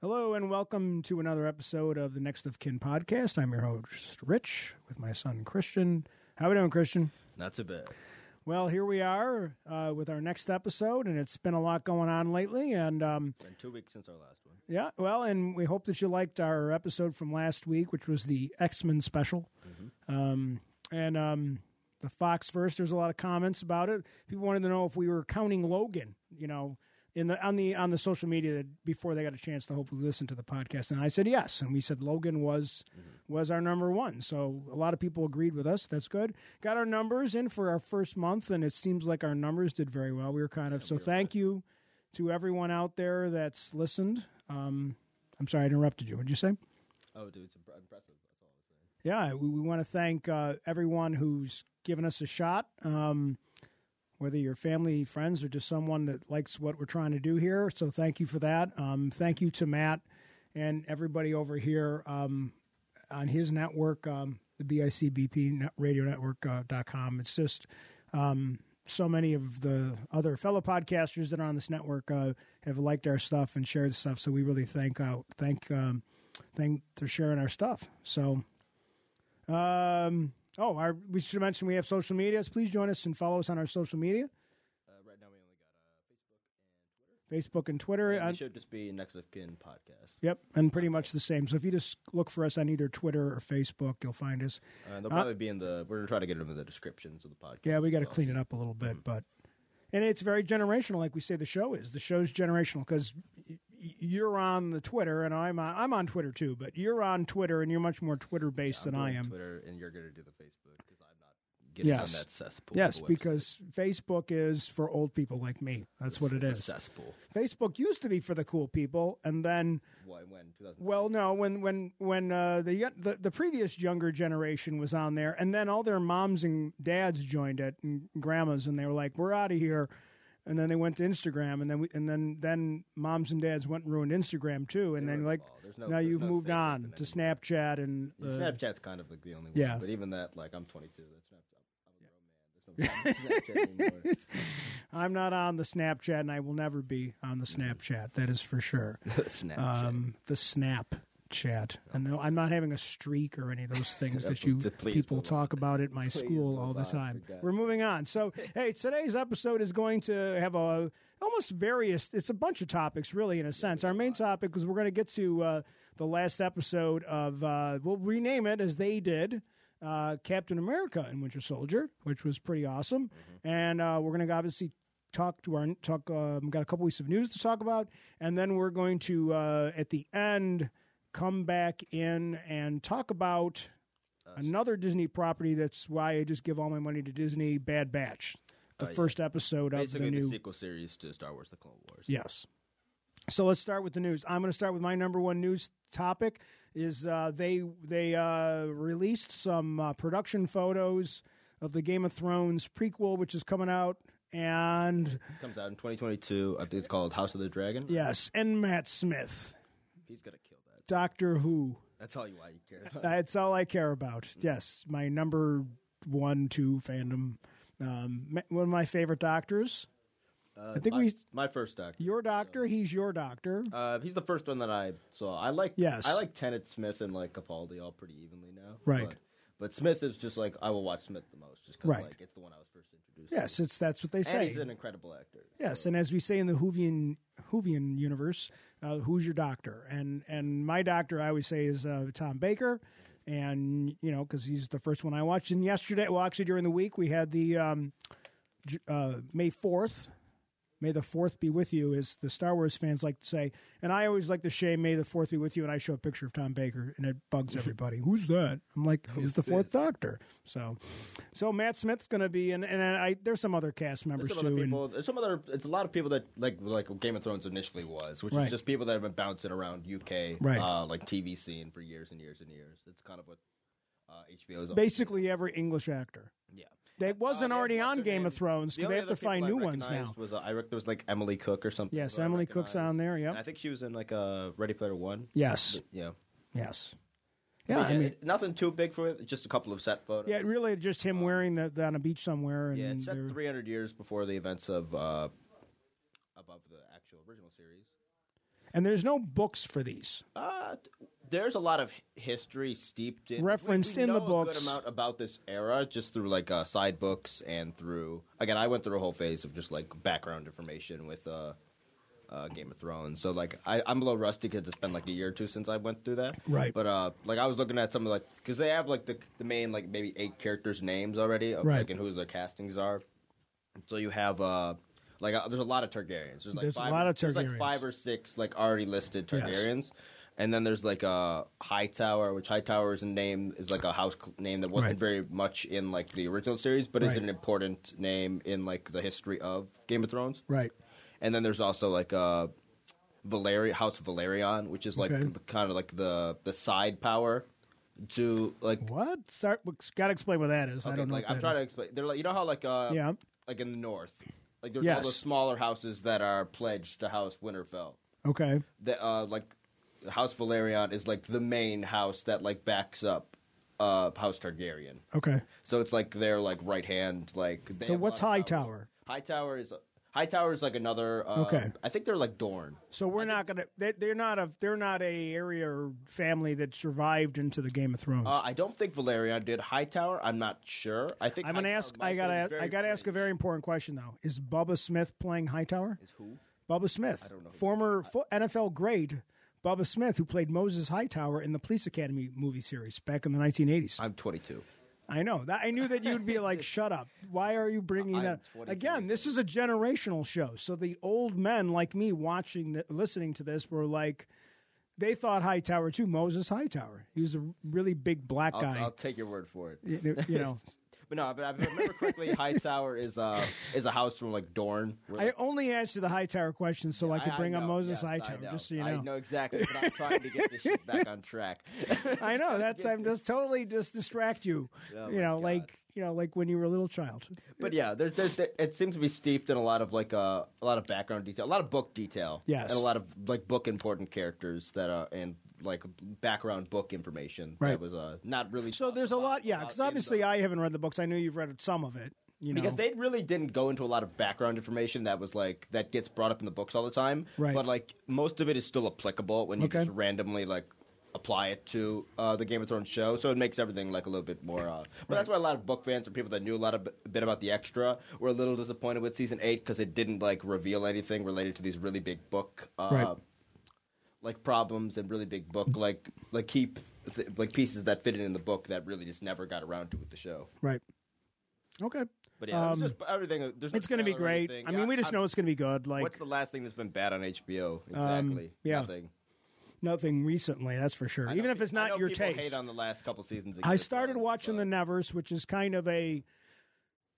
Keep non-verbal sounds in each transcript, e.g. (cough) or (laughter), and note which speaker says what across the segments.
Speaker 1: Hello and welcome to another episode of the Next of Kin podcast. I'm your host, Rich, with my son Christian. How we doing, Christian?
Speaker 2: Not too bad.
Speaker 1: Well, here we are uh, with our next episode, and it's been a lot going on lately. And um,
Speaker 2: Been two weeks since our last one.
Speaker 1: yeah, well, and we hope that you liked our episode from last week, which was the X Men special. Um, and um, the Fox verse. There's a lot of comments about it. People wanted to know if we were counting Logan. You know, in the on the on the social media that before they got a chance to hopefully listen to the podcast, and I said yes, and we said Logan was was our number one. So a lot of people agreed with us. That's good. Got our numbers in for our first month, and it seems like our numbers did very well. We were kind of so. Thank you to everyone out there that's listened. Um, I'm sorry I interrupted you. What'd you say?
Speaker 2: Oh, dude, it's im- impressive. That's all I was saying.
Speaker 1: yeah, we, we want to thank uh, everyone who's given us a shot. Um, whether your family, friends, or just someone that likes what we're trying to do here. So thank you for that. Um, thank you to Matt and everybody over here um, on his network, um, the BICBP net, radio network uh, dot com. It's just um, so many of the other fellow podcasters that are on this network uh, have liked our stuff and shared stuff. So we really thank out thank um, thank for sharing our stuff. So um, oh, our, we should mention we have social medias. Please join us and follow us on our social media,
Speaker 2: Uh, right now, we only got uh, Facebook
Speaker 1: Facebook and
Speaker 2: and Twitter.
Speaker 1: Twitter.
Speaker 2: And
Speaker 1: Uh,
Speaker 2: it should just be Next of Kin podcast.
Speaker 1: yep, and pretty much the same. So if you just look for us on either Twitter or Facebook, you'll find us.
Speaker 2: Uh, they'll probably be in the. We're gonna try to get them in the descriptions of the podcast.
Speaker 1: Yeah, we got to
Speaker 2: to
Speaker 1: clean it up a little bit, but and it's very generational, like we say the show is. The show's generational because you're on the Twitter, and I'm on, I'm on Twitter too. But you're on Twitter, and you're much more Twitter based than I am.
Speaker 2: Twitter, and you're gonna do the Facebook because I'm not getting
Speaker 1: Yes.
Speaker 2: on that cesspool.
Speaker 1: Yes,
Speaker 2: of a website.
Speaker 1: because Facebook is for old people like me. That's what it
Speaker 2: It's a
Speaker 1: is.
Speaker 2: cesspool.
Speaker 1: Facebook used to be for the cool people, and then
Speaker 2: Why? When? 2000.
Speaker 1: well, no, when when when uh, the, the the previous younger generation was on there, and then all their moms and dads joined it, and grandmas, and they were like, "We're out of here," and then they went to Instagram, and then we, and then then moms and dads went and ruined Instagram too, and
Speaker 2: They
Speaker 1: then
Speaker 2: were
Speaker 1: like
Speaker 2: involved. There's no-
Speaker 1: now
Speaker 2: there's
Speaker 1: you've
Speaker 2: no
Speaker 1: moved
Speaker 2: safe
Speaker 1: on
Speaker 2: haven
Speaker 1: to Snapchat and the,
Speaker 2: Snapchat's kind of like the only one.
Speaker 1: yeah.
Speaker 2: But even that, like, I'm 22. That's not. I'm a grown man. There's
Speaker 1: (laughs)
Speaker 2: no Snapchat anymore.
Speaker 1: I'm not on the Snapchat, and I will never be on the Snapchat. That is for sure.
Speaker 2: Mm.
Speaker 1: (laughs)
Speaker 2: (laughs) Snapchat.
Speaker 1: um, the snap chat. I know I'm not having a streak or any of those
Speaker 2: (laughs)
Speaker 1: things that you
Speaker 2: To please
Speaker 1: people
Speaker 2: move on.
Speaker 1: talk about at my
Speaker 2: Please
Speaker 1: school
Speaker 2: move
Speaker 1: all the
Speaker 2: on,
Speaker 1: time.
Speaker 2: for God's
Speaker 1: We're moving on. So, hey, today's episode is going to have a almost various. It's a bunch of topics, really, in a sense. Our main topic is we're going to get to uh, the last episode of uh, we'll rename it as they did. Uh, Captain America and Winter Soldier, which was pretty awesome,
Speaker 2: Mm-hmm.
Speaker 1: and uh, we're going to obviously talk to our talk. Um, got a couple weeks of news to talk about, and then we're going to uh, at the end come back in and talk about another Disney property. That's why I just give all my money to Disney. Bad Batch, the
Speaker 2: Oh, yeah.
Speaker 1: first episode of
Speaker 2: Basically,
Speaker 1: the new.
Speaker 2: the sequel series to Star Wars: The Clone Wars.
Speaker 1: yes. So let's start with the news. I'm going to start with my number one news topic. Is uh, they they uh, released some uh, production photos of the Game of Thrones prequel, which is coming out, and
Speaker 2: comes out in 2022. I think it's called House of the Dragon.
Speaker 1: yes, and Matt Smith,
Speaker 2: he's gonna kill that.
Speaker 1: Doctor Who.
Speaker 2: That's all you why you care about.
Speaker 1: That's all I care about. Yes, my number one, two fandom. Um, ma- one of my favorite doctors. I think
Speaker 2: Uh, my,
Speaker 1: we
Speaker 2: my first Doctor.
Speaker 1: your doctor. He's your doctor.
Speaker 2: Uh, he's the first one that I saw. I like.
Speaker 1: Yes.
Speaker 2: I like Tennant, Smith, and like Capaldi all pretty evenly now.
Speaker 1: Right.
Speaker 2: But, but Smith is just like I will watch Smith the most, just because
Speaker 1: Right.
Speaker 2: like it's the one I was first introduced.
Speaker 1: yes,
Speaker 2: to.
Speaker 1: it's that's what they
Speaker 2: and
Speaker 1: say.
Speaker 2: he's an incredible actor.
Speaker 1: yes,
Speaker 2: So,
Speaker 1: and as we say in the Hoovian Hoovian universe, uh, who's your doctor? And and my doctor, I always say, is uh, Tom Baker. And you know, because he's the first one I watched. And yesterday, well, actually during the week, we had the um, J- uh, May fourth May the Fourth be with you, as the Star Wars fans like to say. And I always like to say, May the Fourth be with you, and I show a picture of Tom Baker, and it
Speaker 2: (laughs)
Speaker 1: bugs everybody. Who's that? I'm like, he's
Speaker 2: Who's
Speaker 1: the Fourth
Speaker 2: this?
Speaker 1: Doctor. So, so Matt Smith's going to be, in, and I, there's some other cast members
Speaker 2: There's some
Speaker 1: too.
Speaker 2: other
Speaker 1: and-
Speaker 2: people. There's some other. It's a lot of people that like like Game of Thrones initially was, which
Speaker 1: Right.
Speaker 2: is just people that have been bouncing around UK,
Speaker 1: Right.
Speaker 2: uh, like TV scene for years and years and years. That's kind of what uh, HBO's
Speaker 1: basically every English actor
Speaker 2: Yeah.
Speaker 1: that wasn't
Speaker 2: Uh, they-
Speaker 1: already
Speaker 2: what's
Speaker 1: on
Speaker 2: her
Speaker 1: Game
Speaker 2: name?
Speaker 1: of Thrones
Speaker 2: The
Speaker 1: because they
Speaker 2: only
Speaker 1: have to
Speaker 2: other people
Speaker 1: find
Speaker 2: I
Speaker 1: new ones now.
Speaker 2: recognized Was uh, I rec- there was like Emily Cook or something?
Speaker 1: Yes,
Speaker 2: who I
Speaker 1: Emily Cook's
Speaker 2: recognized.
Speaker 1: on there.
Speaker 2: And I
Speaker 1: Yep.
Speaker 2: think she was in like a uh, Ready Player One.
Speaker 1: Yes.
Speaker 2: Yeah.
Speaker 1: Yes. Yeah.
Speaker 2: But
Speaker 1: I mean,
Speaker 2: it- uh, nothing too big for it. Just a couple of set photos.
Speaker 1: yeah. Really, just him wearing the, the- on a beach somewhere, and
Speaker 2: um, Yeah, it's set
Speaker 1: they're-
Speaker 2: 300 years before the events of uh, above the actual original series.
Speaker 1: and there's no books for these.
Speaker 2: Uh, t- there's a lot of hi- history steeped in
Speaker 1: Referenced
Speaker 2: we, we
Speaker 1: in the
Speaker 2: know A
Speaker 1: books.
Speaker 2: good amount about this era, just through like uh, side books and through. Again, I went through a whole phase of just like background information with uh, uh, Game of Thrones. So like, I, I'm a little rusty because it's been like a year or two since I went through that.
Speaker 1: Right.
Speaker 2: But uh, like I was looking at some of like because they have like the the main like maybe eight characters' names already, of,
Speaker 1: Right.
Speaker 2: Like, and who their castings are. So you have uh, like uh, there's a lot of Targaryens. There's like
Speaker 1: There's a
Speaker 2: five,
Speaker 1: lot of
Speaker 2: There's
Speaker 1: Targaryens.
Speaker 2: like five or six like already listed
Speaker 1: Yes.
Speaker 2: Targaryens, and then there's like a Hightower, which Hightower is a name is like a house cl- name that wasn't
Speaker 1: Right.
Speaker 2: very much in like the original series, but is
Speaker 1: Right.
Speaker 2: an important name in like the history of Game of Thrones.
Speaker 1: Right.
Speaker 2: And then there's also like a Valeria House Valerion, which is like
Speaker 1: Okay.
Speaker 2: the, kind of like the the side power to like
Speaker 1: What? Start. Got to explain what that is. I
Speaker 2: Okay,
Speaker 1: don't know.
Speaker 2: like
Speaker 1: what
Speaker 2: I'm
Speaker 1: that
Speaker 2: trying to
Speaker 1: is.
Speaker 2: explain. They're like you know how like uh
Speaker 1: Yeah.
Speaker 2: like in the north, like there's all
Speaker 1: Yes.
Speaker 2: those smaller houses that are pledged to House Winterfell.
Speaker 1: Okay.
Speaker 2: That uh like House Valerion is like the main house that like backs up uh House Targaryen.
Speaker 1: Okay.
Speaker 2: So it's like their like right hand like. They
Speaker 1: So
Speaker 2: have a
Speaker 1: what's
Speaker 2: lot of
Speaker 1: Hightower?
Speaker 2: powers. Hightower is Hightower is like another. Uh,
Speaker 1: Okay.
Speaker 2: I think they're like Dorne.
Speaker 1: So we're not gonna. They, they're not a. They're not a area or family that survived into the Game of Thrones.
Speaker 2: Uh, I don't think Valerion did Hightower. I'm not sure. I uh, think
Speaker 1: I'm gonna
Speaker 2: Hightower
Speaker 1: ask.
Speaker 2: might,
Speaker 1: I
Speaker 2: but it was
Speaker 1: gotta.
Speaker 2: very
Speaker 1: I gotta ask a
Speaker 2: fringe.
Speaker 1: very important question though. Is Bubba Smith playing Hightower?
Speaker 2: Is who?
Speaker 1: Bubba Smith,
Speaker 2: don't know who
Speaker 1: former fo- NFL great Bubba Smith, who played Moses Hightower in the Police Academy movie series back in the 1980s.
Speaker 2: I'm 22.
Speaker 1: I know. That, I knew that you'd be
Speaker 2: (laughs)
Speaker 1: like, "Shut up! Why are you bringing
Speaker 2: I'm
Speaker 1: that?"
Speaker 2: 22.
Speaker 1: Again, this is a generational show, so the old men like me watching, the, listening to this, were like, they thought Hightower too. Moses Hightower. He was a really big black
Speaker 2: I'll,
Speaker 1: guy.
Speaker 2: I'll take your word for it.
Speaker 1: you you
Speaker 2: (laughs)
Speaker 1: know,
Speaker 2: But no, but if I remember correctly, Hightower is uh is a house from like Dorne. where,
Speaker 1: I
Speaker 2: like,
Speaker 1: only answered the Hightower question so I could bring up
Speaker 2: know,
Speaker 1: Moses
Speaker 2: yes, I
Speaker 1: Hightower,
Speaker 2: know.
Speaker 1: just so you
Speaker 2: I know exactly, but I'm trying to get this shit
Speaker 1: (laughs)
Speaker 2: back on track. (laughs)
Speaker 1: I know that's I'm just totally just distract you.
Speaker 2: Oh
Speaker 1: you
Speaker 2: my
Speaker 1: know,
Speaker 2: God.
Speaker 1: like you know, like when you were a little child.
Speaker 2: but yeah, there's, there's there, it seems to be steeped in a lot of like uh, a lot of background detail, a lot of book detail,
Speaker 1: Yes.
Speaker 2: and a lot of like book important characters that are and like background book information
Speaker 1: Right.
Speaker 2: that was uh not really.
Speaker 1: So there's a lot, yeah, because obviously I haven't read the books. I know you've read some of it. You know,
Speaker 2: Because they really didn't go into a lot of background information that was like that gets brought up in the books all the time.
Speaker 1: Right.
Speaker 2: But like most of it is still applicable when you
Speaker 1: Okay.
Speaker 2: just randomly like apply it to uh, the Game of Thrones show. So it makes everything like a little bit more. Uh, but that's why a lot of book fans or people that knew a lot of a bit about the extra were a little disappointed with season eight because it didn't like reveal anything related to these really big book. Uh,
Speaker 1: Right.
Speaker 2: Like problems and really big book, like like keep th- like pieces that fitted in the book that really just never got around to with the show.
Speaker 1: right? Okay,
Speaker 2: But yeah,
Speaker 1: Um,
Speaker 2: there's just everything. There's no
Speaker 1: it's going to be
Speaker 2: trailer or
Speaker 1: great.
Speaker 2: anything.
Speaker 1: I mean, we just
Speaker 2: I'm-
Speaker 1: know it's going to be good. Like Um,
Speaker 2: What's the last thing that's been bad on HBO? Exactly.
Speaker 1: yeah.
Speaker 2: Nothing.
Speaker 1: nothing recently, that's for sure.
Speaker 2: I
Speaker 1: Even
Speaker 2: know
Speaker 1: if it's
Speaker 2: pe- I
Speaker 1: not
Speaker 2: know
Speaker 1: your
Speaker 2: people
Speaker 1: taste,
Speaker 2: Hate on the last couple seasons. of Game
Speaker 1: I
Speaker 2: of
Speaker 1: started
Speaker 2: Thrones,
Speaker 1: watching
Speaker 2: but
Speaker 1: The Nevers, which is kind of a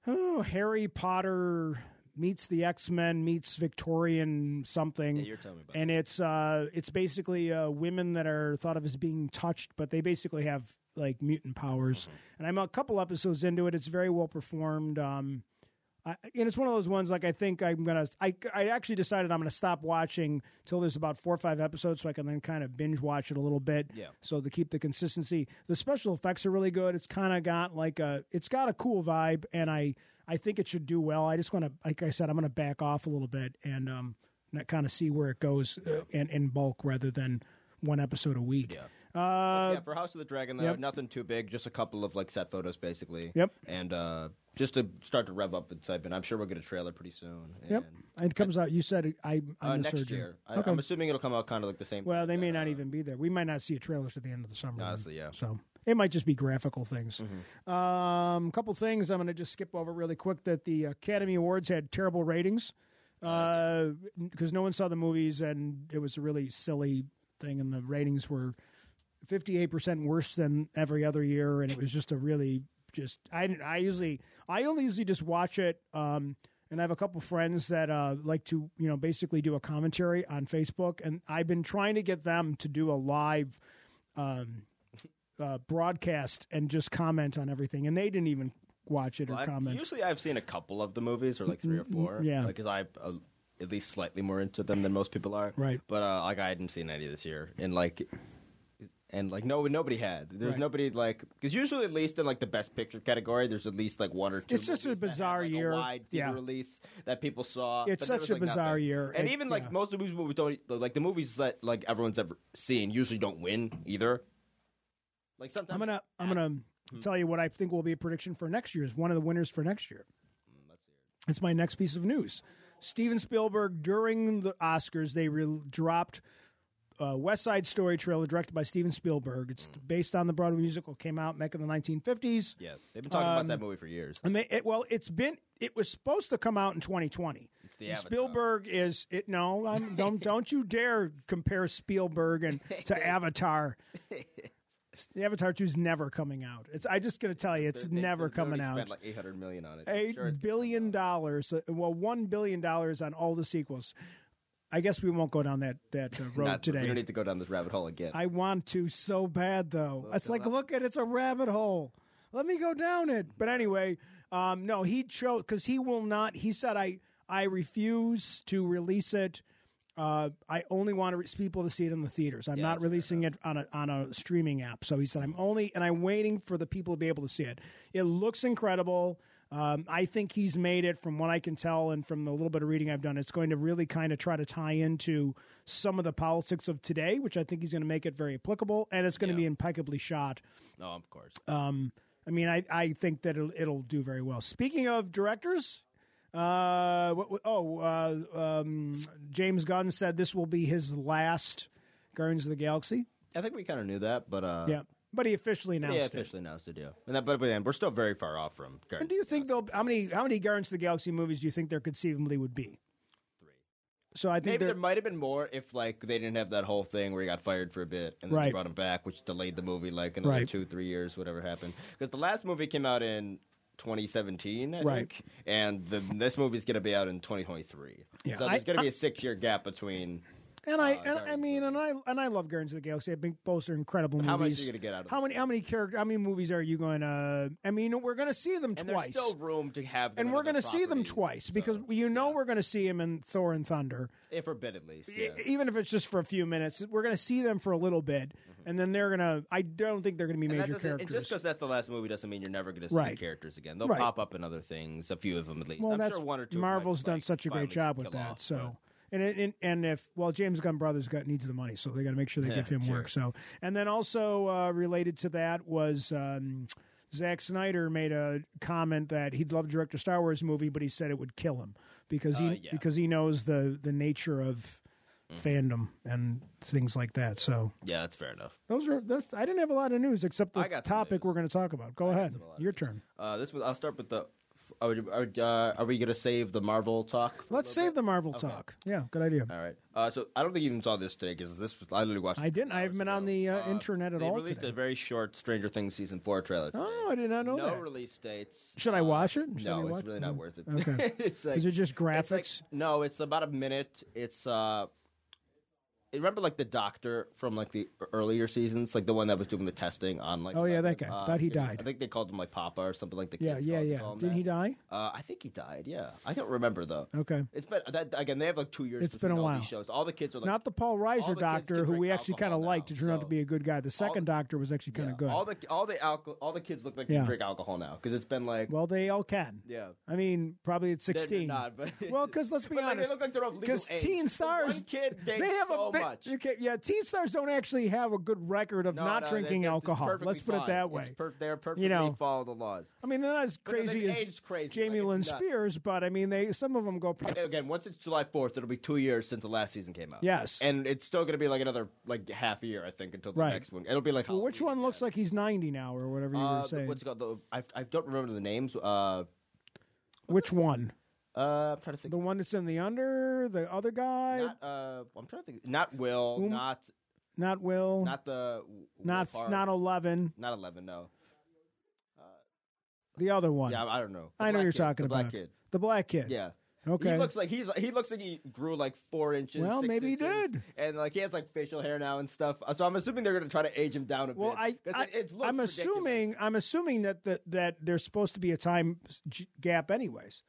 Speaker 1: oh Harry Potter meets the X Men meets Victorian something.
Speaker 2: Yeah, you're telling me about.
Speaker 1: and it's uh it's basically uh women that are thought of as being touched but they basically have like mutant powers
Speaker 2: Mm-hmm.
Speaker 1: and i'm a couple episodes into it it's very well performed um I, and it's one of those ones like i think i'm gonna I, I actually decided i'm gonna stop watching till there's about four or five episodes so i can then kind of binge watch it a little bit
Speaker 2: Yeah.
Speaker 1: so to keep the consistency the special effects are really good it's kind of got like a it's got a cool vibe and i i think it should do well i just want to like i said i'm gonna back off a little bit and um and kind of see where it goes uh, in, in bulk rather than one episode a week
Speaker 2: Yeah.
Speaker 1: uh
Speaker 2: yeah, for House of the Dragon, though,
Speaker 1: yep.
Speaker 2: nothing too big. Just a couple of like set photos, basically.
Speaker 1: Yep.
Speaker 2: And uh, just to start to rev up excitement. I'm sure we'll get a trailer pretty soon. And,
Speaker 1: yep it comes out you said it- i i'm
Speaker 2: Uh,
Speaker 1: a
Speaker 2: next
Speaker 1: surgeon
Speaker 2: year. I, I'm assuming it'll come out kind of like the same.
Speaker 1: well they
Speaker 2: thing
Speaker 1: may
Speaker 2: that,
Speaker 1: not
Speaker 2: uh,
Speaker 1: even be there we might not see a trailer to the end of the summer then.
Speaker 2: Honestly, yeah. Mm-hmm.
Speaker 1: so it might just be graphical things um couple things i'm going to just skip over really quick that the academy awards had terrible ratings
Speaker 2: Uh,
Speaker 1: because no one saw the movies, and it was a really silly thing, and the ratings were fifty-eight percent worse than every other year, and it was just a really just I I usually I only usually just watch it. Um, and I have a couple friends that uh, like to, you know, basically do a commentary on Facebook, and I've been trying to get them to do a live um, uh, broadcast and just comment on everything, and they didn't even watch it or
Speaker 2: Well, I-
Speaker 1: comment. Mm,
Speaker 2: Usually, I've seen a couple of the movies, or like three or four.
Speaker 1: yeah.
Speaker 2: because I'm uh, at least slightly more into them than most people are.
Speaker 1: Right.
Speaker 2: But uh, like, I hadn't seen any this year, and like, and like, no, nobody had. There's
Speaker 1: Right.
Speaker 2: nobody like because usually, at least in like the best picture category, there's at least like one or two.
Speaker 1: It's just a
Speaker 2: movies that have,
Speaker 1: bizarre
Speaker 2: like,
Speaker 1: year.
Speaker 2: A wide theater
Speaker 1: Yeah.
Speaker 2: release that people saw.
Speaker 1: It's
Speaker 2: but there
Speaker 1: such
Speaker 2: was,
Speaker 1: a
Speaker 2: like,
Speaker 1: bizarre
Speaker 2: nothing.
Speaker 1: year.
Speaker 2: and
Speaker 1: It-
Speaker 2: even like
Speaker 1: yeah.
Speaker 2: most of the movies we don't like the movies that like everyone's ever seen usually don't win either. Like sometimes Hmm.
Speaker 1: I'm gonna I'm gonna tell you what I think will be a prediction for next year is one of the winners for next year.
Speaker 2: Hmm,
Speaker 1: It's my next piece of news. Steven Spielberg during the Oscars they re- dropped uh, West Side Story trailer directed by Steven Spielberg. It's based on the Broadway musical came out back in the 1950s.
Speaker 2: Hmm. Yeah, they've been talking about
Speaker 1: Um,
Speaker 2: that movie for years.
Speaker 1: And they it, well, it's been it was supposed to come out in 2020.
Speaker 2: the
Speaker 1: And
Speaker 2: Avatar.
Speaker 1: Spielberg is it? No, I'm,
Speaker 2: (laughs)
Speaker 1: don't don't you dare compare Spielberg and to
Speaker 2: (laughs)
Speaker 1: Avatar. The Avatar 2 is never coming out. It's I'm just gonna tell you, it's
Speaker 2: They-
Speaker 1: never
Speaker 2: they
Speaker 1: coming
Speaker 2: already
Speaker 1: out.
Speaker 2: Spent like eight hundred million on it.
Speaker 1: Eight billion
Speaker 2: Sure, it's-
Speaker 1: dollars, uh, well, one billion dollars on all the sequels. I guess we won't go down that that uh, road
Speaker 2: not-
Speaker 1: today.
Speaker 2: We don't need to go down this rabbit hole again.
Speaker 1: I want to so bad though. it's like look at it's a rabbit hole. Let me go down it. But anyway, um, no, he chose because he will not. He said I I refuse to release it. Uh, I only want to re- people to see it in the theaters. I'm not releasing it on a on a streaming app. So he said I'm only and I'm waiting for the people to be able to see it. It looks incredible. Um, I think he's made it from what I can tell and from the little bit of reading I've done. It's going to really kind of try to tie into some of the politics of today, which I think he's going to make it very applicable, and it's going to be impeccably shot.
Speaker 2: no, of course.
Speaker 1: Uh, I mean, I, I think that it'll, it'll do very well. Speaking of directors, uh, what, what- oh, uh, um, James Gunn said this will be his last Guardians of the Galaxy.
Speaker 2: I think we kind of knew that, but uh,
Speaker 1: Yeah, but he officially announced
Speaker 2: yeah,
Speaker 1: it.
Speaker 2: officially announced it. Yeah, and that, but but then we're still very far off from. Guardians.
Speaker 1: Do you think they'll how many how many Guardians of the Galaxy movies do you think there conceivably would be? Three. So I think
Speaker 2: Maybe
Speaker 1: there-
Speaker 2: there might have been more if like they didn't have that whole thing where he got fired for a bit and then
Speaker 1: Right.
Speaker 2: they brought him back, which delayed the movie like another
Speaker 1: Right.
Speaker 2: two, three years, whatever happened. Because the last movie came out in 2017, I
Speaker 1: Right.
Speaker 2: think, and the, this movie's going to be out in 2023.
Speaker 1: Yeah.
Speaker 2: so
Speaker 1: I-
Speaker 2: there's going to be a six year gap between.
Speaker 1: And I
Speaker 2: uh,
Speaker 1: and I
Speaker 2: Guardians
Speaker 1: mean and I and I love Guardians of the Galaxy. I think both are incredible
Speaker 2: how much
Speaker 1: movies.
Speaker 2: are you gonna get out of
Speaker 1: how
Speaker 2: this?
Speaker 1: many how many character how many movies are you going to? I mean, we're going to see them
Speaker 2: And
Speaker 1: twice,
Speaker 2: there's still room to have. Them
Speaker 1: and
Speaker 2: in
Speaker 1: we're
Speaker 2: other
Speaker 1: going to see them
Speaker 2: properties,
Speaker 1: twice because
Speaker 2: so-
Speaker 1: you know we're going to see him in Thor and Thunder,
Speaker 2: if a bit at least.
Speaker 1: E-
Speaker 2: Yeah.
Speaker 1: even if it's just for a few minutes. We're going to see them for a little bit, and then they're going to. I don't think they're going to be
Speaker 2: Mm-hmm. And that
Speaker 1: major
Speaker 2: doesn't- and
Speaker 1: characters.
Speaker 2: just because that's the last movie doesn't mean you're never going to see
Speaker 1: Right.
Speaker 2: the characters again. They'll
Speaker 1: Right.
Speaker 2: pop up in other things, a few of them at least.
Speaker 1: Well,
Speaker 2: I'm
Speaker 1: that's
Speaker 2: sure one or two. of them
Speaker 1: Marvel's
Speaker 2: might,
Speaker 1: done
Speaker 2: like,
Speaker 1: such a
Speaker 2: finally
Speaker 1: great job with
Speaker 2: kill
Speaker 1: that.
Speaker 2: off,
Speaker 1: so. And, it- and and if well, James Gunn brothers got needs the money, so they got to make sure
Speaker 2: (laughs)
Speaker 1: they give him work. So and then also uh, related to that was um, Zack Snyder made a comment that he'd love to direct a Star Wars movie, but he said it would kill him because he
Speaker 2: Uh, yeah. Mm-hmm.
Speaker 1: because he knows the the nature of fandom and things like that. So
Speaker 2: but- yeah, that's fair enough.
Speaker 1: those are that's, I didn't have a lot of news except the
Speaker 2: I got some
Speaker 1: topic
Speaker 2: news.
Speaker 1: we're going to talk about. Go ahead, your turn.
Speaker 2: Uh, this was. I'll start with the. Are, are, uh, are we going to save the Marvel talk? for a
Speaker 1: Let's
Speaker 2: little
Speaker 1: save the Marvel talk. Yeah, good idea.
Speaker 2: bit? All right. Uh, so I don't think you even saw this today because this was. I literally watched.
Speaker 1: I
Speaker 2: it
Speaker 1: didn't. I
Speaker 2: hours
Speaker 1: haven't been
Speaker 2: ago. Um,
Speaker 1: on the uh, internet at
Speaker 2: they
Speaker 1: all
Speaker 2: released
Speaker 1: today.
Speaker 2: a very short Stranger Things season four trailer. today.
Speaker 1: Oh, I did not know
Speaker 2: no
Speaker 1: that.
Speaker 2: release dates.
Speaker 1: Should I
Speaker 2: Uh,
Speaker 1: watch it? Should I
Speaker 2: no,
Speaker 1: watch-
Speaker 2: it's really not
Speaker 1: Mm.
Speaker 2: worth it.
Speaker 1: Okay. (laughs)
Speaker 2: it's (laughs) like,
Speaker 1: Is it just
Speaker 2: It's like-
Speaker 1: graphics?
Speaker 2: no, it's about a minute. It's uh, remember like the doctor from like the e-, earlier seasons, like the one that was doing the testing on like.
Speaker 1: Oh, yeah, that
Speaker 2: Reddit.
Speaker 1: guy. Thought he
Speaker 2: yeah,
Speaker 1: died.
Speaker 2: I think they called him like Papa or something like the.
Speaker 1: yeah,
Speaker 2: kids
Speaker 1: yeah,
Speaker 2: call-
Speaker 1: yeah.
Speaker 2: call him
Speaker 1: Did he
Speaker 2: that.
Speaker 1: die?
Speaker 2: Uh, I think he died. Yeah, I don't remember though.
Speaker 1: Okay.
Speaker 2: It's been that again. They have like two years.
Speaker 1: It's been
Speaker 2: between
Speaker 1: a
Speaker 2: all
Speaker 1: while.
Speaker 2: These shows. All the kids are like
Speaker 1: Not the Paul
Speaker 2: the
Speaker 1: Reiser
Speaker 2: kids
Speaker 1: doctor,
Speaker 2: can
Speaker 1: who
Speaker 2: drink
Speaker 1: we actually kind
Speaker 2: alcohol
Speaker 1: of
Speaker 2: now,
Speaker 1: liked to turn out to
Speaker 2: so-
Speaker 1: be a good guy. The second doctor was actually kind
Speaker 2: yeah,
Speaker 1: of good.
Speaker 2: All the all the alcohol. All the kids look like
Speaker 1: Yeah.
Speaker 2: they drink alcohol now because it's been like
Speaker 1: well, they all can.
Speaker 2: yeah.
Speaker 1: I mean, probably at
Speaker 2: They're- they're
Speaker 1: 16.
Speaker 2: not, but-
Speaker 1: well, because
Speaker 2: (laughs)
Speaker 1: let's be
Speaker 2: But, like, they
Speaker 1: honest.
Speaker 2: look like they're of legal
Speaker 1: Because
Speaker 2: age.
Speaker 1: teen
Speaker 2: (laughs) The
Speaker 1: stars,
Speaker 2: one kid
Speaker 1: (laughs) they
Speaker 2: drinks
Speaker 1: have
Speaker 2: so
Speaker 1: a bit.
Speaker 2: much.
Speaker 1: You can, yeah, teen stars don't actually have a good record of
Speaker 2: No,
Speaker 1: not
Speaker 2: no, they-
Speaker 1: drinking
Speaker 2: they- it's
Speaker 1: alcohol.
Speaker 2: perfectly
Speaker 1: Let's put it
Speaker 2: fine.
Speaker 1: that
Speaker 2: It's
Speaker 1: way.
Speaker 2: per- they're perfectly
Speaker 1: know.
Speaker 2: follow the laws.
Speaker 1: I mean, they're not as
Speaker 2: no, they
Speaker 1: crazy as
Speaker 2: aged crazy,
Speaker 1: Jamie
Speaker 2: like,
Speaker 1: Lynn
Speaker 2: it's nuts.
Speaker 1: Spears, but I mean, they some of them go.
Speaker 2: And again, once it's July fourth, it'll be two years since the last season came out.
Speaker 1: Yes.
Speaker 2: and it's still going to be like another like half a year, I think, until the
Speaker 1: Right.
Speaker 2: next one. It'll be like
Speaker 1: Which
Speaker 2: Halloween
Speaker 1: one looks like he's 90 now, or whatever you
Speaker 2: again. Uh,
Speaker 1: were
Speaker 2: the-
Speaker 1: saying?
Speaker 2: what's it called? The, I, I don't remember the names. Uh,
Speaker 1: Which one?
Speaker 2: Uh, I'm trying to think.
Speaker 1: The one that's in the under, the other guy, not,
Speaker 2: not, uh, I'm trying to think. Not Will.
Speaker 1: Um,
Speaker 2: not
Speaker 1: Will, not
Speaker 2: not the Will
Speaker 1: not,
Speaker 2: Farrell.
Speaker 1: eleven,
Speaker 2: not eleven. No.
Speaker 1: the other one.
Speaker 2: Yeah, I, I don't know. The
Speaker 1: I know
Speaker 2: black
Speaker 1: you're
Speaker 2: kid,
Speaker 1: talking
Speaker 2: the
Speaker 1: about
Speaker 2: black kid.
Speaker 1: the black kid.
Speaker 2: Yeah.
Speaker 1: Okay.
Speaker 2: He looks like he's he looks like he grew like four inches.
Speaker 1: Well,
Speaker 2: six
Speaker 1: maybe he
Speaker 2: inches,
Speaker 1: did.
Speaker 2: and like he has like facial hair now and stuff. Uh, So I'm assuming they're going to try to age him down a
Speaker 1: well,
Speaker 2: bit.
Speaker 1: I,
Speaker 2: 'Cause
Speaker 1: I
Speaker 2: it, it looks
Speaker 1: I'm
Speaker 2: ridiculous.
Speaker 1: assuming I'm assuming that that that there's supposed to be a time s- j- gap, anyways.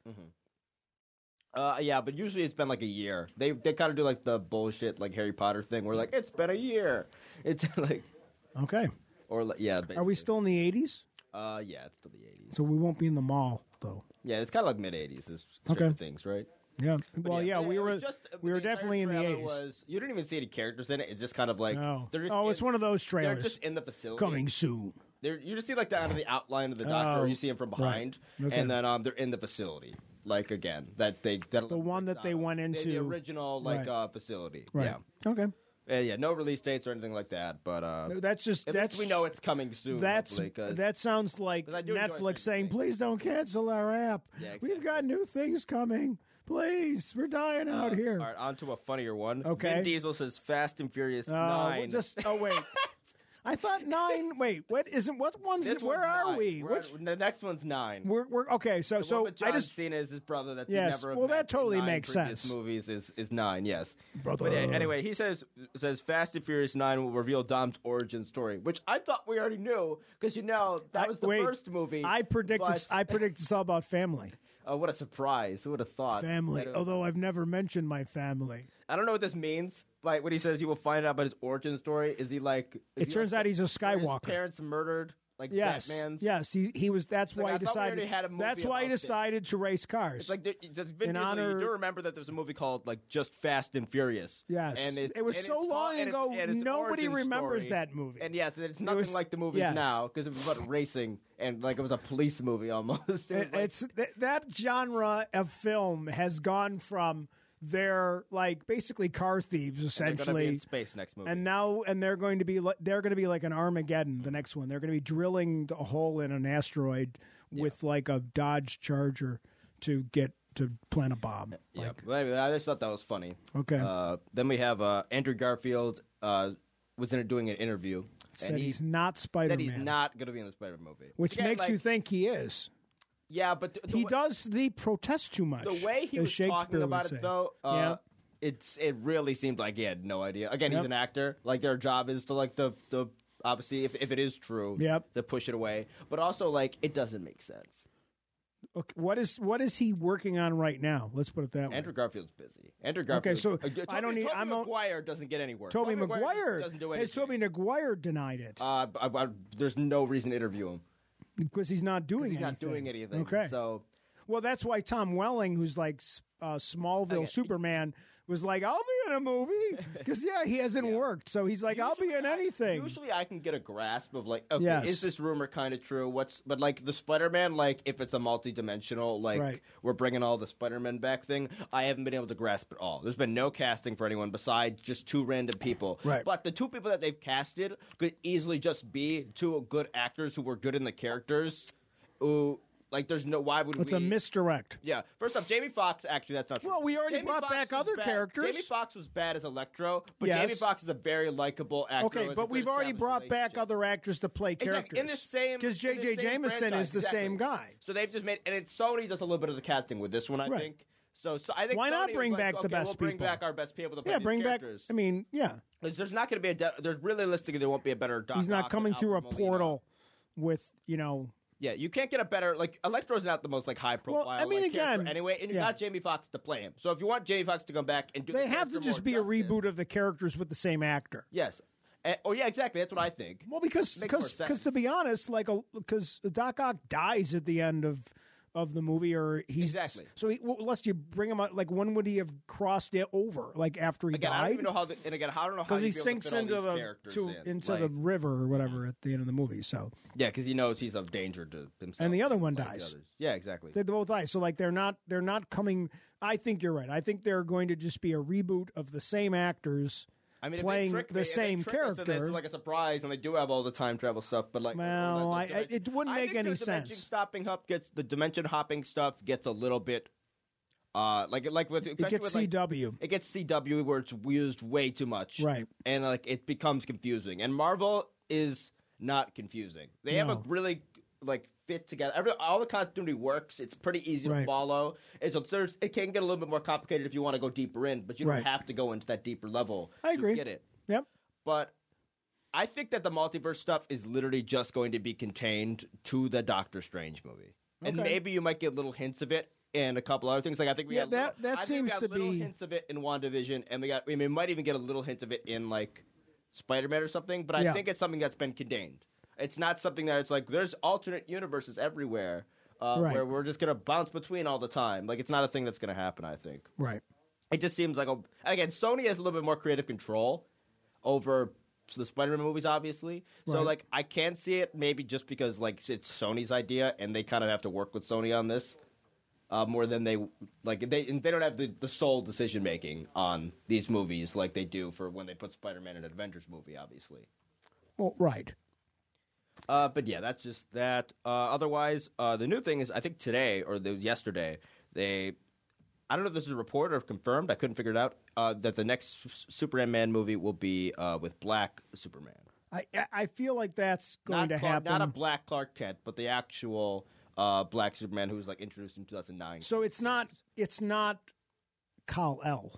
Speaker 2: Uh, yeah, but usually it's been like a year. They they kind of do like the bullshit like Harry Potter thing where like it's been a year. It's (laughs) like Mm.
Speaker 1: Okay.
Speaker 2: or like, yeah.
Speaker 1: Are we
Speaker 2: basically.
Speaker 1: still in the 80s?
Speaker 2: Uh, yeah, it's still the '80s.
Speaker 1: So we won't be in the mall though.
Speaker 2: Yeah, it's kind of like mid '80s. Is
Speaker 1: Okay.
Speaker 2: Stranger Things, right?
Speaker 1: Yeah. Well, yeah,
Speaker 2: it
Speaker 1: we were
Speaker 2: was just-
Speaker 1: we were
Speaker 2: entire
Speaker 1: definitely in the
Speaker 2: trailer
Speaker 1: 80s.
Speaker 2: Was, you didn't even see any characters in it. It's just kind of like
Speaker 1: no.
Speaker 2: they're just
Speaker 1: oh,
Speaker 2: in-
Speaker 1: it's one of those
Speaker 2: They're
Speaker 1: trailers
Speaker 2: just in the facility.
Speaker 1: coming soon.
Speaker 2: They're, you just see like the out of the outline of the doctor.
Speaker 1: Oh,
Speaker 2: or you see him from behind,
Speaker 1: right. Okay.
Speaker 2: and then um, they're in the facility. Like again, that they that
Speaker 1: The one that they went
Speaker 2: the- the
Speaker 1: into.
Speaker 2: original like
Speaker 1: Right.
Speaker 2: uh, facility.
Speaker 1: Right. Okay.
Speaker 2: Yeah, Uh, yeah. No release dates or anything like that. But uh,
Speaker 1: That's just
Speaker 2: at
Speaker 1: that's
Speaker 2: least we know it's coming soon.
Speaker 1: That's
Speaker 2: hopefully, 'cause-
Speaker 1: that sounds like
Speaker 2: 'Cause I do enjoy
Speaker 1: Netflix
Speaker 2: Stranger
Speaker 1: saying,
Speaker 2: Things.
Speaker 1: "Please don't cancel our app.
Speaker 2: Yeah,
Speaker 1: We've got
Speaker 2: exactly.
Speaker 1: new things coming. Please, we're dying
Speaker 2: uh,
Speaker 1: out here."
Speaker 2: All right, on to a funnier one.
Speaker 1: Okay.
Speaker 2: Vin Diesel says Fast and Furious
Speaker 1: Oh,
Speaker 2: Nine.
Speaker 1: we'll just oh
Speaker 2: (laughs)
Speaker 1: wait. I thought nine. Wait, what isn't what ones?
Speaker 2: This
Speaker 1: is- where
Speaker 2: one's
Speaker 1: are
Speaker 2: nine.
Speaker 1: we?
Speaker 2: We're
Speaker 1: Which
Speaker 2: at- the next one's nine.
Speaker 1: we're, we're okay. So
Speaker 2: The
Speaker 1: so
Speaker 2: one with John
Speaker 1: I just
Speaker 2: Cena is his brother. That
Speaker 1: Yes,
Speaker 2: they never
Speaker 1: well,
Speaker 2: have
Speaker 1: that
Speaker 2: met in
Speaker 1: totally
Speaker 2: nine
Speaker 1: makes
Speaker 2: previous
Speaker 1: sense.
Speaker 2: Movies is is nine. Yes,
Speaker 1: Brother.
Speaker 2: But uh, anyway, he says says Fast and Furious Nine will reveal Dom's origin story, which I thought we already knew because you know that
Speaker 1: I-
Speaker 2: was the
Speaker 1: wait,
Speaker 2: first movie.
Speaker 1: I predict
Speaker 2: but-
Speaker 1: it's I predict it's all about
Speaker 2: (laughs)
Speaker 1: family.
Speaker 2: Oh, what a surprise! Who would have thought?
Speaker 1: Family.
Speaker 2: that it-
Speaker 1: Although I've never mentioned my family.
Speaker 2: I don't know what this means. Like when he says he will find out about his origin story, is he like? Is
Speaker 1: It
Speaker 2: he,
Speaker 1: turns
Speaker 2: like,
Speaker 1: out he's a
Speaker 2: were his
Speaker 1: Skywalker.
Speaker 2: parents murdered. Like
Speaker 1: Yes.
Speaker 2: Batman's.
Speaker 1: Yes. He he was. That's
Speaker 2: like,
Speaker 1: why
Speaker 2: I
Speaker 1: he
Speaker 2: thought we already
Speaker 1: decided.
Speaker 2: had a movie
Speaker 1: That's why he
Speaker 2: about this.
Speaker 1: decided to race cars.
Speaker 2: It's like there, there's Vin
Speaker 1: In
Speaker 2: Diesel,
Speaker 1: honor-
Speaker 2: you do remember that there was a movie called like just Fast and Furious.
Speaker 1: Yes.
Speaker 2: and
Speaker 1: It was
Speaker 2: and
Speaker 1: so
Speaker 2: it's
Speaker 1: long
Speaker 2: and it's-
Speaker 1: ago,
Speaker 2: and it's an
Speaker 1: nobody
Speaker 2: origin
Speaker 1: remembers
Speaker 2: story.
Speaker 1: that movie.
Speaker 2: And yes, and it's nothing
Speaker 1: was-
Speaker 2: like the movies
Speaker 1: yes.
Speaker 2: now because it was about racing and like it was a police movie almost. (laughs) It was
Speaker 1: It-
Speaker 2: like-
Speaker 1: it's th- that genre of film has gone from their like basically car thieves
Speaker 2: they're gonna be
Speaker 1: essentially
Speaker 2: in space next movie.
Speaker 1: and now and they're going to be li- they're going to be like an armageddon the next one they're going to be drilling a hole in an asteroid with like a dodge charger to get to plant a bomb
Speaker 2: yeah,
Speaker 1: Like,
Speaker 2: but anyway, I just thought that was funny.
Speaker 1: Okay.
Speaker 2: Uh, then we have uh, Andrew Garfield uh, was in doing an interview
Speaker 1: said
Speaker 2: and he
Speaker 1: he's not spider-man
Speaker 2: said he's not going to be in the Spider Man movie,
Speaker 1: which
Speaker 2: Again,
Speaker 1: makes you
Speaker 2: like,
Speaker 1: think he is
Speaker 2: Yeah, but th- the
Speaker 1: he
Speaker 2: way-
Speaker 1: does the protest too much
Speaker 2: the way he
Speaker 1: as
Speaker 2: was
Speaker 1: Shakespeare
Speaker 2: talking
Speaker 1: would
Speaker 2: about
Speaker 1: say.
Speaker 2: it though
Speaker 1: Yeah.
Speaker 2: uh, it's it really seemed like he had no idea again
Speaker 1: Yep.
Speaker 2: he's an actor like their job is to like the the obviously if, if it is true
Speaker 1: Yep.
Speaker 2: to push it away but also like it doesn't make sense
Speaker 1: okay, what is what is he working on right now let's put it that way
Speaker 2: andrew garfield's busy andrew garfield
Speaker 1: so
Speaker 2: uh, Toby,
Speaker 1: I don't need-
Speaker 2: Toby
Speaker 1: I'm o-
Speaker 2: mcguire doesn't get any work
Speaker 1: Toby
Speaker 2: Maguire
Speaker 1: Maguire
Speaker 2: doesn't do
Speaker 1: has
Speaker 2: anything
Speaker 1: Toby Maguire denied it
Speaker 2: uh, I, I, there's no reason to interview him
Speaker 1: because he's not doing
Speaker 2: he's
Speaker 1: anything.
Speaker 2: not doing anything
Speaker 1: Okay.
Speaker 2: so
Speaker 1: well, that's why Tom Welling, who's like S- uh, Smallville
Speaker 2: Okay.
Speaker 1: Superman, was like, "I'll be in a
Speaker 2: (laughs)
Speaker 1: movie," because yeah, he hasn't worked, so he's like, "I'll be in
Speaker 2: Usually I-
Speaker 1: anything."
Speaker 2: Usually, I can get a grasp of like, okay,
Speaker 1: Yes.
Speaker 2: is this rumor kind of true? What's but like the Spider-Man, like if it's a multi-dimensional, like
Speaker 1: Right.
Speaker 2: we're bringing all the Spider-Man back thing, I haven't been able to grasp at all. There's been no casting for anyone besides just two random people.
Speaker 1: Right.
Speaker 2: But the two people that they've casted could easily just be two good actors who were good in the characters. Who like, there's no why would
Speaker 1: it's
Speaker 2: we?
Speaker 1: a misdirect.
Speaker 2: Yeah. First off, Jamie Foxx, actually, that's not true.
Speaker 1: Well, we already
Speaker 2: Jamie
Speaker 1: brought
Speaker 2: Foxx
Speaker 1: back
Speaker 2: was
Speaker 1: other
Speaker 2: bad.
Speaker 1: characters.
Speaker 2: Jamie Foxx was bad as Electro, but
Speaker 1: Yes.
Speaker 2: Jamie Foxx is a very likable actor.
Speaker 1: Okay,
Speaker 2: who has a
Speaker 1: but
Speaker 2: good
Speaker 1: we've already
Speaker 2: established
Speaker 1: brought back
Speaker 2: relationship.
Speaker 1: other actors to play characters
Speaker 2: Exactly. In the same.
Speaker 1: because
Speaker 2: in the
Speaker 1: J.J.
Speaker 2: same
Speaker 1: Jameson
Speaker 2: franchise,
Speaker 1: is the
Speaker 2: exactly.
Speaker 1: same guy.
Speaker 2: So they've just made. And it's Sony does a little bit of the casting with this one, I
Speaker 1: Right.
Speaker 2: think. So, so I think
Speaker 1: Why not
Speaker 2: Sony was
Speaker 1: bring
Speaker 2: like,
Speaker 1: back the
Speaker 2: okay,
Speaker 1: best
Speaker 2: we'll bring
Speaker 1: people?
Speaker 2: back our best people to play
Speaker 1: yeah,
Speaker 2: these
Speaker 1: bring
Speaker 2: characters.
Speaker 1: back. I mean, yeah,
Speaker 2: Because there's not going to be a. De- there's realistically there won't be a better. Doc
Speaker 1: he's not
Speaker 2: Ock
Speaker 1: coming
Speaker 2: than
Speaker 1: through a
Speaker 2: Alfred Molina.
Speaker 1: portal with you know.
Speaker 2: Yeah, you can't get a better like Electro's not the most like high profile.
Speaker 1: I mean,
Speaker 2: like, character
Speaker 1: again,
Speaker 2: anyway, and you
Speaker 1: yeah.
Speaker 2: got Jamie Foxx to play him. So if you want Jamie Foxx to come back and do, the
Speaker 1: They have to
Speaker 2: character
Speaker 1: just
Speaker 2: more
Speaker 1: be a
Speaker 2: justice-
Speaker 1: reboot of the characters with the same actor.
Speaker 2: Yes. Eh, oh yeah, exactly. That's what I think.
Speaker 1: Well, because
Speaker 2: Makes more
Speaker 1: because
Speaker 2: sense.
Speaker 1: because to be honest, like because Doc Ock dies at the end of of the movie, or he's
Speaker 2: Exactly.
Speaker 1: So he, well, unless you bring him out, like when would he have crossed it over? Like after he
Speaker 2: Again, I don't
Speaker 1: died,
Speaker 2: even know how. The, and again, I don't know how
Speaker 1: because
Speaker 2: you'd
Speaker 1: he
Speaker 2: be able
Speaker 1: sinks
Speaker 2: to fit all
Speaker 1: into
Speaker 2: these
Speaker 1: the
Speaker 2: characters
Speaker 1: to,
Speaker 2: in.
Speaker 1: into
Speaker 2: like,
Speaker 1: the river or whatever at the end of the movie. So
Speaker 2: yeah, because he knows he's of danger to himself.
Speaker 1: And the other one
Speaker 2: like
Speaker 1: dies.
Speaker 2: others. yeah, exactly.
Speaker 1: they both die. So like they're not they're not coming. I think you're right. I think they're going to just be a reboot of the same actors.
Speaker 2: I mean, if they
Speaker 1: playing
Speaker 2: trick
Speaker 1: the
Speaker 2: me- if they
Speaker 1: same
Speaker 2: trick us, then
Speaker 1: character.
Speaker 2: it's like a surprise, and they do have all the time travel stuff. But like,
Speaker 1: Well,
Speaker 2: all
Speaker 1: I-
Speaker 2: that- the
Speaker 1: I- it wouldn't
Speaker 2: I
Speaker 1: make
Speaker 2: think
Speaker 1: any
Speaker 2: the dimension
Speaker 1: sense.
Speaker 2: Stopping hop gets the dimension hopping stuff gets a little bit Uh, like like with
Speaker 1: It
Speaker 2: especially
Speaker 1: gets
Speaker 2: with, like,
Speaker 1: CW.
Speaker 2: it gets CW where it's used way too much,
Speaker 1: Right.
Speaker 2: And like it becomes confusing. And Marvel is not confusing. They have a
Speaker 1: No.
Speaker 2: really like fit together. Every all the continuity works. It's pretty easy
Speaker 1: Right.
Speaker 2: to follow. And so there's it can get a little bit more complicated if you want to go deeper in, but you
Speaker 1: Right.
Speaker 2: don't have to go into that deeper level.
Speaker 1: I
Speaker 2: to
Speaker 1: agree.
Speaker 2: Get it?
Speaker 1: Yep.
Speaker 2: But I think that the multiverse stuff is literally just going to be contained to the Doctor Strange movie, and
Speaker 1: Okay.
Speaker 2: maybe you might get little hints of it. And a couple other things like I think we
Speaker 1: Yeah,
Speaker 2: got little-
Speaker 1: that- that
Speaker 2: I think
Speaker 1: seems
Speaker 2: we got
Speaker 1: to
Speaker 2: little
Speaker 1: be-
Speaker 2: hints of it in WandaVision, and we got we might even get a little hint of it in like Spider Man or something. But I
Speaker 1: Yeah.
Speaker 2: think it's something that's been contained. It's not something that it's like there's alternate universes everywhere uh,
Speaker 1: Right.
Speaker 2: where we're just gonna bounce between all the time. Like it's not a thing that's gonna happen. I think
Speaker 1: Right.
Speaker 2: it just seems like a, again Sony has a little bit more creative control over the Spider-Man movies, obviously. So
Speaker 1: Right.
Speaker 2: like I can see it maybe just because like it's Sony's idea and they kind of have to work with Sony on this uh, more than they like they and they don't have the, the sole decision making on these movies like they do for when they put Spider-Man in an Avengers movie, obviously.
Speaker 1: Well, right.
Speaker 2: Uh, but yeah, that's just that. Uh, otherwise, uh, the new thing is I think today or the, yesterday they. I don't know if this is reported or confirmed. I couldn't figure it out. Uh, that the next S- Superman movie will be uh, with Black Superman.
Speaker 1: I I- I feel like that's going
Speaker 2: not
Speaker 1: to
Speaker 2: Clark-
Speaker 1: happen.
Speaker 2: Not a Black Clark Kent, but the actual uh, Black Superman who was like introduced in 2009.
Speaker 1: so it's not it's not Kal El.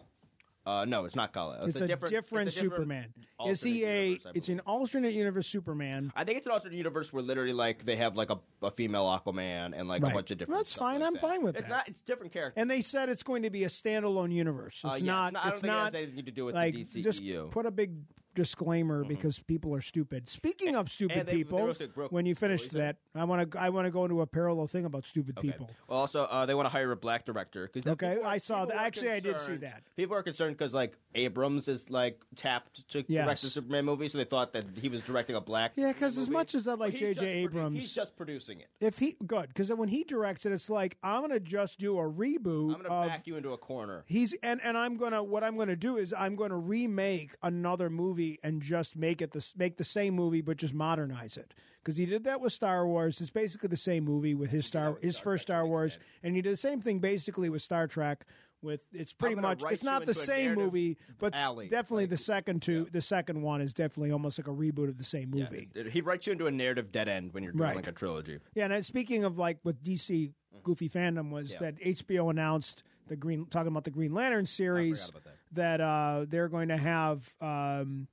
Speaker 2: uh, no, it's not Kal-El.
Speaker 1: It's, a, different,
Speaker 2: it's a
Speaker 1: Superman. Is
Speaker 2: alternate
Speaker 1: he a?
Speaker 2: universe, I
Speaker 1: it's
Speaker 2: believe.
Speaker 1: an alternate universe Superman.
Speaker 2: I think it's an alternate universe where literally like they have like a, a female Aquaman and like
Speaker 1: Right.
Speaker 2: a bunch of different.
Speaker 1: That's
Speaker 2: stuff
Speaker 1: fine.
Speaker 2: like
Speaker 1: I'm
Speaker 2: that.
Speaker 1: fine with
Speaker 2: it's
Speaker 1: that.
Speaker 2: Not, it's different characters.
Speaker 1: And they said it's going to be a standalone universe. It's
Speaker 2: Uh, yeah,
Speaker 1: not.
Speaker 2: I don't
Speaker 1: it's
Speaker 2: think
Speaker 1: not
Speaker 2: it has anything to do with
Speaker 1: like
Speaker 2: the E DCEU.
Speaker 1: just put a big disclaimer because people are stupid. Speaking of stupid
Speaker 2: Mm-hmm. and they- they
Speaker 1: people,
Speaker 2: also broke-
Speaker 1: when you
Speaker 2: what were
Speaker 1: finish
Speaker 2: you saying?
Speaker 1: that, I want to I want to go into a parallel thing about stupid
Speaker 2: Okay.
Speaker 1: people.
Speaker 2: Well, also, uh, they want to hire a black director. 'cause
Speaker 1: Okay,
Speaker 2: people
Speaker 1: I saw
Speaker 2: people
Speaker 1: that.
Speaker 2: are
Speaker 1: Actually, I did see
Speaker 2: concerned-
Speaker 1: that.
Speaker 2: People are concerned because like Abrams is like tapped to
Speaker 1: Yes.
Speaker 2: direct the Superman movie, so they thought that he was directing a black.
Speaker 1: Yeah, because as
Speaker 2: movie.
Speaker 1: much as I
Speaker 2: But
Speaker 1: like
Speaker 2: he's
Speaker 1: J.J.
Speaker 2: just produ-
Speaker 1: Abrams,
Speaker 2: he's just producing it.
Speaker 1: if he good because when he directs it, it's like I'm going to just do a reboot
Speaker 2: I'm gonna
Speaker 1: of
Speaker 2: back you into a corner.
Speaker 1: He's and and I'm gonna what I'm gonna do is I'm gonna remake another movie and just make it this make the same movie but just modernize it because he did that with Star Wars. It's basically the same movie with his Star his first Star Wars, and he did the same thing basically with Star Trek. With it's pretty
Speaker 2: gonna
Speaker 1: much
Speaker 2: write
Speaker 1: it's
Speaker 2: you
Speaker 1: not the
Speaker 2: into a
Speaker 1: same
Speaker 2: narrative
Speaker 1: movie, but s-
Speaker 2: alley,
Speaker 1: definitely
Speaker 2: like-
Speaker 1: the second two the second one is definitely almost like a reboot of the same movie.
Speaker 2: He writes you into a narrative dead end when you're doing
Speaker 1: Right.
Speaker 2: like a trilogy.
Speaker 1: Yeah, and then speaking of like with DC goofy fandom was that HBO announced the green talking about the Green Lantern series
Speaker 2: about
Speaker 1: that. uh they're going to have um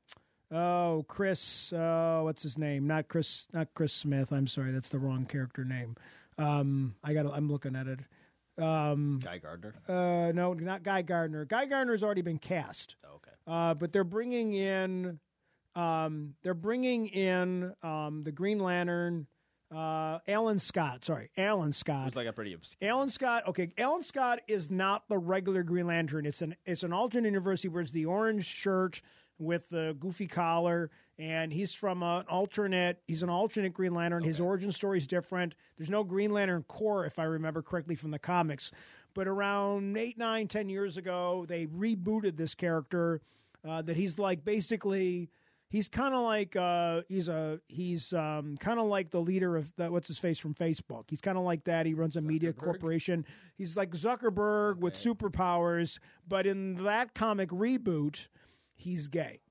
Speaker 1: oh Chris uh what's his name? Not Chris not Chris Smith, I'm sorry, that's the wrong character name. Um I got to I'm looking at it. Mm.
Speaker 2: Guy Gardner.
Speaker 1: Uh no, not Guy Gardner. Guy Gardner's already been cast.
Speaker 2: Oh, okay.
Speaker 1: Uh, but they're bringing in, um, they're bringing in um, the Green Lantern, uh, Alan Scott. Sorry, Alan Scott.
Speaker 2: It's like a pretty obscure.
Speaker 1: Alan Scott. Okay, Alan Scott is not the regular Green Lantern. It's an it's an alternate universe. He wears the orange shirt with the goofy collar, and he's from an alternate. He's an alternate Green Lantern. His origin story is different. There's no Green Lantern core, if I remember correctly from the comics. But around eight, nine, ten years ago, they rebooted this character. Uh, that he's like basically he's kind of like uh, he's a he's um, kind of like the leader of the, what's his face from Facebook. He's kind of like that. He runs a media corporation. He's like Zuckerberg with superpowers, but in that comic reboot, he's gay.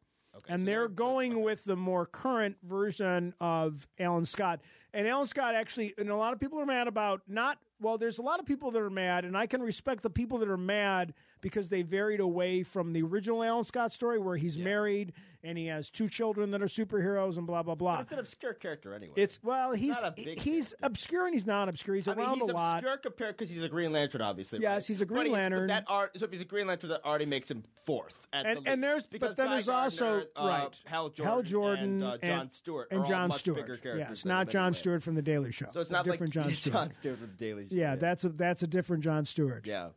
Speaker 1: and they're going with the more current version of Alan Scott. And Alan Scott actually, and a lot of people are mad about not, well, there's a lot of people that are mad, and I can respect the people that are mad because they varied away from the original Alan Scott story where he's married and he has two children that are superheroes and blah, blah, blah.
Speaker 2: It's an obscure character anyway.
Speaker 1: It's, well, he's
Speaker 2: not a big
Speaker 1: he's
Speaker 2: character.
Speaker 1: obscure and he's not obscure. He's
Speaker 2: I mean,
Speaker 1: around
Speaker 2: he's
Speaker 1: a lot.
Speaker 2: obscure compared because he's a Green Lantern, obviously.
Speaker 1: Yes,
Speaker 2: right?
Speaker 1: he's a Green
Speaker 2: but but
Speaker 1: Lantern.
Speaker 2: that art, so if he's a Green Lantern, that already makes him fourth. At
Speaker 1: And-
Speaker 2: the
Speaker 1: and
Speaker 2: least.
Speaker 1: there's- but
Speaker 2: because
Speaker 1: then
Speaker 2: Guy
Speaker 1: there's also-
Speaker 2: Gardner, uh,
Speaker 1: right.
Speaker 2: Hal Jordan,
Speaker 1: Hal Jordan
Speaker 2: and uh, John Stewart, are
Speaker 1: and
Speaker 2: all
Speaker 1: John
Speaker 2: much
Speaker 1: Stewart.
Speaker 2: bigger characters.
Speaker 1: yes,
Speaker 2: than him
Speaker 1: not John
Speaker 2: anyway.
Speaker 1: Stewart from the Daily Show.
Speaker 2: So it's
Speaker 1: A
Speaker 2: not
Speaker 1: different
Speaker 2: (laughs) like
Speaker 1: John Stewart.
Speaker 2: John Stewart from Daily Show.
Speaker 1: yeah, that's a that's a different John Stewart.
Speaker 2: yeah.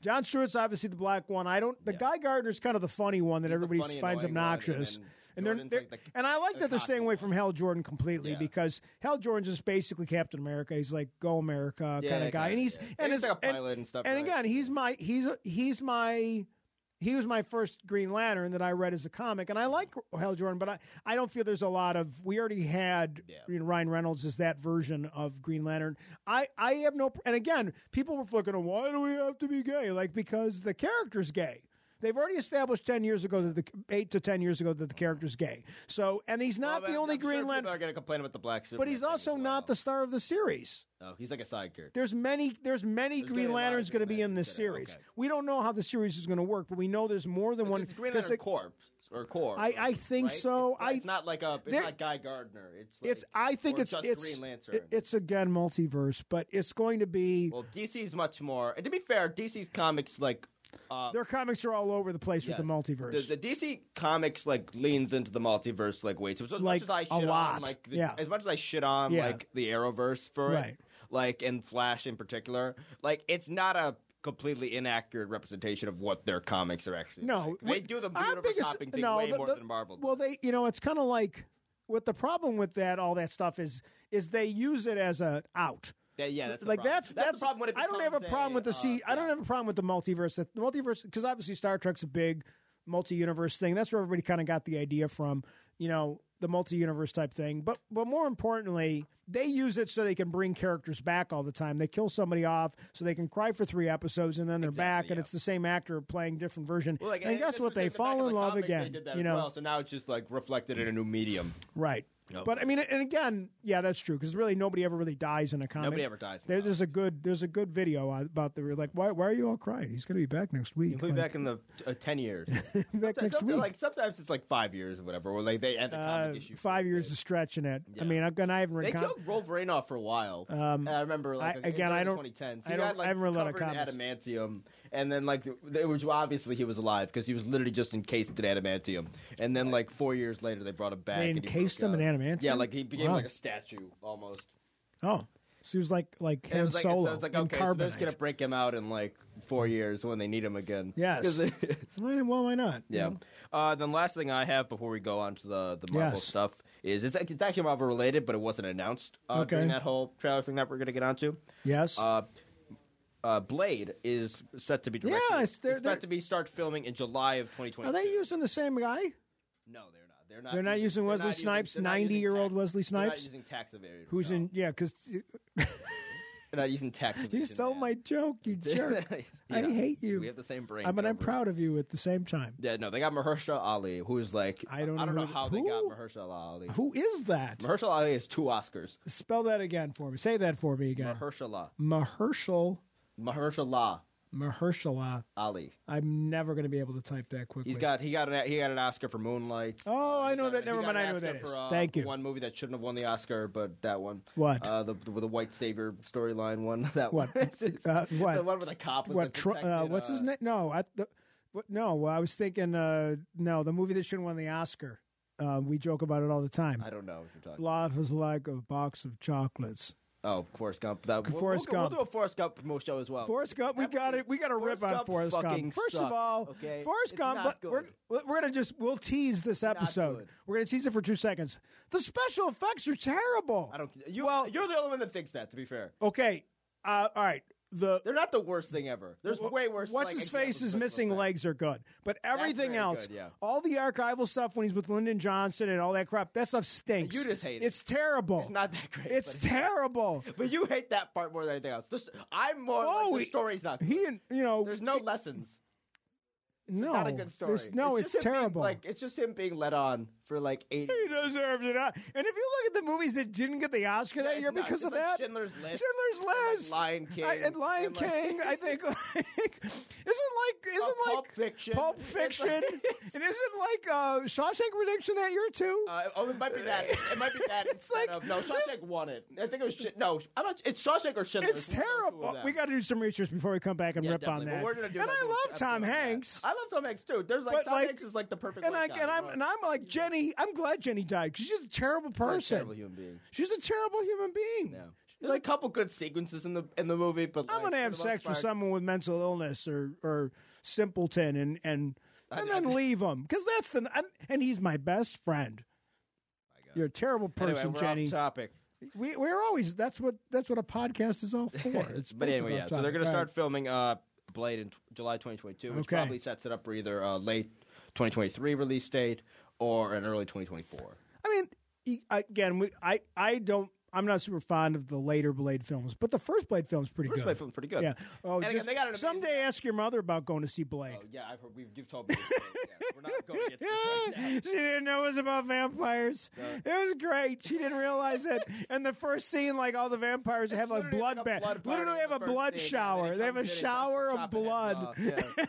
Speaker 1: John Stewart's obviously the black one. I don't. The guy Gardner's kind of the funny one that everybody
Speaker 2: funny,
Speaker 1: finds
Speaker 2: annoying one, and
Speaker 1: obnoxious.
Speaker 2: then
Speaker 1: And they're,
Speaker 2: Jordan's
Speaker 1: they're-
Speaker 2: like the-
Speaker 1: and I like
Speaker 2: the
Speaker 1: that they're staying
Speaker 2: cocky
Speaker 1: away from Hal Jordan completely
Speaker 2: Yeah.
Speaker 1: because Hal Jordan's just basically Captain America. He's like go America kind
Speaker 2: Yeah, kinda,
Speaker 1: of guy, and he's
Speaker 2: yeah.
Speaker 1: and
Speaker 2: He's
Speaker 1: his-
Speaker 2: like a
Speaker 1: and-
Speaker 2: pilot and stuff,
Speaker 1: And
Speaker 2: right?
Speaker 1: again, he's my he's he's my he was my first Green Lantern that I read as a comic, and I like Hal Jordan, but I, I don't feel there's a lot of. We already had
Speaker 2: Yeah.
Speaker 1: you know, Ryan Reynolds as that version of Green Lantern. I I have no, and again, people were looking at why do we have to be gay? Like because the character's gay. They've already established ten years ago that the eight to ten years ago that the character's gay. So, and he's not the only Green
Speaker 2: People are
Speaker 1: Lantern,
Speaker 2: going to complain about the black Superman.
Speaker 1: but he's
Speaker 2: thing as
Speaker 1: also not the
Speaker 2: well.
Speaker 1: star of the series
Speaker 2: Oh, he's like a side character.
Speaker 1: there's many there's many
Speaker 2: There's gonna
Speaker 1: Green
Speaker 2: be a lot of
Speaker 1: Lanterns going to
Speaker 2: Green
Speaker 1: be in this
Speaker 2: Lanterns that are-
Speaker 1: series.
Speaker 2: okay.
Speaker 1: We don't know how the series is going to work, but we know there's more than (laughs) one.
Speaker 2: It's Green
Speaker 1: 'cause
Speaker 2: Lantern
Speaker 1: they-
Speaker 2: Corps or Corps. uh,
Speaker 1: I- I think so.
Speaker 2: It's, not- it's
Speaker 1: I-
Speaker 2: not like a. It's
Speaker 1: there-
Speaker 2: not Guy Gardner. It's like,
Speaker 1: it's I think
Speaker 2: or
Speaker 1: it's
Speaker 2: just
Speaker 1: it's
Speaker 2: Green Lantern.
Speaker 1: it- it's again multiverse, but it's going to be
Speaker 2: well, DC's much more. And to be fair, DC's comics like uh,
Speaker 1: their comics are all over the place with the
Speaker 2: Yes.
Speaker 1: multiverse.
Speaker 2: The, the DC comics like leans into the multiverse like way too. So as
Speaker 1: Like,
Speaker 2: much as I
Speaker 1: a
Speaker 2: shit
Speaker 1: lot.
Speaker 2: on like the,
Speaker 1: Yeah.
Speaker 2: as much as I shit on
Speaker 1: Yeah.
Speaker 2: like the Arrowverse for
Speaker 1: Right.
Speaker 2: it, like and Flash in particular, like it's not a completely inaccurate representation of what their comics are actually.
Speaker 1: no,
Speaker 2: like. they
Speaker 1: we-
Speaker 2: do the
Speaker 1: our
Speaker 2: universe
Speaker 1: biggest-
Speaker 2: hopping thing
Speaker 1: no,
Speaker 2: way
Speaker 1: the-
Speaker 2: more
Speaker 1: the-
Speaker 2: than Marvel.
Speaker 1: Well,
Speaker 2: does.
Speaker 1: they you know it's kind of like what the problem with that all that stuff is is they use it as a out.
Speaker 2: Yeah, yeah, that's the
Speaker 1: like
Speaker 2: problem.
Speaker 1: that's
Speaker 2: That's the problem when it
Speaker 1: I don't have a
Speaker 2: becomes
Speaker 1: problem with the
Speaker 2: a,
Speaker 1: sea.
Speaker 2: uh,
Speaker 1: I don't have a problem with the multiverse. The multiverse because obviously Star Trek's a big multi-universe thing. That's where everybody kind of got the idea from. You know the multi-universe type thing. But but more importantly, they use it so they can bring characters back all the time. They kill somebody off so they can cry for three episodes and then they're back and
Speaker 2: yeah.
Speaker 1: it's the same actor playing different version.
Speaker 2: Well, like,
Speaker 1: and, guess
Speaker 2: that's
Speaker 1: what? They
Speaker 2: in the back of
Speaker 1: fall
Speaker 2: the
Speaker 1: in love
Speaker 2: comics,
Speaker 1: again.
Speaker 2: They did that
Speaker 1: you
Speaker 2: as
Speaker 1: know.
Speaker 2: well, so now it's just like reflected in a new medium.
Speaker 1: Right.
Speaker 2: Yep.
Speaker 1: But I mean, and again, yeah, that's true because really nobody ever really dies in a comic.
Speaker 2: Nobody ever dies in
Speaker 1: There,
Speaker 2: comics.
Speaker 1: there's a good there's a good video about the like why why are you all crying? He's going to be back next week.
Speaker 2: He'll be
Speaker 1: Like,
Speaker 2: back in the uh,
Speaker 1: (laughs)
Speaker 2: ten years.
Speaker 1: be back
Speaker 2: Sometimes-
Speaker 1: next
Speaker 2: sometimes-
Speaker 1: week.
Speaker 2: Like sometimes it's like five years or whatever. Or like they end the comic
Speaker 1: Uh,
Speaker 2: issue. for
Speaker 1: five
Speaker 2: a
Speaker 1: years
Speaker 2: bit.
Speaker 1: is stretching it. I
Speaker 2: Yeah.
Speaker 1: mean, I've gone. I haven't read.
Speaker 2: They
Speaker 1: com-
Speaker 2: killed Wolverine off for a while.
Speaker 1: Um,
Speaker 2: Um, I remember, like,
Speaker 1: I-
Speaker 2: in-
Speaker 1: again, I
Speaker 2: during
Speaker 1: don't-
Speaker 2: 2010.
Speaker 1: I
Speaker 2: he
Speaker 1: don't-
Speaker 2: had, like,
Speaker 1: I haven't read a lot of
Speaker 2: covered in
Speaker 1: comics.
Speaker 2: adamantium, and then like it was obviously he was alive because he was literally just encased in adamantium. And then like four years later, they brought him back.
Speaker 1: They
Speaker 2: and he
Speaker 1: encased
Speaker 2: broke
Speaker 1: him in
Speaker 2: out.
Speaker 1: adamantium?
Speaker 2: Yeah, like he became
Speaker 1: Wow.
Speaker 2: like a statue almost.
Speaker 1: oh, so he was like like
Speaker 2: And it
Speaker 1: Han
Speaker 2: was like,
Speaker 1: Solo
Speaker 2: so it's like
Speaker 1: in
Speaker 2: okay, so they're
Speaker 1: Carbonite.
Speaker 2: just gonna break him out in like four years when they need him again.
Speaker 1: Yes.
Speaker 2: (laughs) 'Cause it-
Speaker 1: So why- well, why not? You
Speaker 2: Yeah.
Speaker 1: know?
Speaker 2: Uh, then last thing I have before we go on to the, the Marvel
Speaker 1: Yes.
Speaker 2: stuff is it's, it's actually Marvel related, but it wasn't announced uh,
Speaker 1: Okay.
Speaker 2: during that whole trailer thing that we're going to get onto.
Speaker 1: Yes.
Speaker 2: Uh, uh, Blade is set to be directed.
Speaker 1: Yes, they're-
Speaker 2: it's
Speaker 1: they're-
Speaker 2: set to be start filming in July of 2020.
Speaker 1: are they using the same guy
Speaker 2: No, they're not. They're not.
Speaker 1: They're not using
Speaker 2: they're
Speaker 1: Wesley
Speaker 2: not using-
Speaker 1: Snipes,
Speaker 2: they're not using
Speaker 1: 90-year-old
Speaker 2: tax-
Speaker 1: Wesley Snipes?
Speaker 2: They're not using tax evasion.
Speaker 1: who's
Speaker 2: no.
Speaker 1: in? Yeah, because
Speaker 2: They're not
Speaker 1: (laughs)
Speaker 2: using tax evasion.
Speaker 1: you stole
Speaker 2: man. (laughs)
Speaker 1: my joke, you jerk. I
Speaker 2: Yeah.
Speaker 1: hate you.
Speaker 2: We have the same brain.
Speaker 1: I mean,
Speaker 2: get
Speaker 1: I'm
Speaker 2: over it.
Speaker 1: proud of you at the same time.
Speaker 2: Yeah, no, they got Mahershala Ali, who is like
Speaker 1: I don't
Speaker 2: I don't
Speaker 1: know
Speaker 2: know
Speaker 1: who-
Speaker 2: how they got
Speaker 1: who?
Speaker 2: Mahershala Ali.
Speaker 1: Who is that?
Speaker 2: Mahershala Ali has two Oscars.
Speaker 1: Spell that again for me. Say that for me again.
Speaker 2: Mahershala.
Speaker 1: Mahershal
Speaker 2: Mahershala
Speaker 1: Mahershala.
Speaker 2: Ali.
Speaker 1: I'm never going to be able to type that quickly.
Speaker 2: He's got he got an he got an Oscar for Moonlight. Uh,
Speaker 1: Oh, I
Speaker 2: He
Speaker 1: know
Speaker 2: got
Speaker 1: that.
Speaker 2: an-
Speaker 1: Never
Speaker 2: he got
Speaker 1: mind.
Speaker 2: an
Speaker 1: I know what that
Speaker 2: Oscar
Speaker 1: is.
Speaker 2: for, uh,
Speaker 1: Thank you.
Speaker 2: One movie that shouldn't have won the Oscar, but that one.
Speaker 1: What?
Speaker 2: Uh, the, the the white savior storyline one. (laughs) That
Speaker 1: What?
Speaker 2: One. It's-
Speaker 1: Uh, what?
Speaker 2: The one where the cop was
Speaker 1: what?
Speaker 2: what?
Speaker 1: Tr- uh, what's his name? No, I, the, what, no. I was thinking. Uh, no, the movie that shouldn't win the Oscar. Uh, we joke about it all the time.
Speaker 2: I don't know what you're talking.
Speaker 1: Life is like a box of chocolates.
Speaker 2: about. Oh, Forrest Gump. That we'll-
Speaker 1: Forrest
Speaker 2: we'll,
Speaker 1: Gump.
Speaker 2: We'll do a Forrest Gump promo show as well.
Speaker 1: Forrest Gump, we got it. We got a rip
Speaker 2: Oh, Forrest
Speaker 1: on
Speaker 2: Gump
Speaker 1: Forrest Gump.
Speaker 2: fucking
Speaker 1: First of
Speaker 2: sucks,
Speaker 1: all,
Speaker 2: okay?
Speaker 1: Forrest
Speaker 2: It's
Speaker 1: Gump.
Speaker 2: not
Speaker 1: Let,
Speaker 2: good.
Speaker 1: we're we're gonna just we'll tease this episode.
Speaker 2: good.
Speaker 1: We're gonna tease it for two seconds. The special effects are terrible.
Speaker 2: I don't. You,
Speaker 1: Well-
Speaker 2: you're the only one that thinks that. To be fair,
Speaker 1: Okay. Uh, all right. The
Speaker 2: they're not the worst thing ever. There's way worse.
Speaker 1: what's
Speaker 2: like,
Speaker 1: his face
Speaker 2: examples of
Speaker 1: is
Speaker 2: special
Speaker 1: missing
Speaker 2: effects.
Speaker 1: legs are good, but everything
Speaker 2: very
Speaker 1: else,
Speaker 2: good, yeah.
Speaker 1: all the archival stuff when he's with Lyndon Johnson and all that crap, that stuff stinks.
Speaker 2: You just hate it.
Speaker 1: It's terrible.
Speaker 2: It's not that great.
Speaker 1: It's
Speaker 2: but-
Speaker 1: terrible.
Speaker 2: (laughs) But you hate that part more than anything else. This, I'm more
Speaker 1: Oh,
Speaker 2: like
Speaker 1: he-
Speaker 2: the story's not. Good.
Speaker 1: He and you know
Speaker 2: There's no lessons. It's
Speaker 1: no
Speaker 2: not a good story.
Speaker 1: there's- No, it's,
Speaker 2: just him being,
Speaker 1: terrible.
Speaker 2: like it's just him being let on for like eighty.
Speaker 1: He deserved it. And if you look at the movies that didn't get the Oscar that
Speaker 2: it's
Speaker 1: year
Speaker 2: not-
Speaker 1: because
Speaker 2: it's
Speaker 1: of
Speaker 2: like
Speaker 1: that,
Speaker 2: Schindler's List
Speaker 1: Schindler's
Speaker 2: and, like,
Speaker 1: List,
Speaker 2: Lion
Speaker 1: I,
Speaker 2: King
Speaker 1: and Lion
Speaker 2: and, like-
Speaker 1: King,
Speaker 2: (laughs)
Speaker 1: I think, like, isn't like isn't
Speaker 2: Pulp
Speaker 1: like
Speaker 2: Fiction.
Speaker 1: Pulp
Speaker 2: (laughs) It's
Speaker 1: Fiction,
Speaker 2: like-
Speaker 1: and isn't like uh, Shawshank Redemption that year too.
Speaker 2: Uh, oh, it might be that. It might be
Speaker 1: (laughs)
Speaker 2: that.
Speaker 1: It's
Speaker 2: it's
Speaker 1: like-
Speaker 2: like of, no, Shawshank won it. I think it was shit. No, I'm not. It's Shawshank or
Speaker 1: it's
Speaker 2: Schindler's. One of the two of
Speaker 1: terrible.
Speaker 2: them.
Speaker 1: We got to do some research before we come back and
Speaker 2: Yeah,
Speaker 1: rip on
Speaker 2: definitely. But
Speaker 1: that.
Speaker 2: we're gonna do
Speaker 1: and
Speaker 2: another
Speaker 1: I love
Speaker 2: episode
Speaker 1: Tom
Speaker 2: on that.
Speaker 1: Hanks.
Speaker 2: I love Tom Hanks too. There's like
Speaker 1: But,
Speaker 2: Tom
Speaker 1: like-
Speaker 2: Hanks is like the perfect.
Speaker 1: and I
Speaker 2: white guy,
Speaker 1: and I'm
Speaker 2: you
Speaker 1: and
Speaker 2: know?
Speaker 1: I'm like Jenny. I'm glad Jenny died because she's a terrible person.
Speaker 2: terrible human being.
Speaker 1: She's a terrible human being.
Speaker 2: Yeah. There's a couple good sequences in the in the movie, but like,
Speaker 1: I'm gonna
Speaker 2: for
Speaker 1: have
Speaker 2: the
Speaker 1: sex
Speaker 2: most
Speaker 1: with
Speaker 2: part-
Speaker 1: someone with mental illness or or simpleton and and and
Speaker 2: I-
Speaker 1: then leave him because that's the and, and he's my best friend. You're a terrible person,
Speaker 2: anyway, we're
Speaker 1: Jenny.
Speaker 2: Off topic.
Speaker 1: we we're always that's what that's what a podcast is all for. It's
Speaker 2: But (laughs)
Speaker 1: bullshit
Speaker 2: anyway, yeah.
Speaker 1: off
Speaker 2: So
Speaker 1: topic.
Speaker 2: they're going to
Speaker 1: All
Speaker 2: start
Speaker 1: right.
Speaker 2: filming uh, Blade in t- July 2022, which
Speaker 1: Okay.
Speaker 2: probably sets it up for either a late 2023 release date or an early 2024.
Speaker 1: I mean, e- again, we, I I don't. I'm not super fond of the later Blade films, but the first Blade film's pretty
Speaker 2: First
Speaker 1: good.
Speaker 2: Blade film's pretty good.
Speaker 1: Yeah. Oh,
Speaker 2: And again,
Speaker 1: just-
Speaker 2: they got an amazing-
Speaker 1: someday ask your mother about going to see Blade.
Speaker 2: Oh, yeah, I've heard, we've, you've told me. This story, yeah. We're not going to get to this right now.
Speaker 1: (laughs) she didn't know it was about vampires. It was great. She didn't realize it. And the first scene, like all the vampires have like
Speaker 2: Literally like
Speaker 1: blood
Speaker 2: a
Speaker 1: bath.
Speaker 2: blood
Speaker 1: Literally
Speaker 2: party
Speaker 1: have
Speaker 2: in
Speaker 1: a
Speaker 2: the first
Speaker 1: blood
Speaker 2: scene, and
Speaker 1: shower.
Speaker 2: then
Speaker 1: They have a
Speaker 2: comes in and
Speaker 1: shower of
Speaker 2: chops the heads
Speaker 1: blood.
Speaker 2: off, yeah.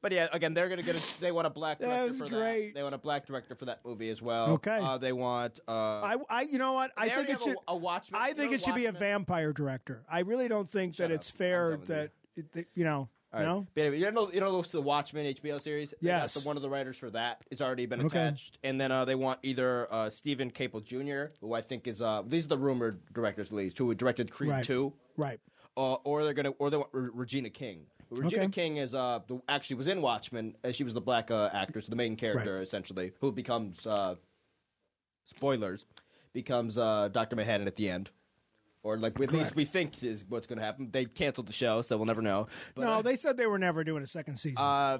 Speaker 2: But yeah, again, they're gonna get. A, they want a black
Speaker 1: That
Speaker 2: director
Speaker 1: was
Speaker 2: for
Speaker 1: great.
Speaker 2: that. They want a black director for that movie as well.
Speaker 1: Okay.
Speaker 2: Uh, they want. Uh,
Speaker 1: I, I, you know what? I
Speaker 2: They
Speaker 1: think
Speaker 2: already
Speaker 1: it
Speaker 2: have
Speaker 1: should.
Speaker 2: a- a Watchmen-
Speaker 1: I
Speaker 2: you
Speaker 1: think
Speaker 2: know
Speaker 1: it should be a
Speaker 2: Watchmen?
Speaker 1: vampire director. I really don't think that
Speaker 2: Shut
Speaker 1: it's
Speaker 2: up.
Speaker 1: fair
Speaker 2: I'm done with
Speaker 1: that, it, that you know.
Speaker 2: all right.
Speaker 1: No,
Speaker 2: But anyway, you know, you know, the Watchmen HBO series. They got
Speaker 1: Yes.
Speaker 2: the, one of the writers for that has already
Speaker 1: Okay.
Speaker 2: been attached, and then uh, they want either uh, Stephen Caple Jr., who I think is uh, these are the rumored directors, at least, who directed Creed
Speaker 1: Right.
Speaker 2: Two.
Speaker 1: right.
Speaker 2: uh, or they're gonna, or they want Re- Regina King. Regina
Speaker 1: Okay.
Speaker 2: King is uh, the, actually was in Watchmen. Uh, she was the black uh, actress, the main character
Speaker 1: Right.
Speaker 2: essentially, who becomes uh, spoilers, becomes uh, Doctor Manhattan at the end, or like at least we think is what's gonna happen. They canceled the show, so we'll never know. But,
Speaker 1: no,
Speaker 2: uh,
Speaker 1: they said they were never doing a second season.
Speaker 2: uh,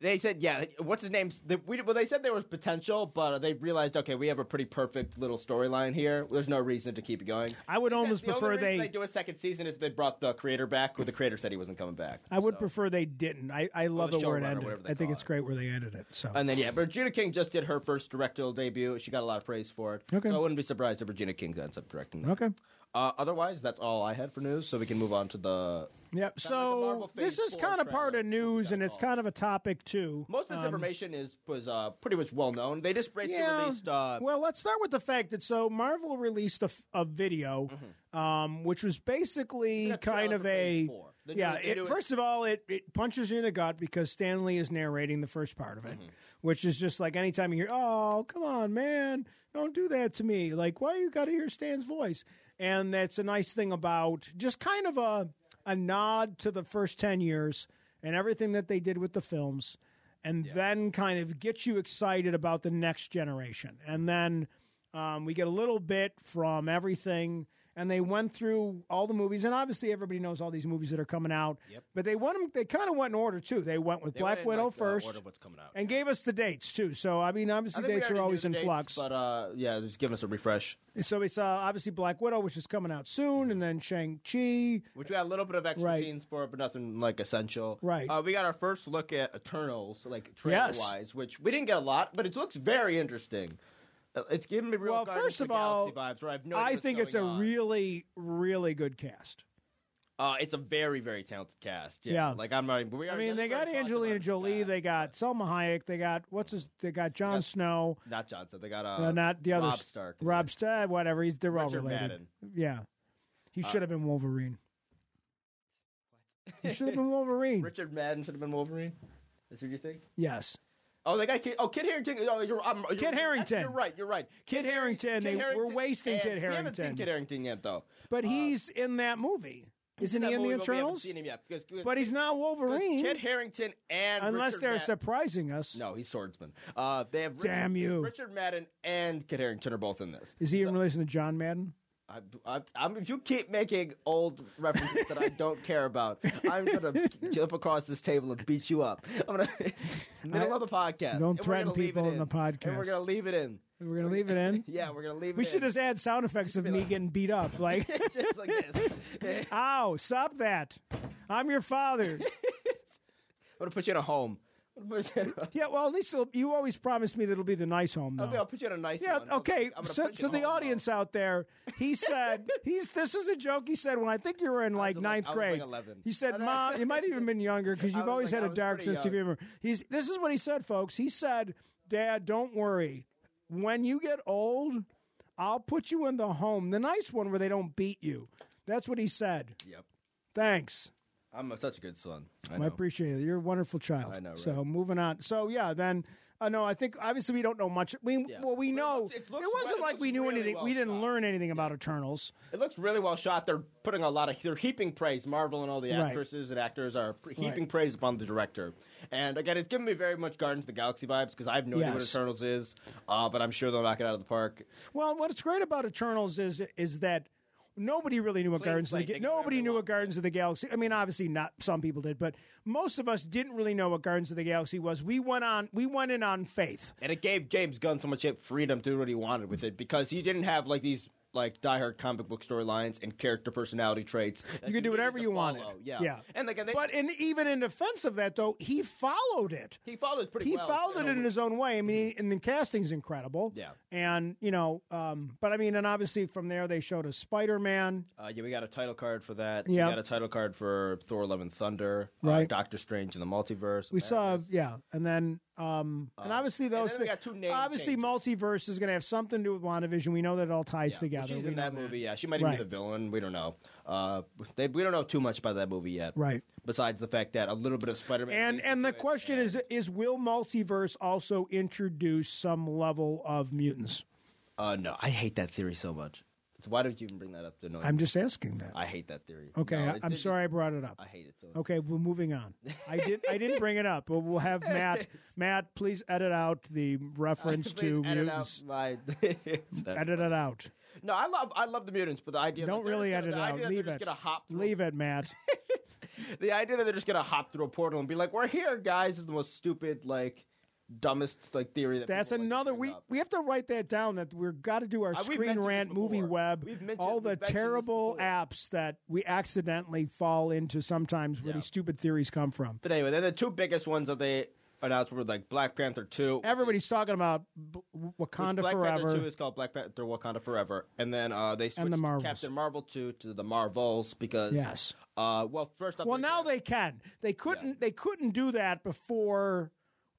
Speaker 2: they said, yeah, what's his name? They, we, well, they said there was potential, but they realized, okay, we have a pretty perfect little storyline here. There's no reason to keep it going.
Speaker 1: I would almost
Speaker 2: the only
Speaker 1: prefer
Speaker 2: reason
Speaker 1: they.
Speaker 2: do a second season if they brought the creator back, where the creator said he wasn't coming back.
Speaker 1: I would
Speaker 2: So-
Speaker 1: prefer they didn't. I, I love
Speaker 2: the
Speaker 1: it where it
Speaker 2: showrunner,
Speaker 1: ended.
Speaker 2: whatever they
Speaker 1: I think
Speaker 2: call
Speaker 1: it's
Speaker 2: it.
Speaker 1: great where they ended it. So
Speaker 2: And then yeah, Regina King just did her first directorial debut. She got a lot of praise for it.
Speaker 1: Okay.
Speaker 2: So I wouldn't be surprised if Regina King ends up directing that.
Speaker 1: okay.
Speaker 2: Uh, otherwise, that's all I had for news. So we can move on to the.
Speaker 1: Yep.
Speaker 2: like the
Speaker 1: So
Speaker 2: Marvel
Speaker 1: this
Speaker 2: Phase
Speaker 1: is
Speaker 2: Four
Speaker 1: kind of part
Speaker 2: trailer
Speaker 1: of news, and it's
Speaker 2: called.
Speaker 1: kind of a topic too. Uh,
Speaker 2: Most of this information is was uh, pretty much well known. They just basically released. Uh,
Speaker 1: well, let's start with the fact that so Marvel released a, f- a video,
Speaker 2: Mm-hmm.
Speaker 1: um, which was basically
Speaker 2: It's like a
Speaker 1: kind
Speaker 2: trailer
Speaker 1: of
Speaker 2: for Phase
Speaker 1: a
Speaker 2: Four. They do-
Speaker 1: yeah.
Speaker 2: they
Speaker 1: it-
Speaker 2: do it-
Speaker 1: first of all, it, it punches you in the gut because Stanley is narrating the first part of it,
Speaker 2: Mm-hmm.
Speaker 1: which is just like anytime you hear, "Oh, come on, man, don't do that to me!" Like, why you got to hear Stan's voice? And that's a nice thing about just kind of a a nod to the first ten years and everything that they did with the films and then kind of get you excited about the next generation. And then um, we get a little bit from everything. And they went through all the movies, and obviously everybody knows all these movies that are coming out. But they went 'em- They kind of went in order too. They went with
Speaker 2: they
Speaker 1: Black
Speaker 2: went in,
Speaker 1: Widow
Speaker 2: like, the
Speaker 1: first,
Speaker 2: order of what's coming out.
Speaker 1: and gave us the dates too. So I mean,
Speaker 2: I
Speaker 1: obviously
Speaker 2: think we
Speaker 1: dates
Speaker 2: already
Speaker 1: are
Speaker 2: knew
Speaker 1: always
Speaker 2: the
Speaker 1: in
Speaker 2: dates,
Speaker 1: flux.
Speaker 2: But uh, yeah, just giving us a refresh.
Speaker 1: so we saw obviously Black Widow, which is coming out soon, and then Shang Chi.
Speaker 2: Which we got a little bit of extra
Speaker 1: Right.
Speaker 2: scenes for, but nothing like essential.
Speaker 1: Right.
Speaker 2: Uh, we got our first look at Eternals, like trailer wise, which we didn't get a lot, but it looks very interesting. Uh, It's giving me real
Speaker 1: Well,
Speaker 2: Guardians
Speaker 1: first
Speaker 2: of
Speaker 1: of
Speaker 2: the
Speaker 1: all,
Speaker 2: Galaxy vibes. Where I have no. idea
Speaker 1: I
Speaker 2: what's
Speaker 1: think it's a
Speaker 2: going on.
Speaker 1: really, really good cast.
Speaker 2: Uh, it's a very very talented cast. Yeah.
Speaker 1: Yeah.
Speaker 2: Like I'm not. Even,
Speaker 1: I
Speaker 2: we already-
Speaker 1: mean, they
Speaker 2: we
Speaker 1: got
Speaker 2: already talked about
Speaker 1: Angelina
Speaker 2: it.
Speaker 1: Jolie,
Speaker 2: Yeah.
Speaker 1: they got Selma Hayek, they got what's his, they got Jon Snow,
Speaker 2: not Johnson. They got uh,
Speaker 1: uh, not the others,
Speaker 2: Rob Stark.
Speaker 1: Rob Stark, whatever. He's they're all
Speaker 2: Richard
Speaker 1: related.
Speaker 2: Madden. Uh,
Speaker 1: Yeah, he should have been Wolverine. He should have
Speaker 2: (laughs)
Speaker 1: been Wolverine.
Speaker 2: Richard Madden should have been Wolverine. That's what you think?
Speaker 1: yes,
Speaker 2: Oh, they got Kid. Oh, Kid Harrington. Oh, you're, I'm, you're,
Speaker 1: Kid Harrington.
Speaker 2: You're right. You're right.
Speaker 1: Kid Harrington.
Speaker 2: Kid
Speaker 1: they,
Speaker 2: Harington-
Speaker 1: We're wasting
Speaker 2: and
Speaker 1: Kid
Speaker 2: We haven't seen
Speaker 1: Harrington,
Speaker 2: Kid Harrington yet, though.
Speaker 1: but he's in that movie, isn't
Speaker 2: That
Speaker 1: he? In
Speaker 2: movie,
Speaker 1: the
Speaker 2: but
Speaker 1: Eternals,
Speaker 2: We haven't seen him yet because, because
Speaker 1: but he's not Wolverine
Speaker 2: Kid Harrington and
Speaker 1: unless
Speaker 2: Richard
Speaker 1: they're
Speaker 2: Madden-
Speaker 1: surprising us.
Speaker 2: no, he's swordsman. Uh, they have Richard,
Speaker 1: Damn you.
Speaker 2: Richard Madden and Kid Harrington are both in this.
Speaker 1: Is he in relation to John Madden?
Speaker 2: I, I, I'm, if you keep making old references
Speaker 1: (laughs)
Speaker 2: that I don't care about, I'm gonna jump across this table and beat you up. I'm gonna (laughs) middle of the podcast.
Speaker 1: Don't
Speaker 2: and we're
Speaker 1: threaten
Speaker 2: gonna leave
Speaker 1: people
Speaker 2: it
Speaker 1: in the
Speaker 2: And we're
Speaker 1: podcast.
Speaker 2: gonna leave it in.
Speaker 1: We're gonna leave it in.
Speaker 2: (laughs) Yeah, we're gonna leave
Speaker 1: We
Speaker 2: it.
Speaker 1: should
Speaker 2: in.
Speaker 1: just add sound effects of me getting beat up, (laughs)
Speaker 2: (laughs)
Speaker 1: like.
Speaker 2: just like (laughs) this. I'm
Speaker 1: Ow, stop that. I'm your
Speaker 2: (laughs)
Speaker 1: father.
Speaker 2: gonna put you in a home. I'm gonna put you in (laughs) a-
Speaker 1: yeah, well, at least it'll- you always promised me that it'll be the nice home, though.
Speaker 2: I'll put you in a nice.
Speaker 1: yeah,
Speaker 2: one.
Speaker 1: okay.
Speaker 2: I'm gonna
Speaker 1: So,
Speaker 2: put you
Speaker 1: so
Speaker 2: in
Speaker 1: the
Speaker 2: a home, though.
Speaker 1: audience out there,
Speaker 2: (laughs)
Speaker 1: he said, he's. this is a joke he said when I think you were in like
Speaker 2: like-
Speaker 1: ninth
Speaker 2: I was like
Speaker 1: grade.
Speaker 2: 11.
Speaker 1: He
Speaker 2: (laughs)
Speaker 1: said, Mom, you might have even been younger because you've
Speaker 2: was
Speaker 1: always
Speaker 2: like- I
Speaker 1: had a
Speaker 2: was
Speaker 1: dark
Speaker 2: pretty
Speaker 1: sense of
Speaker 2: young.
Speaker 1: humor. He's, this is what he said, folks. He said, Dad, don't worry. When you get old, I'll put you in the home, the nice one where they don't beat you. That's what he said.
Speaker 2: Yep.
Speaker 1: Thanks.
Speaker 2: I'm a- such a good son. I
Speaker 1: I
Speaker 2: know.
Speaker 1: appreciate it. You're a wonderful child.
Speaker 2: know, right?
Speaker 1: So moving on. So yeah, then uh, no, I think obviously we don't know much. We
Speaker 2: Yeah.
Speaker 1: well we
Speaker 2: But it
Speaker 1: know
Speaker 2: looks-
Speaker 1: it,
Speaker 2: it looks
Speaker 1: wasn't
Speaker 2: well- it
Speaker 1: like we
Speaker 2: looks
Speaker 1: knew
Speaker 2: really
Speaker 1: anything.
Speaker 2: well
Speaker 1: we didn't
Speaker 2: shot.
Speaker 1: learn anything about Eternals.
Speaker 2: It looks really well shot. They're putting a lot of they're heaping praise. Marvel and all the
Speaker 1: Right.
Speaker 2: actresses and actors are pr- heaping
Speaker 1: Right.
Speaker 2: praise upon the director. And again, it's giving me very much Guardians of the Galaxy vibes because I have no idea what
Speaker 1: Yes.
Speaker 2: Eternals is, uh, but I'm sure they'll knock it out of the park.
Speaker 1: Well, what's great about Eternals is is that nobody really knew what
Speaker 2: Clean
Speaker 1: Gardens of the
Speaker 2: slate,
Speaker 1: Ga-
Speaker 2: they can do whatever
Speaker 1: nobody
Speaker 2: they
Speaker 1: knew what
Speaker 2: want.
Speaker 1: Gardens of the Galaxy. I mean, obviously not some people did, but most of us didn't really know what Gardens of the Galaxy was. We went on we went in on faith.
Speaker 2: And it gave James Gunn so much freedom to do what he wanted with it because he didn't have like these like diehard comic book storylines and character personality traits. that
Speaker 1: You could do
Speaker 2: needed
Speaker 1: whatever
Speaker 2: to
Speaker 1: you wanted.
Speaker 2: follow. Yeah.
Speaker 1: yeah.
Speaker 2: And like and they,
Speaker 1: but in, even in defense of that, though, he followed it.
Speaker 2: he followed it pretty
Speaker 1: he
Speaker 2: well.
Speaker 1: followed
Speaker 2: you
Speaker 1: it
Speaker 2: know,
Speaker 1: in his own way. I mean, and the casting's incredible.
Speaker 2: Yeah.
Speaker 1: And you know, um, but I mean, and obviously from there they showed a Spider Man.
Speaker 2: Uh, yeah, we got a title card for that.
Speaker 1: Yeah.
Speaker 2: We got a title card for Thor Love and Thunder.
Speaker 1: Right.
Speaker 2: Uh, Doctor Strange and the Multiverse.
Speaker 1: We saw, yeah, and then, um, and obviously
Speaker 2: then
Speaker 1: those.
Speaker 2: we
Speaker 1: thi-
Speaker 2: got two name
Speaker 1: obviously, multiverse is going to have something to do with WandaVision. We know that it all ties
Speaker 2: Yeah, well,
Speaker 1: together.
Speaker 2: She's
Speaker 1: We
Speaker 2: in
Speaker 1: know
Speaker 2: that movie. Yeah, she might even
Speaker 1: Right.
Speaker 2: be the villain. We don't know. Uh, they, we don't know too much about that movie yet.
Speaker 1: Right.
Speaker 2: Besides the fact that a little bit of Spider-Man
Speaker 1: And
Speaker 2: leads
Speaker 1: and the
Speaker 2: into it,
Speaker 1: question
Speaker 2: and-
Speaker 1: is: Is will multiverse also introduce some level of mutants?
Speaker 2: Uh, no, I hate that theory so much. So why did you even bring that up? To annoy
Speaker 1: I'm
Speaker 2: me?
Speaker 1: just asking that.
Speaker 2: I hate that theory.
Speaker 1: okay,
Speaker 2: No,
Speaker 1: I,
Speaker 2: it's-
Speaker 1: I'm
Speaker 2: it's
Speaker 1: sorry I
Speaker 2: just-
Speaker 1: brought it up.
Speaker 2: I hate it so. much.
Speaker 1: Okay, we're moving on. I did. I didn't bring it up, but we'll
Speaker 2: (laughs)
Speaker 1: have Matt. Matt, please edit out the
Speaker 2: (laughs)
Speaker 1: reference
Speaker 2: Please
Speaker 1: to
Speaker 2: edit out
Speaker 1: mutants.
Speaker 2: (laughs) my- That's
Speaker 1: Edit it out.
Speaker 2: No, I love I love the mutants, but the idea
Speaker 1: Don't
Speaker 2: that they're
Speaker 1: really
Speaker 2: just
Speaker 1: edit it
Speaker 2: gonna,
Speaker 1: out.
Speaker 2: the idea that
Speaker 1: Leave
Speaker 2: they're
Speaker 1: it.
Speaker 2: Just gonna hop through,
Speaker 1: Leave it,
Speaker 2: (laughs)
Speaker 1: Matt.
Speaker 2: The idea that they're just gonna hop through a portal and be like, "We're here, guys," is the most stupid, like, dumbest like theory. That
Speaker 1: That's
Speaker 2: people, like,
Speaker 1: another.
Speaker 2: bring
Speaker 1: We
Speaker 2: up.
Speaker 1: we have to write that down. That we've got to do our
Speaker 2: Uh, we've
Speaker 1: screen
Speaker 2: mentioned this
Speaker 1: rant movie
Speaker 2: before.
Speaker 1: web.
Speaker 2: We've mentioned-
Speaker 1: all
Speaker 2: we've
Speaker 1: the
Speaker 2: mentioned this
Speaker 1: terrible
Speaker 2: before.
Speaker 1: apps that we accidentally fall into. Sometimes where
Speaker 2: Yeah.
Speaker 1: these stupid theories come from.
Speaker 2: But anyway, then the two biggest ones that they announced were like Black Panther Two. which is-
Speaker 1: Everybody's talking about B-
Speaker 2: which
Speaker 1: Wakanda
Speaker 2: Black Panther Two
Speaker 1: Forever.
Speaker 2: is called Black Panther Wakanda Forever, and then uh, they switched
Speaker 1: the Marvels.
Speaker 2: Captain Marvel Two to the Marvels because
Speaker 1: Yes.
Speaker 2: Uh, well, first off,
Speaker 1: Well, now
Speaker 2: got-
Speaker 1: they can. They couldn't. They couldn't do that before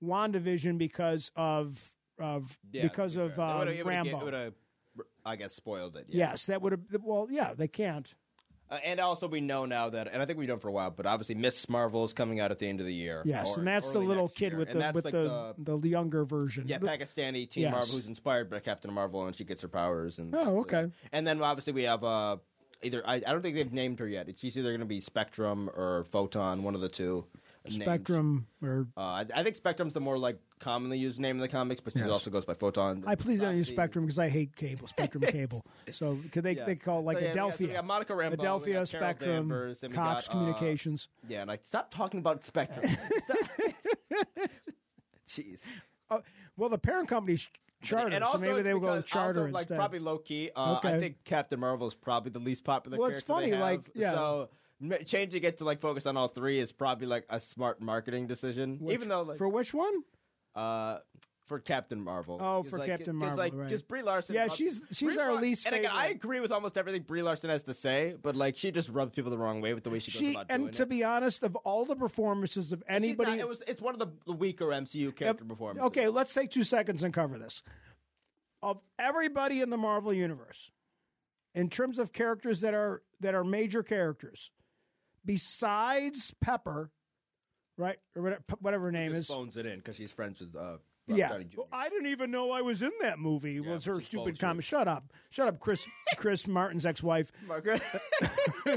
Speaker 1: Wandavision because of of
Speaker 2: yeah,
Speaker 1: because
Speaker 2: to be
Speaker 1: of
Speaker 2: fair. It
Speaker 1: uh,
Speaker 2: would've- it would've ga-
Speaker 1: Rambo.
Speaker 2: it would've, I guess spoiled it. Yeah.
Speaker 1: Yes, that would have. Well, yeah, they can't.
Speaker 2: Uh, and also, we know now that, and I think we've known for a while, but obviously, Miss Marvel is coming out at the end of the year.
Speaker 1: Yes,
Speaker 2: or
Speaker 1: and that's the
Speaker 2: early
Speaker 1: little
Speaker 2: next
Speaker 1: kid
Speaker 2: year.
Speaker 1: with
Speaker 2: And
Speaker 1: the
Speaker 2: that's
Speaker 1: with
Speaker 2: like
Speaker 1: the, the younger version.
Speaker 2: yeah
Speaker 1: But-
Speaker 2: Pakistani Teen
Speaker 1: Yes.
Speaker 2: Marvel who's inspired by Captain Marvel, and she gets her powers. And
Speaker 1: Oh, okay.
Speaker 2: And then obviously we have uh, either I, I don't think they've named her yet. It's either going to be Spectrum or Photon, one of the two. names.
Speaker 1: Spectrum or
Speaker 2: Uh, I, I think Spectrum's the more like commonly used name in the comics, but
Speaker 1: Yes.
Speaker 2: she also goes by Photon.
Speaker 1: I please don't use
Speaker 2: Obviously-
Speaker 1: Spectrum because I hate cable.
Speaker 2: (laughs)
Speaker 1: Spectrum cable. So could they
Speaker 2: Yeah.
Speaker 1: they call it like
Speaker 2: So, yeah, we got- so
Speaker 1: Adelphia,
Speaker 2: we got Monica Rambeau, we
Speaker 1: Adelphia
Speaker 2: got Carol
Speaker 1: Spectrum,
Speaker 2: Danvers, and we
Speaker 1: Cox
Speaker 2: got, uh,
Speaker 1: Communications.
Speaker 2: Yeah, and I stop talking about
Speaker 1: (laughs)
Speaker 2: Spectrum. Stop. Jeez.
Speaker 1: Uh, well, the parent company's charter,
Speaker 2: and also
Speaker 1: so maybe
Speaker 2: it's
Speaker 1: they will go
Speaker 2: because-
Speaker 1: with charter
Speaker 2: also, like,
Speaker 1: instead.
Speaker 2: Probably low key. Uh,
Speaker 1: Okay.
Speaker 2: I think Captain Marvel is probably the least popular.
Speaker 1: Well, it's
Speaker 2: character
Speaker 1: funny,
Speaker 2: they have,
Speaker 1: like, yeah.
Speaker 2: So m- changing it to like focus on all three is probably like a smart marketing decision.
Speaker 1: Which-
Speaker 2: even though like
Speaker 1: for which one?
Speaker 2: uh, for Captain Marvel.
Speaker 1: Oh,
Speaker 2: 'Cause,
Speaker 1: for
Speaker 2: like,
Speaker 1: Captain Marvel,
Speaker 2: Because like,
Speaker 1: right.
Speaker 2: 'cause Brie Larson.
Speaker 1: Yeah,
Speaker 2: rubs-
Speaker 1: she's- she's
Speaker 2: Brie
Speaker 1: our
Speaker 2: Lar-
Speaker 1: least
Speaker 2: And again, I
Speaker 1: favorite.
Speaker 2: agree with almost everything Brie Larson has to say, but like she just rubs people the wrong way with the way she goes
Speaker 1: She
Speaker 2: about doing
Speaker 1: and to
Speaker 2: it.
Speaker 1: be honest, of all the performances of
Speaker 2: She's
Speaker 1: anybody,
Speaker 2: not- it was it's one of the, the weaker MCU character performances.
Speaker 1: Okay, let's take two seconds and cover this. Of everybody in the Marvel universe, in terms of characters that are that are major characters, besides Pepper, right or whatever, whatever her name
Speaker 2: just
Speaker 1: is,
Speaker 2: phones it in because she's friends with uh, Robert
Speaker 1: yeah,
Speaker 2: Downey Jr. (laughs)
Speaker 1: Well, I didn't even know I was in that movie. was her
Speaker 2: which is
Speaker 1: stupid
Speaker 2: bullshit.
Speaker 1: comment? Shut up, shut up,
Speaker 2: (laughs)
Speaker 1: Chris. Chris Martin's ex-wife. (laughs)
Speaker 2: Margaret. (laughs)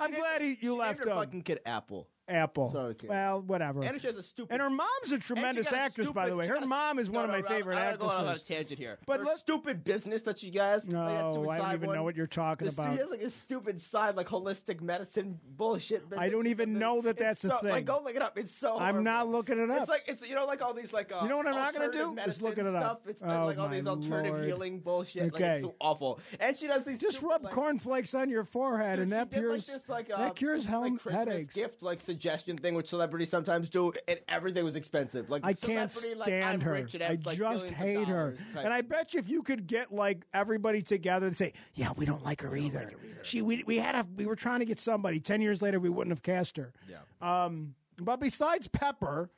Speaker 1: I'm glad he, you
Speaker 2: Named
Speaker 1: left
Speaker 2: her
Speaker 1: um,
Speaker 2: fucking kid Apple.
Speaker 1: Apple.
Speaker 2: Sorry, kid.
Speaker 1: Well, whatever.
Speaker 2: And she has a stupid.
Speaker 1: And her mom's a tremendous
Speaker 2: she got a
Speaker 1: actress, by
Speaker 2: stupid-
Speaker 1: the way.
Speaker 2: she
Speaker 1: Her
Speaker 2: got a-
Speaker 1: mom is
Speaker 2: no,
Speaker 1: one
Speaker 2: no,
Speaker 1: of my
Speaker 2: no,
Speaker 1: favorite
Speaker 2: I, I
Speaker 1: actresses.
Speaker 2: Go on a tangent here,
Speaker 1: But
Speaker 2: but her
Speaker 1: let-
Speaker 2: stupid business that she has.
Speaker 1: No,
Speaker 2: like that
Speaker 1: I don't
Speaker 2: suicide
Speaker 1: even
Speaker 2: one,
Speaker 1: know what you're talking
Speaker 2: this-
Speaker 1: about.
Speaker 2: She has like a stupid side, like holistic medicine bullshit. Business
Speaker 1: I don't even know that
Speaker 2: It's
Speaker 1: that's a
Speaker 2: so,
Speaker 1: thing.
Speaker 2: Like, go look it up. It's so.
Speaker 1: I'm not
Speaker 2: horrible.
Speaker 1: looking it up.
Speaker 2: It's like it's you know like all these like uh,
Speaker 1: You know what I'm not gonna
Speaker 2: alternative
Speaker 1: do? Just look
Speaker 2: medicine
Speaker 1: it up.
Speaker 2: Stuff. It's uh,
Speaker 1: Oh,
Speaker 2: like all these
Speaker 1: my
Speaker 2: alternative
Speaker 1: lord.
Speaker 2: healing bullshit. Like
Speaker 1: Okay.
Speaker 2: it's so awful. And she does these
Speaker 1: Just
Speaker 2: stupid,
Speaker 1: rub
Speaker 2: like,
Speaker 1: cornflakes on your forehead, and
Speaker 2: Dude, she
Speaker 1: that
Speaker 2: did,
Speaker 1: cures
Speaker 2: like, this, like, uh,
Speaker 1: that cures hel-
Speaker 2: like Christmas
Speaker 1: headaches.
Speaker 2: Gift like suggestion thing, which celebrities sometimes do, and everything was expensive. Like
Speaker 1: I can't
Speaker 2: celebrity,
Speaker 1: stand
Speaker 2: like, I'm
Speaker 1: her.
Speaker 2: rich and
Speaker 1: I
Speaker 2: have, like,
Speaker 1: just
Speaker 2: billions of
Speaker 1: hate her.
Speaker 2: dollars type.
Speaker 1: And I bet you if you could get like everybody together and say, "Yeah, we don't like her, either. She we we had a we were trying to get somebody. Ten years later, we wouldn't have cast her.
Speaker 2: yeah.
Speaker 1: Um, but besides Pepper,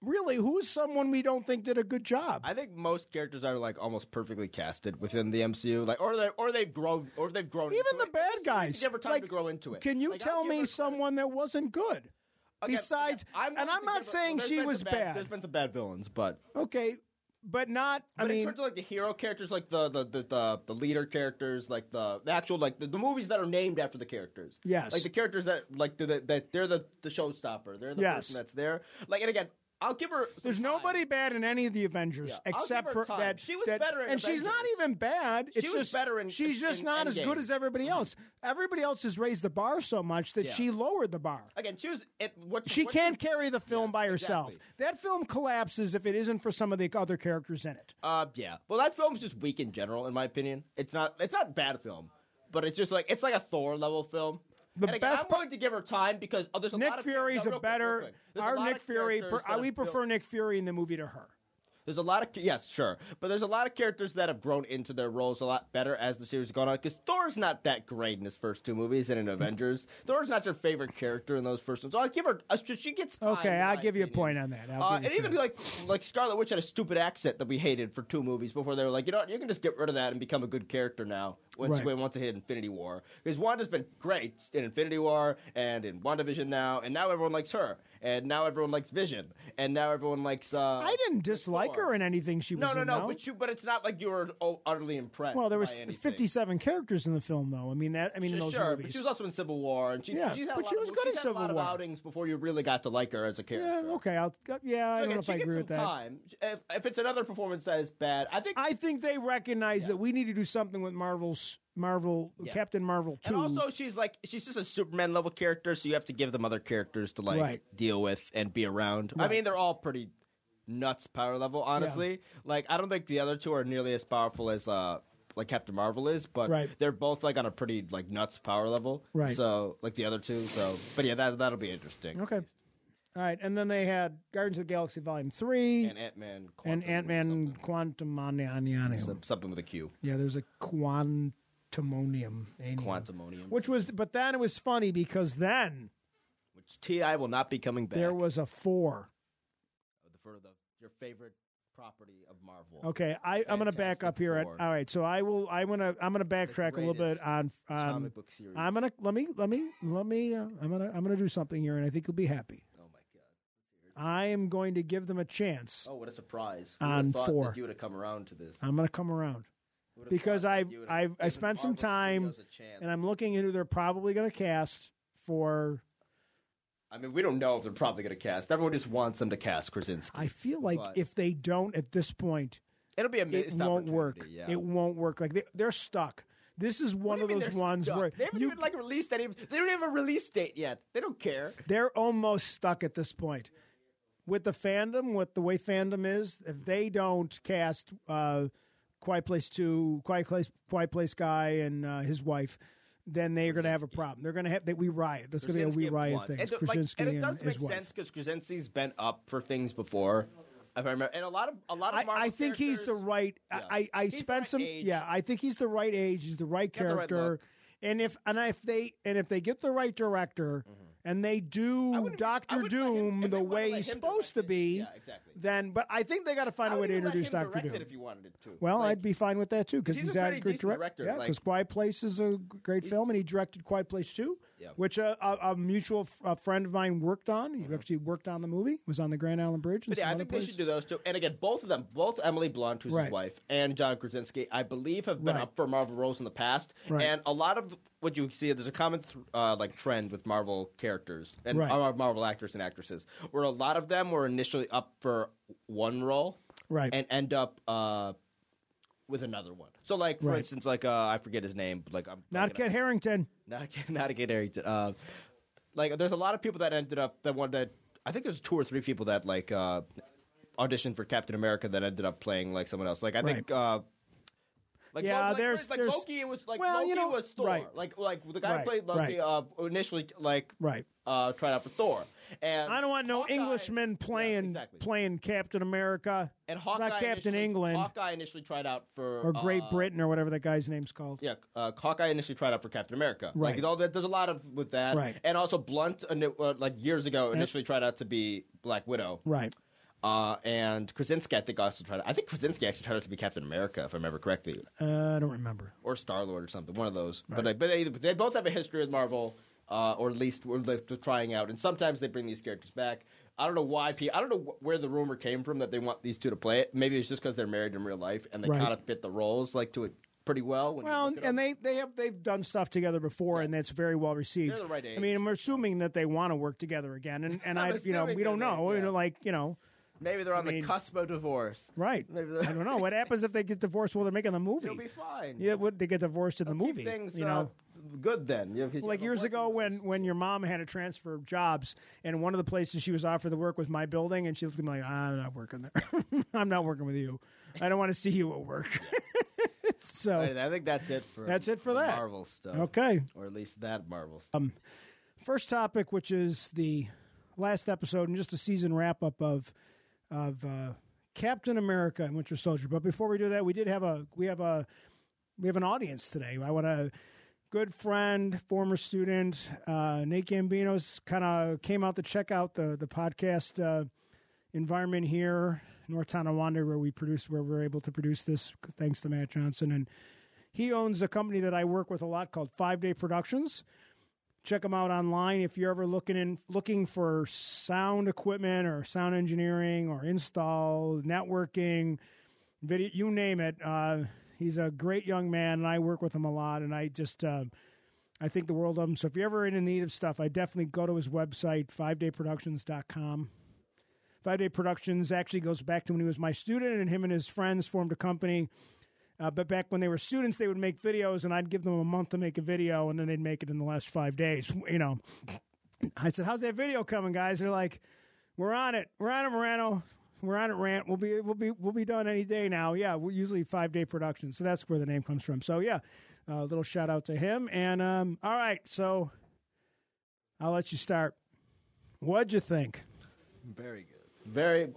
Speaker 1: really, who's someone we don't think did a good job?
Speaker 2: I think most characters are like almost perfectly casted within the MCU, like or they or they've grown or they've grown.
Speaker 1: Even
Speaker 2: into
Speaker 1: the bad
Speaker 2: it.
Speaker 1: guys,
Speaker 2: It's never time
Speaker 1: like,
Speaker 2: to grow into it.
Speaker 1: Can you
Speaker 2: Like, I'll
Speaker 1: tell
Speaker 2: give
Speaker 1: me
Speaker 2: her-
Speaker 1: someone that wasn't good?
Speaker 2: Okay,
Speaker 1: Besides,
Speaker 2: okay, I'm
Speaker 1: and
Speaker 2: willing
Speaker 1: I'm
Speaker 2: to
Speaker 1: not
Speaker 2: give her-
Speaker 1: saying
Speaker 2: there's
Speaker 1: she
Speaker 2: been
Speaker 1: was
Speaker 2: some
Speaker 1: bad.
Speaker 2: There's been some bad villains, but
Speaker 1: Okay, but not. I
Speaker 2: But in
Speaker 1: mean,
Speaker 2: terms of like the hero characters, like the the the, the, the leader characters, like the, the actual like the, the movies that are named after the characters.
Speaker 1: Yes.
Speaker 2: like the characters that like the, the, that they're the the showstopper. They're the
Speaker 1: Yes.
Speaker 2: person that's there. Like and again. I'll give her. some
Speaker 1: There's
Speaker 2: time.
Speaker 1: nobody bad in any of the Avengers
Speaker 2: Yeah, I'll give
Speaker 1: except
Speaker 2: her
Speaker 1: for
Speaker 2: time.
Speaker 1: that.
Speaker 2: She was
Speaker 1: that-
Speaker 2: better in
Speaker 1: and she's not
Speaker 2: Avengers.
Speaker 1: even bad. It's
Speaker 2: was
Speaker 1: just,
Speaker 2: better in-
Speaker 1: She's just
Speaker 2: in
Speaker 1: not as
Speaker 2: Endgame. Mm-hmm.
Speaker 1: good as everybody else. Everybody else has raised the bar so much that
Speaker 2: Yeah.
Speaker 1: she lowered the bar.
Speaker 2: Again, she was. It, what,
Speaker 1: She
Speaker 2: what-
Speaker 1: can't carry the film by herself.
Speaker 2: exactly.
Speaker 1: That film collapses if it isn't for some of the other characters in it.
Speaker 2: Uh, yeah. Well, that film's just weak in general, in my opinion. It's not. It's not a bad film, but it's just like it's like a Thor level film.
Speaker 1: The
Speaker 2: and again,
Speaker 1: best
Speaker 2: I'm
Speaker 1: part-
Speaker 2: willing to give her time because oh, there's a lot
Speaker 1: Nick
Speaker 2: of
Speaker 1: Fury's a
Speaker 2: no, real quick, real
Speaker 1: better.
Speaker 2: quick. There's a
Speaker 1: Our
Speaker 2: lot
Speaker 1: Nick
Speaker 2: of
Speaker 1: Fury. Per,
Speaker 2: characters that
Speaker 1: we
Speaker 2: have built-
Speaker 1: prefer Nick Fury in the movie to her.
Speaker 2: There's a lot of yes, sure, but there's a lot of characters that have grown into their roles a lot better as the series has gone on. Because Thor's not that great in his first two movies and in Avengers. Thor's not your favorite character in those first ones. So I give her. uh, she- She gets. Time,
Speaker 1: Okay,
Speaker 2: in
Speaker 1: I'll
Speaker 2: my
Speaker 1: give you a
Speaker 2: opinion.
Speaker 1: point on that. I'll
Speaker 2: Uh,
Speaker 1: give you
Speaker 2: and
Speaker 1: a
Speaker 2: even
Speaker 1: point.
Speaker 2: like like Scarlet Witch had a stupid accent that we hated for two movies before they were like, you know, what, you can just get rid of that and become a good character now. Once
Speaker 1: Right.
Speaker 2: when once they hit Infinity War, because Wanda's been great in Infinity War and in WandaVision now, and now everyone likes her, and now everyone likes Vision, and now everyone likes. Uh,
Speaker 1: I didn't dislike
Speaker 2: Thor.
Speaker 1: her in anything she was
Speaker 2: no, no,
Speaker 1: in.
Speaker 2: no,
Speaker 1: though.
Speaker 2: But you, but it's not like you were oh, utterly impressed.
Speaker 1: Well, there was
Speaker 2: by anything.
Speaker 1: 57 characters in the film, though. I mean, that. I mean, in
Speaker 2: Sure,
Speaker 1: those
Speaker 2: sure,
Speaker 1: movies.
Speaker 2: but she was also in Civil War, and she,
Speaker 1: Yeah,
Speaker 2: she's had
Speaker 1: but
Speaker 2: a lot
Speaker 1: she
Speaker 2: of-
Speaker 1: was
Speaker 2: she's
Speaker 1: good in
Speaker 2: had a
Speaker 1: Civil
Speaker 2: lot
Speaker 1: War.
Speaker 2: of outings before you really got to like her as a character.
Speaker 1: yeah. Okay. I'll. uh, Yeah. I don't
Speaker 2: So
Speaker 1: know
Speaker 2: again,
Speaker 1: if
Speaker 2: she
Speaker 1: I
Speaker 2: gets
Speaker 1: agree
Speaker 2: some
Speaker 1: with that.
Speaker 2: Time. If, if it's another performance that is bad, I think.
Speaker 1: I think they recognize that we need to do something with Marvel's Marvel Captain Marvel
Speaker 2: and
Speaker 1: two.
Speaker 2: also, she's like she's just a Superman level character, so you have to give them other characters to like
Speaker 1: Right.
Speaker 2: deal with and be around. I mean, they're all pretty nuts power level, honestly. Like, I don't think the other two are nearly as powerful as uh like Captain Marvel is, but
Speaker 1: Right.
Speaker 2: they're both like on a pretty like nuts power level.
Speaker 1: Right.
Speaker 2: So like the other two. So, but yeah, that that'll be interesting.
Speaker 1: okay. All right, and then they had Guardians of the Galaxy Volume Three
Speaker 2: And Ant Man.
Speaker 1: and Ant Man Quantum
Speaker 2: Something with a Q.
Speaker 1: Yeah, there's a Quantumonium.
Speaker 2: Quantumonium.
Speaker 1: Which was, but then it was funny because then
Speaker 2: Which Ti will not be coming back.
Speaker 1: there was a four.
Speaker 2: the, for the your favorite property of Marvel.
Speaker 1: Okay, I, I'm going to back
Speaker 2: Fantastic
Speaker 1: up here.
Speaker 2: Four.
Speaker 1: all right, so I will. I want to. I'm going to backtrack a little bit
Speaker 2: greatest
Speaker 1: on. on
Speaker 2: comic book series.
Speaker 1: um, I'm going to let me let me let me. Uh, I'm going to I'm going to do something here, and I think you'll be happy.
Speaker 2: oh my god!
Speaker 1: I am going to give them a chance.
Speaker 2: Oh, what a surprise!
Speaker 1: Who would've On thought that four.
Speaker 2: that you would have come around to this
Speaker 1: I'm going to come around because I I I spent some time and I'm looking into they're probably going to cast for.
Speaker 2: I mean, we don't know if they're probably going to cast. Everyone just wants them to cast Krasinski.
Speaker 1: I feel like
Speaker 2: But-
Speaker 1: if they don't at this point,
Speaker 2: It'll be a
Speaker 1: it
Speaker 2: missed
Speaker 1: won't work.
Speaker 2: opportunity, Yeah.
Speaker 1: It won't work. Like they, they're stuck. This is
Speaker 2: What
Speaker 1: one
Speaker 2: do you
Speaker 1: of
Speaker 2: mean
Speaker 1: those
Speaker 2: they're
Speaker 1: ones
Speaker 2: stuck?
Speaker 1: where
Speaker 2: they haven't
Speaker 1: you
Speaker 2: even like released any. They don't have a release date yet. They don't care.
Speaker 1: they're almost stuck at this point with the fandom with the way fandom is if they don't cast uh quiet place 2 quiet place quiet place guy and uh, his wife then they're going to have a problem they're going to have that we riot that's going to be a
Speaker 2: Krasinski
Speaker 1: we
Speaker 2: and
Speaker 1: riot
Speaker 2: Blunt.
Speaker 1: thing
Speaker 2: And, so, like,
Speaker 1: Krasinski
Speaker 2: and it
Speaker 1: and
Speaker 2: does
Speaker 1: his
Speaker 2: make
Speaker 1: wife
Speaker 2: sense because Krasinski's been up for things before. If I remember, and a lot of a lot of
Speaker 1: I,
Speaker 2: Marvel
Speaker 1: I think he's the
Speaker 2: characters-
Speaker 1: right.
Speaker 2: Yeah.
Speaker 1: I, I, I
Speaker 2: He's the
Speaker 1: spent
Speaker 2: right
Speaker 1: some.
Speaker 2: age.
Speaker 1: Yeah, I think he's the right age. He's the right
Speaker 2: got the right
Speaker 1: character.
Speaker 2: look.
Speaker 1: and if and if they and if they get the right director and they do
Speaker 2: wouldn't- Mm-hmm. I
Speaker 1: Doctor
Speaker 2: wouldn't let him-
Speaker 1: Doom
Speaker 2: if they
Speaker 1: the
Speaker 2: wanted to
Speaker 1: way
Speaker 2: let
Speaker 1: he's
Speaker 2: him
Speaker 1: supposed
Speaker 2: direct
Speaker 1: to
Speaker 2: it,
Speaker 1: be,
Speaker 2: yeah, exactly.
Speaker 1: then but I think they got to find a
Speaker 2: I
Speaker 1: way
Speaker 2: would
Speaker 1: to
Speaker 2: even let
Speaker 1: introduce
Speaker 2: him
Speaker 1: Doctor
Speaker 2: direct
Speaker 1: Doom.
Speaker 2: It if you wanted it to.
Speaker 1: well,
Speaker 2: Like,
Speaker 1: I'd be fine with that too because
Speaker 2: he's
Speaker 1: he's
Speaker 2: a
Speaker 1: had
Speaker 2: pretty
Speaker 1: a good
Speaker 2: decent
Speaker 1: direct-
Speaker 2: director,
Speaker 1: Yeah,
Speaker 2: like-
Speaker 1: because Quiet Place is a g- great film, and he directed Quiet Place Two,
Speaker 2: Yeah.
Speaker 1: which uh, a, a, a mutual f- a friend of mine worked on. He actually worked on the movie. Was on the Grand Island Bridge. And
Speaker 2: Mm-hmm. But yeah,
Speaker 1: some
Speaker 2: I
Speaker 1: other
Speaker 2: think they
Speaker 1: places.
Speaker 2: should do those two. And again, both of them, both Emily Blunt, who's
Speaker 1: Right.
Speaker 2: his wife, and John Krasinski, I believe have been
Speaker 1: Right.
Speaker 2: up for Marvel roles in the past.
Speaker 1: Right.
Speaker 2: And a lot of what you see, there's a common th- uh, like trend with Marvel characters and
Speaker 1: Right.
Speaker 2: uh, Marvel actors and actresses, where a lot of them were initially up for one role,
Speaker 1: Right.
Speaker 2: and end up. Uh, with another one, so like for
Speaker 1: Right.
Speaker 2: instance, like uh, I forget his name, but like I'm
Speaker 1: Not
Speaker 2: blanking
Speaker 1: Kit
Speaker 2: on-
Speaker 1: Harrington.
Speaker 2: not (laughs) not to get Harrington. Uh, like, there's a lot of people that ended up that one that I think there's two or three people that like uh, auditioned for Captain America that ended up playing like someone else. Like, I think.
Speaker 1: Right.
Speaker 2: Uh, like,
Speaker 1: Yeah,
Speaker 2: Lo- like, for
Speaker 1: there's-
Speaker 2: instance, like
Speaker 1: there's-
Speaker 2: Loki. It was like
Speaker 1: well,
Speaker 2: Loki
Speaker 1: you know,
Speaker 2: was Thor.
Speaker 1: right.
Speaker 2: Like like the guy
Speaker 1: Right,
Speaker 2: who played Loki
Speaker 1: right.
Speaker 2: uh, initially like
Speaker 1: Right.
Speaker 2: uh, tried out for Thor. And
Speaker 1: I don't want no
Speaker 2: Hawkeye-
Speaker 1: Englishman
Speaker 2: Yeah,
Speaker 1: playing
Speaker 2: exactly.
Speaker 1: playing Captain America.
Speaker 2: And Hawkeye
Speaker 1: not Captain
Speaker 2: initially-
Speaker 1: England
Speaker 2: Hawkeye initially tried out for
Speaker 1: or Great
Speaker 2: uh,
Speaker 1: Britain or whatever that guy's name's called.
Speaker 2: Yeah, uh, Hawkeye initially tried out for Captain America.
Speaker 1: Right.
Speaker 2: Like all that, there's a lot of with that.
Speaker 1: Right.
Speaker 2: And also Blunt, uh, uh, like years ago, initially tried out to be Black Widow.
Speaker 1: Right.
Speaker 2: Uh, and Krasinski, I think also tried. I think Krasinski actually tried out to be Captain America, if I remember correctly,
Speaker 1: Uh, I don't remember.
Speaker 2: or Star Lord or something. One of those. But like, but they, they both have a history with Marvel, uh, or at least were like, they're trying out. And sometimes they bring these characters back. I don't know why. P- I don't know wh- where the rumor came from that they want these two to play it. Maybe it's just because they're married in real life and they
Speaker 1: Right.
Speaker 2: kind of fit the roles like to it pretty well. When you
Speaker 1: Well,
Speaker 2: look at them.
Speaker 1: and they they have they've done stuff together before, and that's very well received.
Speaker 2: They're the right
Speaker 1: I
Speaker 2: age.
Speaker 1: mean, I'm assuming that they want to work together again, and and
Speaker 2: (laughs) I'm
Speaker 1: I you know
Speaker 2: assuming
Speaker 1: we don't
Speaker 2: that they-
Speaker 1: know. You
Speaker 2: yeah.
Speaker 1: know, like you know,
Speaker 2: Maybe they're on
Speaker 1: mean-
Speaker 2: the cusp of divorce.
Speaker 1: Right.
Speaker 2: Maybe they're-
Speaker 1: I don't
Speaker 2: (laughs)
Speaker 1: know. What happens if they get divorced while they're making the movie?
Speaker 2: You'll be fine.
Speaker 1: yeah, would they get divorced in the
Speaker 2: Keep
Speaker 1: movie?
Speaker 2: things
Speaker 1: you know,
Speaker 2: uh, good then. You- you
Speaker 1: like
Speaker 2: have a
Speaker 1: years
Speaker 2: working
Speaker 1: ago when
Speaker 2: divorce.
Speaker 1: when your mom had to transfer jobs and one of the places she was offered the work was my building and she looked at me like i'm not working there (laughs) i'm not working with you i don't want to see you at work (laughs) so
Speaker 2: Right, I think that's it for
Speaker 1: That's it for that.
Speaker 2: Marvel stuff.
Speaker 1: okay
Speaker 2: Or at least that Marvel stuff. Um,
Speaker 1: first topic which is the last episode and just a season wrap up of of uh, captain america and winter soldier but before we do that we did have a we have a we have an audience today i want to good friend, former student, uh, Nate Gambino's kind of came out to check out the the podcast uh, environment here, North Tonawanda, where we produce, where we're able to produce this, thanks to Matt Johnson, and he owns a company that I work with a lot called Five Day Productions. Check them out online if you're ever looking in looking for sound equipment or sound engineering or install networking video, you name it. Uh, he's a great young man, and I work with him a lot. And I just, uh, I think the world of him. So if you're ever in need of stuff, I definitely go to his website, fivedayproductions.com. Five Day Productions actually goes back to when he was my student, and him and his friends formed a company. Uh, but back when they were students, they would make videos, and I'd give them a month to make a video, and then they'd make it in the last five days. You know, I said, "How's that video coming, guys?" They're like, "We're on it. We're on it, Morano. We're on it, Rant. We'll be we'll be we'll be done any day now." Yeah, we're usually five day production, so that's where the name comes from. So yeah, a little shout out to him. And um, all right, so I'll let you start. What'd you think?
Speaker 2: very good. Very,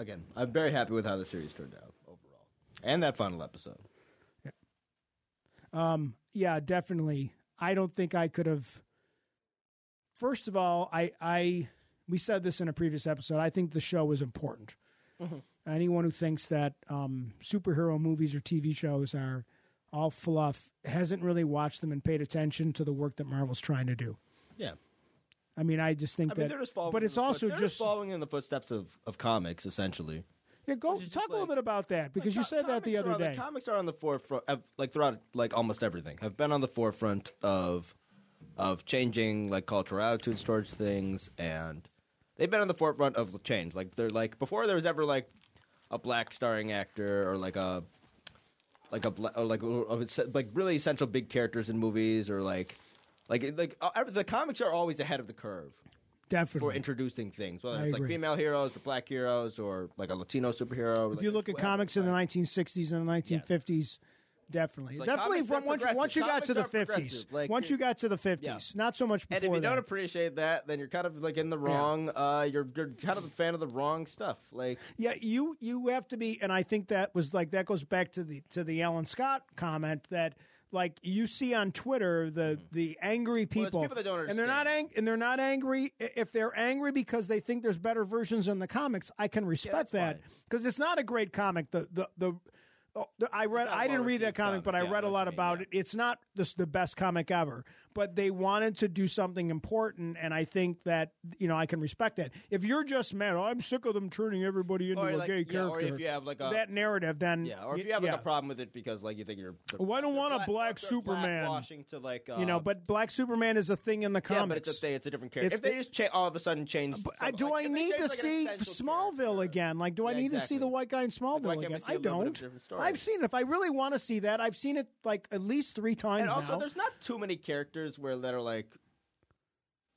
Speaker 2: again, I'm very happy with how the series turned out overall. And that final episode.
Speaker 1: yeah, definitely. I don't think I could have. First of all, I, I we said this in a previous episode. I think the show is important.
Speaker 2: Mm-hmm.
Speaker 1: Anyone who thinks that um, superhero movies or TV shows are all fluff hasn't really watched them and paid attention to the work that Marvel's trying to do.
Speaker 2: Yeah.
Speaker 1: I mean, I just think
Speaker 2: I
Speaker 1: that.
Speaker 2: mean, they're just following.
Speaker 1: but
Speaker 2: in
Speaker 1: it's
Speaker 2: the foot-
Speaker 1: also
Speaker 2: they're
Speaker 1: just
Speaker 2: following in the footsteps of, of comics, essentially.
Speaker 1: yeah. Go
Speaker 2: is just
Speaker 1: talk a little
Speaker 2: like-
Speaker 1: bit about that because you
Speaker 2: Co-
Speaker 1: said that the
Speaker 2: comics
Speaker 1: other
Speaker 2: are on
Speaker 1: day.
Speaker 2: comics are on the forefront, of, like throughout, like almost everything. Have been on the forefront of of changing like cultural attitudes towards things, and they've been on the forefront of change. Like they're like before there was ever like a black starring actor or like a like a bla- or like or- or se- like really essential big characters in movies or like like like uh, every- the comics are always ahead of the curve for
Speaker 1: Definitely.
Speaker 2: introducing things, whether
Speaker 1: I
Speaker 2: it's like
Speaker 1: agree.
Speaker 2: female heroes or black heroes or like a Latino superhero.
Speaker 1: If you look at comics in the 1960s and the 1950s, definitely,
Speaker 2: like
Speaker 1: definitely
Speaker 2: comics
Speaker 1: from
Speaker 2: are
Speaker 1: once, once you got
Speaker 2: progressive.
Speaker 1: to the
Speaker 2: Comics are
Speaker 1: 50s,
Speaker 2: progressive. Like,
Speaker 1: once you got to the 50s, not so much before
Speaker 2: and if you
Speaker 1: that.
Speaker 2: don't appreciate that, then you're kind of like in the wrong. Uh, you're you're kind of a fan of the wrong stuff. Like
Speaker 1: yeah, you you have to be, and I think that was like that goes back to the to the Alan Scott comment that. Like you see on Twitter, the the angry
Speaker 2: it's
Speaker 1: Mm-hmm. people,
Speaker 2: people that don't
Speaker 1: and they're not
Speaker 2: understand.
Speaker 1: ang- and they're not angry. I- If they're angry because they think there's better versions in the comics, I can
Speaker 2: that's
Speaker 1: respect that
Speaker 2: fine.
Speaker 1: because it's not a great comic. The the the, oh, the I read,
Speaker 2: not a
Speaker 1: I didn't read that
Speaker 2: well-received
Speaker 1: comic, but I
Speaker 2: comic, yeah,
Speaker 1: read a
Speaker 2: I know what
Speaker 1: lot
Speaker 2: you mean,
Speaker 1: about
Speaker 2: yeah.
Speaker 1: it. it's not the, the best comic ever, but they wanted to do something important, and I think that you know I can respect that. If you're just mad, oh, I'm sick of them turning everybody into
Speaker 2: Or
Speaker 1: a
Speaker 2: like-
Speaker 1: gay
Speaker 2: yeah, or
Speaker 1: character.
Speaker 2: if you have like a-
Speaker 1: that narrative, then
Speaker 2: yeah, or if you have like
Speaker 1: yeah.
Speaker 2: a problem with it because like you think you're.
Speaker 1: Well, I don't want a
Speaker 2: they're
Speaker 1: black
Speaker 2: they're
Speaker 1: Superman.
Speaker 2: Washing to like uh,
Speaker 1: you know, but Black Superman is a thing in the
Speaker 2: yeah,
Speaker 1: comics.
Speaker 2: but it's a thing. It's a different character.
Speaker 1: It's-
Speaker 2: if they just cha- all of a sudden change,
Speaker 1: But I, do
Speaker 2: like,
Speaker 1: I
Speaker 2: if they
Speaker 1: need
Speaker 2: change,
Speaker 1: to
Speaker 2: like, an
Speaker 1: see
Speaker 2: essential
Speaker 1: Smallville
Speaker 2: character-
Speaker 1: again? Like, do I
Speaker 2: Yeah,
Speaker 1: need to see
Speaker 2: exactly.
Speaker 1: the white guy in Smallville
Speaker 2: why can't we
Speaker 1: again?
Speaker 2: see a
Speaker 1: I
Speaker 2: little bit of
Speaker 1: don't.
Speaker 2: different story?
Speaker 1: I've seen it. If I really want to see that, I've seen it like at least three times
Speaker 2: And also,
Speaker 1: now.
Speaker 2: there's not too many characters where that are like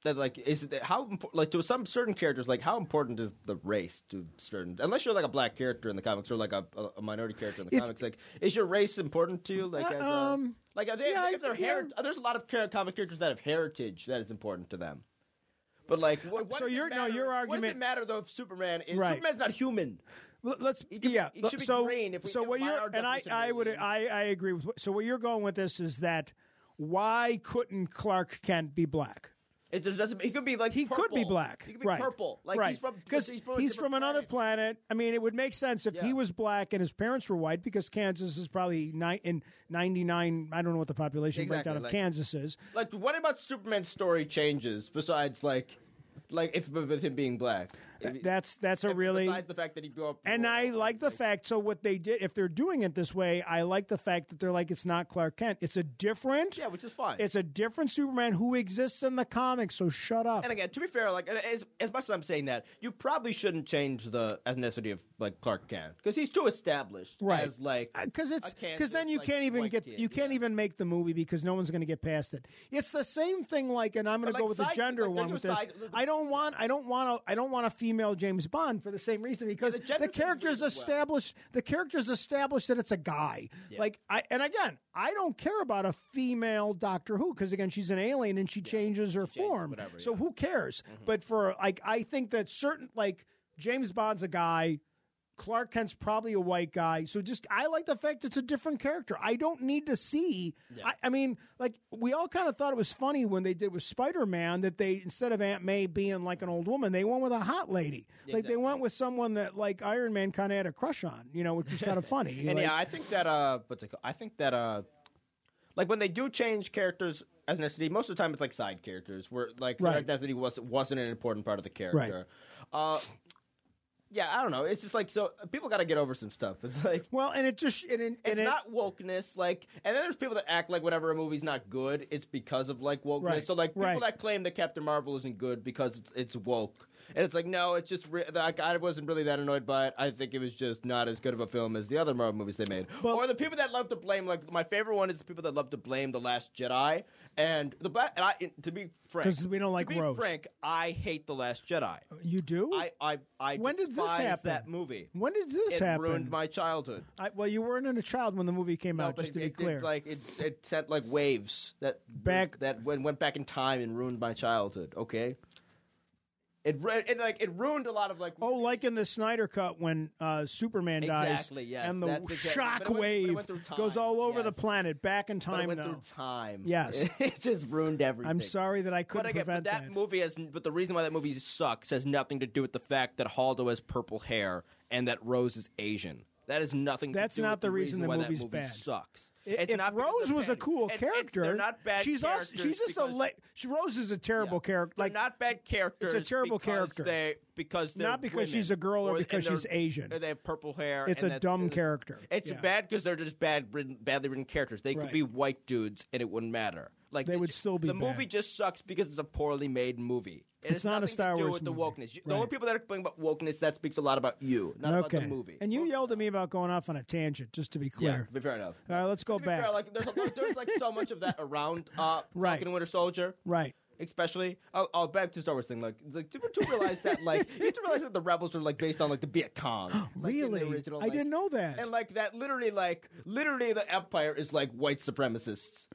Speaker 2: that. Like, is it how impor- like to some certain characters? Like, how important is the race to certain? Unless you're like a black character in the comics or like a, a- a minority character in the
Speaker 1: It's-
Speaker 2: comics, like is your race important to you? Like,
Speaker 1: Uh,
Speaker 2: as a,
Speaker 1: um,
Speaker 2: like are they,
Speaker 1: yeah,
Speaker 2: if they're
Speaker 1: yeah.
Speaker 2: heri- there's a lot of char- comic characters that have heritage that is important to them. But like, what, what
Speaker 1: So
Speaker 2: does it
Speaker 1: your- no,
Speaker 2: matter-
Speaker 1: your
Speaker 2: What does
Speaker 1: argument-
Speaker 2: it matter though if Superman is
Speaker 1: Right.
Speaker 2: Superman's not human?
Speaker 1: L- Let's
Speaker 2: could be-
Speaker 1: yeah.
Speaker 2: it should be
Speaker 1: so
Speaker 2: green if we-
Speaker 1: so
Speaker 2: if
Speaker 1: what
Speaker 2: by
Speaker 1: you're
Speaker 2: our
Speaker 1: and I
Speaker 2: definition
Speaker 1: I
Speaker 2: of
Speaker 1: would
Speaker 2: green.
Speaker 1: I I agree with what- so where you're going with this is that why couldn't Clark Kent be black?
Speaker 2: It just doesn't. He could be like
Speaker 1: He could be
Speaker 2: purple.
Speaker 1: black.
Speaker 2: He could be
Speaker 1: right.
Speaker 2: purple. Like
Speaker 1: right.
Speaker 2: he's from
Speaker 1: because
Speaker 2: he's from, a different
Speaker 1: another
Speaker 2: planet.
Speaker 1: planet. I mean, it would make sense if he
Speaker 2: Yeah.
Speaker 1: was black and his parents were white because Kansas is probably ni- in ninety nine. I don't know what the population
Speaker 2: Exactly,
Speaker 1: breakdown of
Speaker 2: like-
Speaker 1: Kansas is.
Speaker 2: Like, what about Superman's story changes besides like Like if with him being black. If-
Speaker 1: That's that's a
Speaker 2: if-
Speaker 1: really
Speaker 2: besides the fact that he grew up.
Speaker 1: And I like the fact. So what they did, if they're doing it this way, I like the fact that they're like it's not Clark Kent. It's a different.
Speaker 2: Yeah, which is fine.
Speaker 1: It's a different Superman who exists in the comics. So shut up.
Speaker 2: and again, to be fair, like as as much as I'm saying that, you probably shouldn't change the ethnicity of like Clark Kent because he's too established
Speaker 1: Right.
Speaker 2: as like
Speaker 1: because it's
Speaker 2: a Kansas,
Speaker 1: because then you
Speaker 2: like,
Speaker 1: can't even
Speaker 2: white
Speaker 1: get
Speaker 2: kid,
Speaker 1: you can't
Speaker 2: yeah.
Speaker 1: even make the movie because no one's going to get past it. It's the same thing like, and I'm going to
Speaker 2: But,
Speaker 1: go
Speaker 2: like,
Speaker 1: with the
Speaker 2: side-
Speaker 1: gender
Speaker 2: like, don't
Speaker 1: one
Speaker 2: do
Speaker 1: with this.
Speaker 2: side-
Speaker 1: I don't want I don't want a I don't want a female James Bond for the same reason because
Speaker 2: the
Speaker 1: the,
Speaker 2: gender thing's
Speaker 1: character's
Speaker 2: weird as well.
Speaker 1: established the character's established that it's a guy. Like I and again I don't care about a female Doctor Who because again she's an alien and she changes her form.
Speaker 2: whatever,
Speaker 1: so
Speaker 2: yeah. Mm-hmm.
Speaker 1: who cares? But for like I think that certain like James Bond's a guy. Clark Kent's probably a white guy. So just I like the fact it's a different character. I don't need to see. I, I mean, like we all kind of thought it was funny when they did with Spider Man that they instead of Aunt May being like an old woman, they went with a hot lady. Like they went with someone that like Iron Man kind of had a crush on. You know, which was
Speaker 2: (laughs)
Speaker 1: kind of funny.
Speaker 2: And
Speaker 1: Like,
Speaker 2: yeah, I think that uh, what's it called? I think that uh, like when they do change characters ethnicity, most of the time it's like side characters where like their
Speaker 1: Right.
Speaker 2: ethnicity was wasn't an important part of the character. Uh, yeah, I don't know. It's just like so people got to get over some stuff. It's like.
Speaker 1: well, and it just and, it- and
Speaker 2: It's
Speaker 1: it-
Speaker 2: not wokeness, like, and then there's people that act like whenever a movie's not good, it's because of like wokeness.
Speaker 1: Right,
Speaker 2: So like people
Speaker 1: right.
Speaker 2: that claim that Captain Marvel isn't good because it's, it's woke, and it's like no, it's just re- like I wasn't really that annoyed by it. I think it was just not as good of a film as the other Marvel movies they made.
Speaker 1: Well-
Speaker 2: or the people that love to blame, like my favorite one is the people that love to blame the Last Jedi and the Black. And I, to be frank,
Speaker 1: 'Cause we don't like
Speaker 2: to be
Speaker 1: Rose.
Speaker 2: frank, I hate the Last Jedi.
Speaker 1: you do.
Speaker 2: I I I
Speaker 1: When did this
Speaker 2: despise
Speaker 1: happen?
Speaker 2: that movie.
Speaker 1: when did this
Speaker 2: it
Speaker 1: happen?
Speaker 2: ruined my childhood.
Speaker 1: I, well, you weren't in a child when the movie came
Speaker 2: No,
Speaker 1: out.
Speaker 2: but
Speaker 1: Just to
Speaker 2: it,
Speaker 1: be
Speaker 2: it did,
Speaker 1: clear,
Speaker 2: like it, it sent like waves that
Speaker 1: Back-
Speaker 2: that went, went back in time and ruined my childhood. Okay, it, ru- it like it ruined a lot of like
Speaker 1: Oh, like in the Snider Cut when uh, Superman
Speaker 2: Exactly,
Speaker 1: dies,
Speaker 2: yes,
Speaker 1: and the
Speaker 2: that's exactly-
Speaker 1: shock
Speaker 2: but it went- but it
Speaker 1: wave
Speaker 2: went through time,
Speaker 1: goes all over the
Speaker 2: yes.
Speaker 1: planet, back in
Speaker 2: but
Speaker 1: time.
Speaker 2: it went
Speaker 1: though
Speaker 2: through time.
Speaker 1: Yes.
Speaker 2: (laughs) it just ruined everything.
Speaker 1: I'm sorry that I couldn't
Speaker 2: But again,
Speaker 1: prevent
Speaker 2: but that, movie has, but the reason why that movie sucks has nothing to do with the fact that Haldo has purple hair and that Rose is Asian. That is nothing. to
Speaker 1: That's
Speaker 2: do
Speaker 1: not
Speaker 2: with
Speaker 1: the
Speaker 2: the
Speaker 1: reason the
Speaker 2: why
Speaker 1: movie's
Speaker 2: that movie
Speaker 1: bad.
Speaker 2: sucks.
Speaker 1: I-
Speaker 2: It's
Speaker 1: if
Speaker 2: not because
Speaker 1: Rose
Speaker 2: they're
Speaker 1: was a
Speaker 2: bad.
Speaker 1: cool
Speaker 2: It- it's-
Speaker 1: character,
Speaker 2: they're not bad.
Speaker 1: She's also
Speaker 2: characters
Speaker 1: she's just a
Speaker 2: because-
Speaker 1: la- she, Rose is a terrible character. Like
Speaker 2: they're not bad characters.
Speaker 1: terrible
Speaker 2: because
Speaker 1: character.
Speaker 2: They, because they're
Speaker 1: Not because
Speaker 2: women,
Speaker 1: she's a girl or
Speaker 2: and
Speaker 1: because
Speaker 2: they're-
Speaker 1: she's Asian.
Speaker 2: or They have purple hair.
Speaker 1: It's
Speaker 2: and
Speaker 1: a
Speaker 2: that-
Speaker 1: dumb
Speaker 2: and-
Speaker 1: character.
Speaker 2: It's
Speaker 1: Yeah.
Speaker 2: bad because they're just bad, written, badly written characters. They
Speaker 1: Right.
Speaker 2: could be white dudes and it wouldn't matter. Like
Speaker 1: They
Speaker 2: it
Speaker 1: would
Speaker 2: ju-
Speaker 1: still be
Speaker 2: The
Speaker 1: bad.
Speaker 2: movie just sucks because it's a poorly made movie. It
Speaker 1: It's
Speaker 2: has
Speaker 1: not a
Speaker 2: nothing
Speaker 1: Star
Speaker 2: to do
Speaker 1: Wars
Speaker 2: with the
Speaker 1: movie.
Speaker 2: wokeness. The
Speaker 1: Right.
Speaker 2: only people that are complaining about wokeness that speaks a lot about you, not
Speaker 1: okay.
Speaker 2: about the movie.
Speaker 1: And you yelled at me about going off on a tangent. Just to be
Speaker 2: yeah,
Speaker 1: clear.
Speaker 2: but fair enough.
Speaker 1: All right, let's go
Speaker 2: To be fair,
Speaker 1: back.
Speaker 2: like there's, a, there's like so much of that around uh,
Speaker 1: (laughs) Right.
Speaker 2: Falcon and Winter Soldier
Speaker 1: right.
Speaker 2: especially I'll, I'll back to Star Wars thing. Like, like to, to realize that, like, you have to realize that the rebels were like based on like the Viet Cong. like, in the
Speaker 1: Really?
Speaker 2: original,
Speaker 1: I
Speaker 2: like-
Speaker 1: didn't know that.
Speaker 2: And like that, literally, like literally, the Empire is like
Speaker 1: (gasps)
Speaker 2: white supremacists.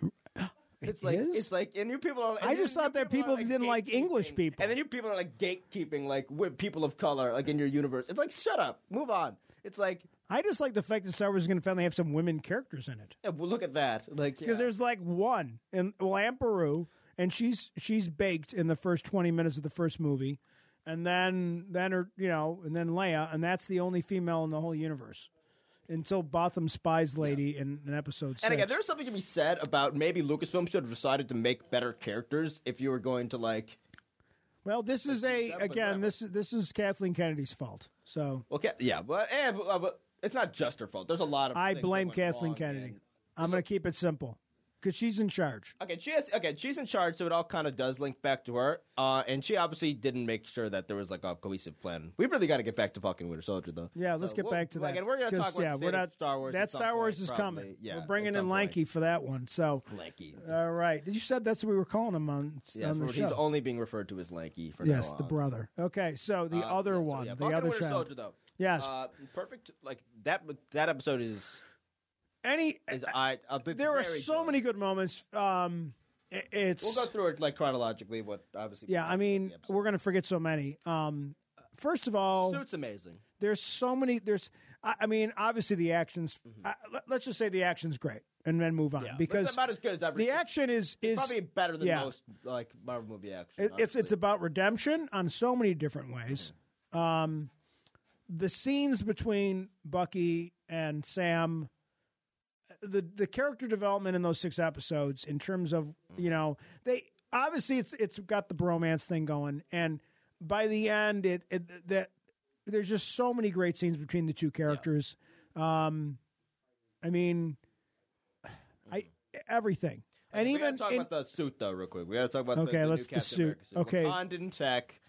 Speaker 2: It's like
Speaker 1: is?
Speaker 2: it's like, and you people. Are, and
Speaker 1: I
Speaker 2: you-
Speaker 1: just
Speaker 2: you
Speaker 1: thought that people
Speaker 2: are,
Speaker 1: didn't like English
Speaker 2: gatekeeping.
Speaker 1: people.
Speaker 2: and then you people are like gatekeeping, like with people of color, like in your universe. It's like, shut up, move on. It's like,
Speaker 1: I just like the fact that Star Wars is going to finally have some women characters in it.
Speaker 2: yeah, well, look at that, like
Speaker 1: because
Speaker 2: yeah.
Speaker 1: there's like one in well Amperu, and she's she's baked in the first twenty minutes of the first movie, and then then her you know and then Leia, and that's the only female in the whole universe until Botham spies lady in an episode. Six.
Speaker 2: And again, there's something to be said about maybe Lucasfilm should have decided to make better characters if you were going to like
Speaker 1: well, this is a
Speaker 2: that, but
Speaker 1: again
Speaker 2: whatever.
Speaker 1: this is this is Kathleen Kennedy's fault. So
Speaker 2: Well, Ca- yeah, but, eh, but, uh, but it's not just her fault. There's a lot of.
Speaker 1: I
Speaker 2: things that
Speaker 1: blame
Speaker 2: went
Speaker 1: Kathleen
Speaker 2: wrong,
Speaker 1: Kennedy.
Speaker 2: and-
Speaker 1: I'm going to keep it simple because she's in charge.
Speaker 2: Okay, she has. Okay, she's in charge, so it all kind of does link back to her. Uh, and she obviously didn't make sure that there was like a cohesive plan. We really got to get back to fucking Winter Soldier, though.
Speaker 1: Yeah, let's
Speaker 2: So
Speaker 1: get
Speaker 2: we'll-
Speaker 1: back to that.
Speaker 2: like, and we're gonna
Speaker 1: 'Cause,
Speaker 2: talk about
Speaker 1: yeah,
Speaker 2: the state
Speaker 1: we're
Speaker 2: of
Speaker 1: not-
Speaker 2: Star Wars.
Speaker 1: That
Speaker 2: at some
Speaker 1: Star Wars
Speaker 2: point,
Speaker 1: is
Speaker 2: probably.
Speaker 1: coming.
Speaker 2: Yeah,
Speaker 1: we're bringing
Speaker 2: at some
Speaker 1: in Lanky for that one. So
Speaker 2: point. Lanky.
Speaker 1: All right. You said that's what we were calling him on,
Speaker 2: Yes,
Speaker 1: on the
Speaker 2: but
Speaker 1: show.
Speaker 2: he's only being referred to as Lanky for
Speaker 1: yes,
Speaker 2: now
Speaker 1: the
Speaker 2: on.
Speaker 1: brother. Okay, so the
Speaker 2: Uh,
Speaker 1: other
Speaker 2: yeah, so,
Speaker 1: one,
Speaker 2: yeah,
Speaker 1: the
Speaker 2: Falcon
Speaker 1: other
Speaker 2: Winter
Speaker 1: child.
Speaker 2: Soldier, though.
Speaker 1: Yes.
Speaker 2: Uh, perfect. Like that. That episode is.
Speaker 1: Any,
Speaker 2: is I. I think
Speaker 1: there are
Speaker 2: very
Speaker 1: so
Speaker 2: good.
Speaker 1: many good moments. Um, i- it's
Speaker 2: We'll go through it like chronologically. What obviously.
Speaker 1: yeah. I mean,
Speaker 2: the episode.
Speaker 1: we're gonna forget so many. Um, first of all,
Speaker 2: Suit's amazing.
Speaker 1: there's so many. There's, I, I mean, obviously the actions. I, let, us just say the action's great, and then move on
Speaker 2: Because
Speaker 1: because
Speaker 2: Mm-hmm. it's about as good as every.
Speaker 1: the action is is
Speaker 2: probably better than
Speaker 1: yeah.
Speaker 2: most like Marvel movie action.
Speaker 1: It- it's it's
Speaker 2: honestly.
Speaker 1: about redemption on so many different ways. Um, the scenes between Bucky and Sam, the the character development in those six
Speaker 2: Mm-hmm.
Speaker 1: episodes, in terms of you know they obviously it's it's got the bromance thing going, and by the end, it, it that there's just so many great scenes between the two characters. Um, I mean, I everything, and
Speaker 2: Mm-hmm. we
Speaker 1: even
Speaker 2: gotta talk
Speaker 1: in-
Speaker 2: about the suit though, real quick. We gotta talk about the-
Speaker 1: Okay,
Speaker 2: the,
Speaker 1: let's- the
Speaker 2: new Captain
Speaker 1: suit.
Speaker 2: America We're
Speaker 1: Okay.
Speaker 2: blonde in tech,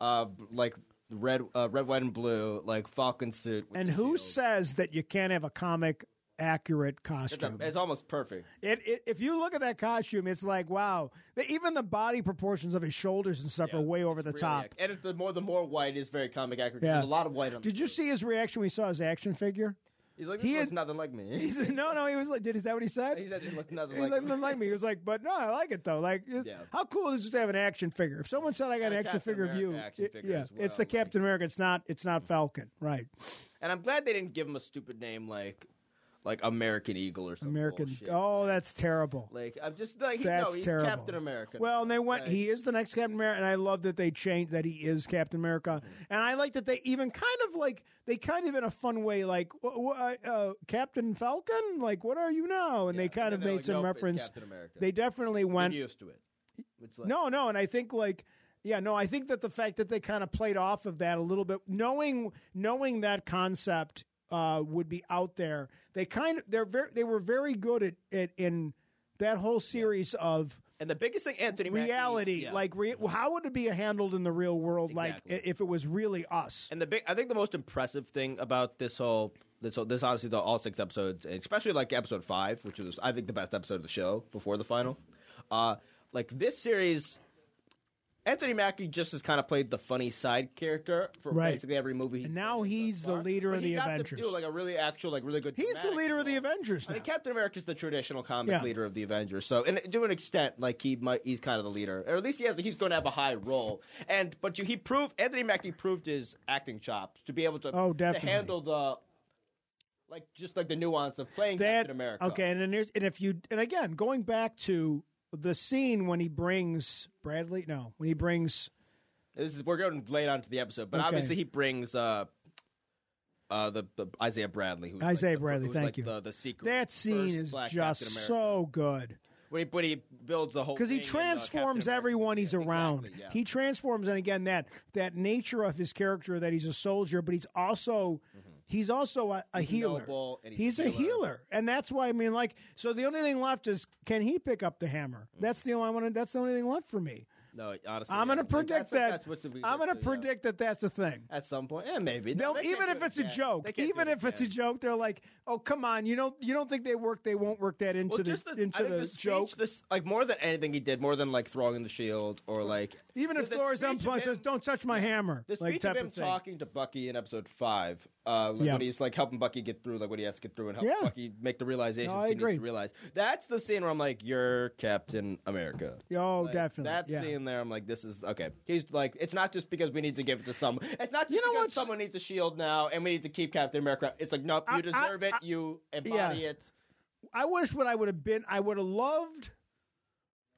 Speaker 2: uh, like red, uh, red, white, and blue, like Falcon suit. with
Speaker 1: and
Speaker 2: the
Speaker 1: who
Speaker 2: shield.
Speaker 1: says that you can't have a comic accurate
Speaker 2: It's, a-
Speaker 1: costume?
Speaker 2: it's almost perfect.
Speaker 1: It, it, if you look at that costume, it's like wow. The, even the body proportions of his shoulders and stuff are way over the
Speaker 2: Really
Speaker 1: top.
Speaker 2: ac- and it's the more the more white is very comic accurate.
Speaker 1: Yeah.
Speaker 2: There's a lot of white on.
Speaker 1: Did
Speaker 2: the
Speaker 1: you
Speaker 2: suit.
Speaker 1: see his reaction when he saw his action
Speaker 2: (laughs)
Speaker 1: figure?
Speaker 2: He's like,
Speaker 1: he
Speaker 2: this looks
Speaker 1: is-
Speaker 2: nothing like me.
Speaker 1: He
Speaker 2: (laughs) He
Speaker 1: said, "No, no." He was like, "Did is that what he said?"
Speaker 2: said it looked
Speaker 1: (laughs)
Speaker 2: nothing
Speaker 1: He
Speaker 2: like
Speaker 1: like,
Speaker 2: me.
Speaker 1: didn't like me. He was like, but no, I like it though. Like, it's-
Speaker 2: Yeah.
Speaker 1: how cool is it to have an action figure? If someone said I got
Speaker 2: And
Speaker 1: an
Speaker 2: a
Speaker 1: action
Speaker 2: Captain
Speaker 1: figure of you,
Speaker 2: America action
Speaker 1: it-
Speaker 2: figure
Speaker 1: yeah,
Speaker 2: as well,
Speaker 1: it's the
Speaker 2: like-
Speaker 1: Captain America. It's not. It's not Falcon, right?
Speaker 2: And I'm glad they didn't give him a stupid name like like American Eagle or something.
Speaker 1: American. Oh, that's terrible.
Speaker 2: Like I'm just like he,
Speaker 1: that's
Speaker 2: no, he's
Speaker 1: terrible.
Speaker 2: Captain America.
Speaker 1: Well, and they went.
Speaker 2: Like,
Speaker 1: he is the next Captain America, and I love that they changed that he is Captain America. And I like that they even kind of like they kind of in a fun way like wh- wh- uh, Captain Falcon. Like, what are you now? And
Speaker 2: yeah.
Speaker 1: they kind
Speaker 2: And
Speaker 1: of
Speaker 2: they're
Speaker 1: made
Speaker 2: like,
Speaker 1: some
Speaker 2: nope, it's
Speaker 1: reference.
Speaker 2: Captain America.
Speaker 1: They definitely
Speaker 2: I'm
Speaker 1: went.
Speaker 2: used to it. It's like,
Speaker 1: No, no, and I think like yeah, no, I think that the fact that they kind of played off of that a little bit, knowing knowing that concept uh, would be out there, they kind of they're very they were very good at, at in that whole series of
Speaker 2: And the biggest thing, Anthony, Mackie-
Speaker 1: reality.
Speaker 2: yeah. Mm-hmm.
Speaker 1: Like re- how would it be handled in the real world?
Speaker 2: Exactly.
Speaker 1: Like i- if it was really us.
Speaker 2: And the big, I think the most impressive thing about this whole, this whole, this obviously the all six episodes, especially like episode five, which was I think the best episode of the show before the final. Uh, like this series, Anthony Mackie just has kind of played the funny side character for
Speaker 1: Right.
Speaker 2: basically every movie.
Speaker 1: And now he's the leader of the
Speaker 2: Avengers.
Speaker 1: Avengers.
Speaker 2: like a really actual, like really good.
Speaker 1: He's the
Speaker 2: dramatic
Speaker 1: leader of the
Speaker 2: role.
Speaker 1: Avengers
Speaker 2: I
Speaker 1: now.
Speaker 2: mean, Captain America's the traditional comic
Speaker 1: Yeah.
Speaker 2: leader of the Avengers, so and to an extent, like he might, he's kind of the leader, or at least he has he's going to have a high role. And but you, he proved Anthony Mackie proved his acting chops to be able to
Speaker 1: Oh,
Speaker 2: to
Speaker 1: definitely.
Speaker 2: handle the like just like the nuance of playing
Speaker 1: that
Speaker 2: Captain America.
Speaker 1: okay, and then there's and if you and again going back to the scene when he brings Bradley, no, when he brings
Speaker 2: this is, we're going late on to the episode, but
Speaker 1: Okay.
Speaker 2: obviously he brings uh, uh, the, the Isaiah Bradley, who's like,
Speaker 1: Isaiah
Speaker 2: the fir-
Speaker 1: Bradley,
Speaker 2: who's,
Speaker 1: thank
Speaker 2: like,
Speaker 1: you.
Speaker 2: The, the secret
Speaker 1: that scene
Speaker 2: first
Speaker 1: is
Speaker 2: black
Speaker 1: just
Speaker 2: Captain America.
Speaker 1: so good.
Speaker 2: when he, when he builds the whole
Speaker 1: because he
Speaker 2: thing and, uh, Captain
Speaker 1: transforms
Speaker 2: America-
Speaker 1: everyone he's
Speaker 2: Exactly,
Speaker 1: around.
Speaker 2: yeah.
Speaker 1: He transforms, and again that that nature of his character that he's a soldier, but he's also he's also a, a healer.
Speaker 2: Mm-hmm. noble, and
Speaker 1: he's
Speaker 2: he's a
Speaker 1: a
Speaker 2: healer.
Speaker 1: healer, and that's why I mean, like, so the only thing left is can he pick up the hammer? That's the only one. That's the only thing left for me.
Speaker 2: No, honestly,
Speaker 1: I'm
Speaker 2: Mm-hmm. yeah.
Speaker 1: going to
Speaker 2: Like, that's-
Speaker 1: predict
Speaker 2: like,
Speaker 1: that.
Speaker 2: that's what the-
Speaker 1: I'm going to
Speaker 2: yeah.
Speaker 1: predict that that's a thing.
Speaker 2: at some point. Yeah, maybe.
Speaker 1: They'll,
Speaker 2: No, they
Speaker 1: even
Speaker 2: can't
Speaker 1: if
Speaker 2: do it
Speaker 1: it's a
Speaker 2: again. They
Speaker 1: joke,
Speaker 2: can't
Speaker 1: even
Speaker 2: do it
Speaker 1: if it's a
Speaker 2: again.
Speaker 1: joke, they're like, "Oh, come on! You don't you don't think they work? They won't work that into
Speaker 2: Well,
Speaker 1: the,
Speaker 2: just the,
Speaker 1: into
Speaker 2: I think
Speaker 1: the,
Speaker 2: the speech,
Speaker 1: joke."
Speaker 2: This like more than anything he did, more than like throwing the shield or like
Speaker 1: even if
Speaker 2: the
Speaker 1: Thor's
Speaker 2: speech of
Speaker 1: unplugged
Speaker 2: him-
Speaker 1: says, "Don't touch my hammer,"
Speaker 2: The speech
Speaker 1: like type
Speaker 2: of him
Speaker 1: thing.
Speaker 2: talking to Bucky in episode five, uh, like
Speaker 1: Yeah.
Speaker 2: when he's like helping Bucky get through, like what he has to get through, and help
Speaker 1: Yeah.
Speaker 2: Bucky make the realization
Speaker 1: No, I
Speaker 2: he needs
Speaker 1: agree.
Speaker 2: to realize. That's the scene where I'm like, "You're Captain America."
Speaker 1: Oh,
Speaker 2: Like,
Speaker 1: definitely.
Speaker 2: That
Speaker 1: yeah.
Speaker 2: scene there, I'm like, "This is okay." He's like, "It's not just because we need to give it to someone. It's not just
Speaker 1: You know
Speaker 2: because
Speaker 1: what's-
Speaker 2: someone needs a shield now, and we need to keep Captain America." It's like, "Nope, you
Speaker 1: I- I-
Speaker 2: deserve it.
Speaker 1: I-
Speaker 2: you embody
Speaker 1: yeah.
Speaker 2: it."
Speaker 1: I wish what I would have been. I would have loved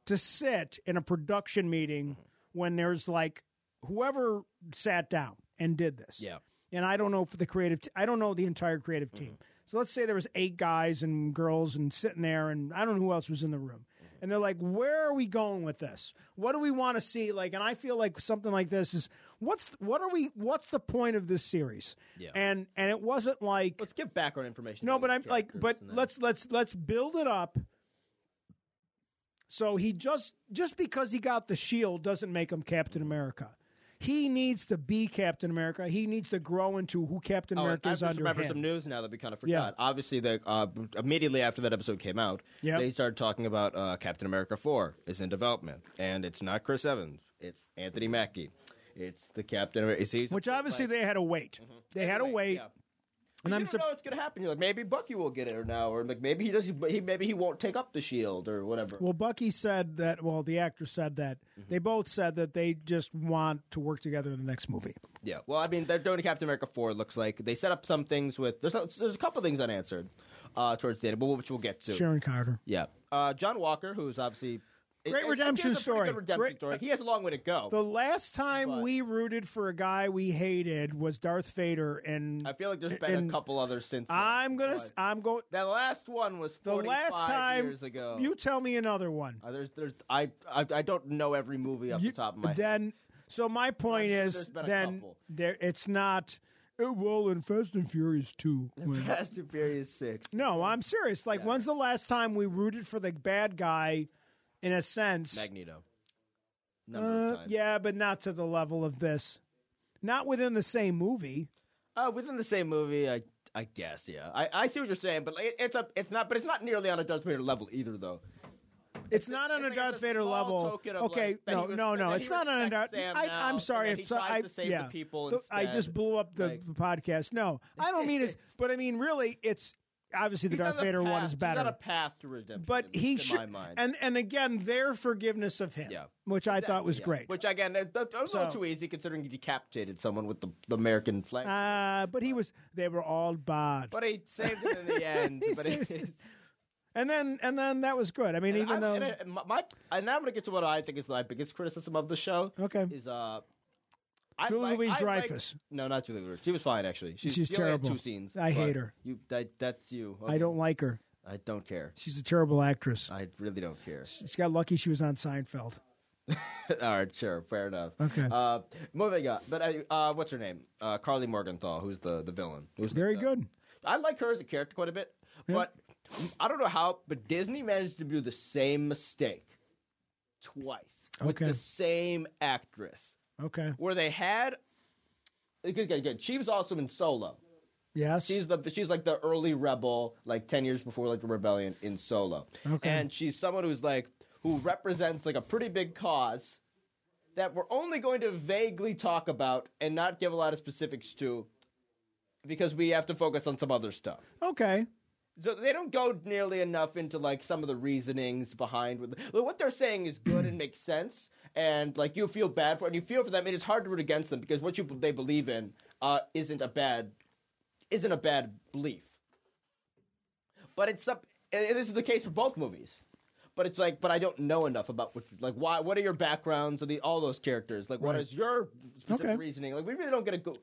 Speaker 1: to sit in a production meeting
Speaker 2: Mm-hmm.
Speaker 1: when there's like whoever sat down and did this.
Speaker 2: Yeah. Mm-hmm.
Speaker 1: and I don't know for the creative. T- I don't know the entire creative team. So let's say there was eight guys and girls and sitting there, and I don't know who else was in the room.
Speaker 2: Mm-hmm.
Speaker 1: And they're like, "Where are we going with this? What do we want to see?" Like, and I feel like something like this is what's what are we? What's the point of this series?
Speaker 2: Yeah.
Speaker 1: And and it wasn't like
Speaker 2: Let's give background information.
Speaker 1: no,
Speaker 2: about
Speaker 1: but
Speaker 2: these
Speaker 1: I'm like,
Speaker 2: characters
Speaker 1: but
Speaker 2: and then-
Speaker 1: let's let's let's build it up. So he just just because he got the shield doesn't make him Captain America. He needs to be Captain America. He needs to grow into who Captain
Speaker 2: Oh, and
Speaker 1: America
Speaker 2: I
Speaker 1: is
Speaker 2: just
Speaker 1: under
Speaker 2: remember
Speaker 1: him.
Speaker 2: some news now that we kind of
Speaker 1: Yeah.
Speaker 2: forgot. Obviously, the, uh, immediately after that episode came out,
Speaker 1: Yep.
Speaker 2: they started talking about uh, Captain America 4 is in development. And it's not Chris Evans. It's Anthony Mackie. It's the Captain America. He's
Speaker 1: Which obviously they had to wait.
Speaker 2: Mm-hmm.
Speaker 1: They had to wait.
Speaker 2: Yeah.
Speaker 1: And
Speaker 2: you
Speaker 1: I'm
Speaker 2: don't
Speaker 1: sup-
Speaker 2: know it's going to happen. You're like, maybe Bucky will get it now. Or like, maybe he doesn't. but He, maybe he won't take up the shield or whatever.
Speaker 1: Well, Bucky said that. Well, the actor said that.
Speaker 2: Mm-hmm.
Speaker 1: They both said that they just want to work together in the next movie.
Speaker 2: Yeah. Well, I mean, they're doing Captain America four. it Looks like they set up some things with. There's a, there's a couple things unanswered uh, towards the end, but which we'll get to.
Speaker 1: Sharon Carter.
Speaker 2: Yeah. Uh, John Walker, who's obviously
Speaker 1: Great redemption
Speaker 2: he has a pretty
Speaker 1: story.
Speaker 2: Good redemption
Speaker 1: Great-
Speaker 2: story. He has a long way to go.
Speaker 1: The last time
Speaker 2: But-
Speaker 1: we rooted for a guy we hated was Darth Vader, and
Speaker 2: I feel like there's been
Speaker 1: and-
Speaker 2: a couple others since. then,
Speaker 1: I'm gonna.
Speaker 2: but-
Speaker 1: I'm going.
Speaker 2: That last one was
Speaker 1: The
Speaker 2: 45
Speaker 1: last time
Speaker 2: years ago.
Speaker 1: you tell me another one,
Speaker 2: Uh, there's, there's, I, I, I don't know every movie off
Speaker 1: You-
Speaker 2: the top of my head.
Speaker 1: then So my point
Speaker 2: sure
Speaker 1: is
Speaker 2: there's been a
Speaker 1: then
Speaker 2: couple.
Speaker 1: there, it's not. It will in Fast and Furious two. when-
Speaker 2: (laughs) Fast and Furious Six.
Speaker 1: no, I'm serious. Like,
Speaker 2: Yeah.
Speaker 1: when's the last time we rooted for the bad guy? In a sense,
Speaker 2: Magneto. Number of
Speaker 1: uh,
Speaker 2: times.
Speaker 1: yeah, but not to the level of this. Not within the same movie.
Speaker 2: Uh, within the same movie, I I guess. Yeah, I, I see what you're saying, but like, it, it's a it's not, but it's not nearly on a Darth Vader level either, though.
Speaker 1: It's not on
Speaker 2: it's
Speaker 1: a
Speaker 2: like
Speaker 1: Darth
Speaker 2: it's a
Speaker 1: Vader
Speaker 2: small
Speaker 1: level.
Speaker 2: token of,
Speaker 1: Okay,
Speaker 2: like, that
Speaker 1: no,
Speaker 2: he res-
Speaker 1: no, no,
Speaker 2: that
Speaker 1: it's
Speaker 2: he
Speaker 1: not on a Darth.
Speaker 2: respects Sam
Speaker 1: I,
Speaker 2: now,
Speaker 1: I'm sorry
Speaker 2: and that
Speaker 1: if
Speaker 2: he
Speaker 1: so,
Speaker 2: tries
Speaker 1: I,
Speaker 2: to save the
Speaker 1: yeah.
Speaker 2: people
Speaker 1: Th- I just
Speaker 2: instead.
Speaker 1: blew up the
Speaker 2: Like-
Speaker 1: podcast. No, I don't mean
Speaker 2: (laughs)
Speaker 1: it's, but I mean really, it's obviously the
Speaker 2: He's on
Speaker 1: Darth Vader
Speaker 2: path,
Speaker 1: one is better.
Speaker 2: He's on a path to redemption,
Speaker 1: but
Speaker 2: at
Speaker 1: he
Speaker 2: least
Speaker 1: should,
Speaker 2: in my mind.
Speaker 1: and and again, their forgiveness of him,
Speaker 2: Yeah.
Speaker 1: which I thought was
Speaker 2: Yeah.
Speaker 1: great.
Speaker 2: Which again, that, that was a little
Speaker 1: So-
Speaker 2: too easy considering he decapitated someone with the, the American flag.
Speaker 1: uh, but he was, they were all bad.
Speaker 2: but he saved it
Speaker 1: (laughs)
Speaker 2: in the end. but it, and
Speaker 1: and then and then that was good. I mean, even
Speaker 2: I'm-
Speaker 1: though
Speaker 2: and I- my, my- and now I'm gonna get to what I think is my biggest criticism of the show.
Speaker 1: Okay.
Speaker 2: is uh. I
Speaker 1: Julia
Speaker 2: like- I like-
Speaker 1: Louis-Dreyfus.
Speaker 2: no, not Julie Louis. She was fine actually. She's,
Speaker 1: She's
Speaker 2: she only had
Speaker 1: terrible.
Speaker 2: two scenes.
Speaker 1: I hate
Speaker 2: but
Speaker 1: her.
Speaker 2: You, that, that's you.
Speaker 1: I
Speaker 2: Okay.
Speaker 1: don't like her.
Speaker 2: I don't care.
Speaker 1: She's a terrible actress.
Speaker 2: I really don't care. (laughs)
Speaker 1: She got lucky she was on Seinfeld.
Speaker 2: All right, sure, fair enough.
Speaker 1: Okay.
Speaker 2: Uh, moving on, but I, uh, what's her name? Uh, Carly Morgenthau, who's the the villain? Who's the-
Speaker 1: Very
Speaker 2: the-
Speaker 1: good.
Speaker 2: I like her as a character quite a bit, but I don't know how. But Disney managed to do the same mistake twice with
Speaker 1: Okay.
Speaker 2: the same actress,
Speaker 1: Okay.
Speaker 2: where they had. Again, again, she was awesome in Solo.
Speaker 1: Yes.
Speaker 2: She's the she's like the early rebel, like ten years before like the rebellion in Solo,
Speaker 1: Okay.
Speaker 2: and she's someone who's like who represents like a pretty big cause that we're only going to vaguely talk about and not give a lot of specifics to, because we have to focus on some other stuff.
Speaker 1: okay.
Speaker 2: So they don't go nearly enough into like some of the reasonings behind what, what they're saying is good and makes sense, and like you feel bad for and you feel for them, and it's hard to root against them because what you they believe in uh, isn't a bad isn't a bad belief. But it's up. And and this is the case for both movies. But it's like, but I don't know enough about what, like why. What are your backgrounds of the all those characters? Like, what
Speaker 1: Right.
Speaker 2: is your specific
Speaker 1: Okay.
Speaker 2: reasoning? Like, we really don't get a go.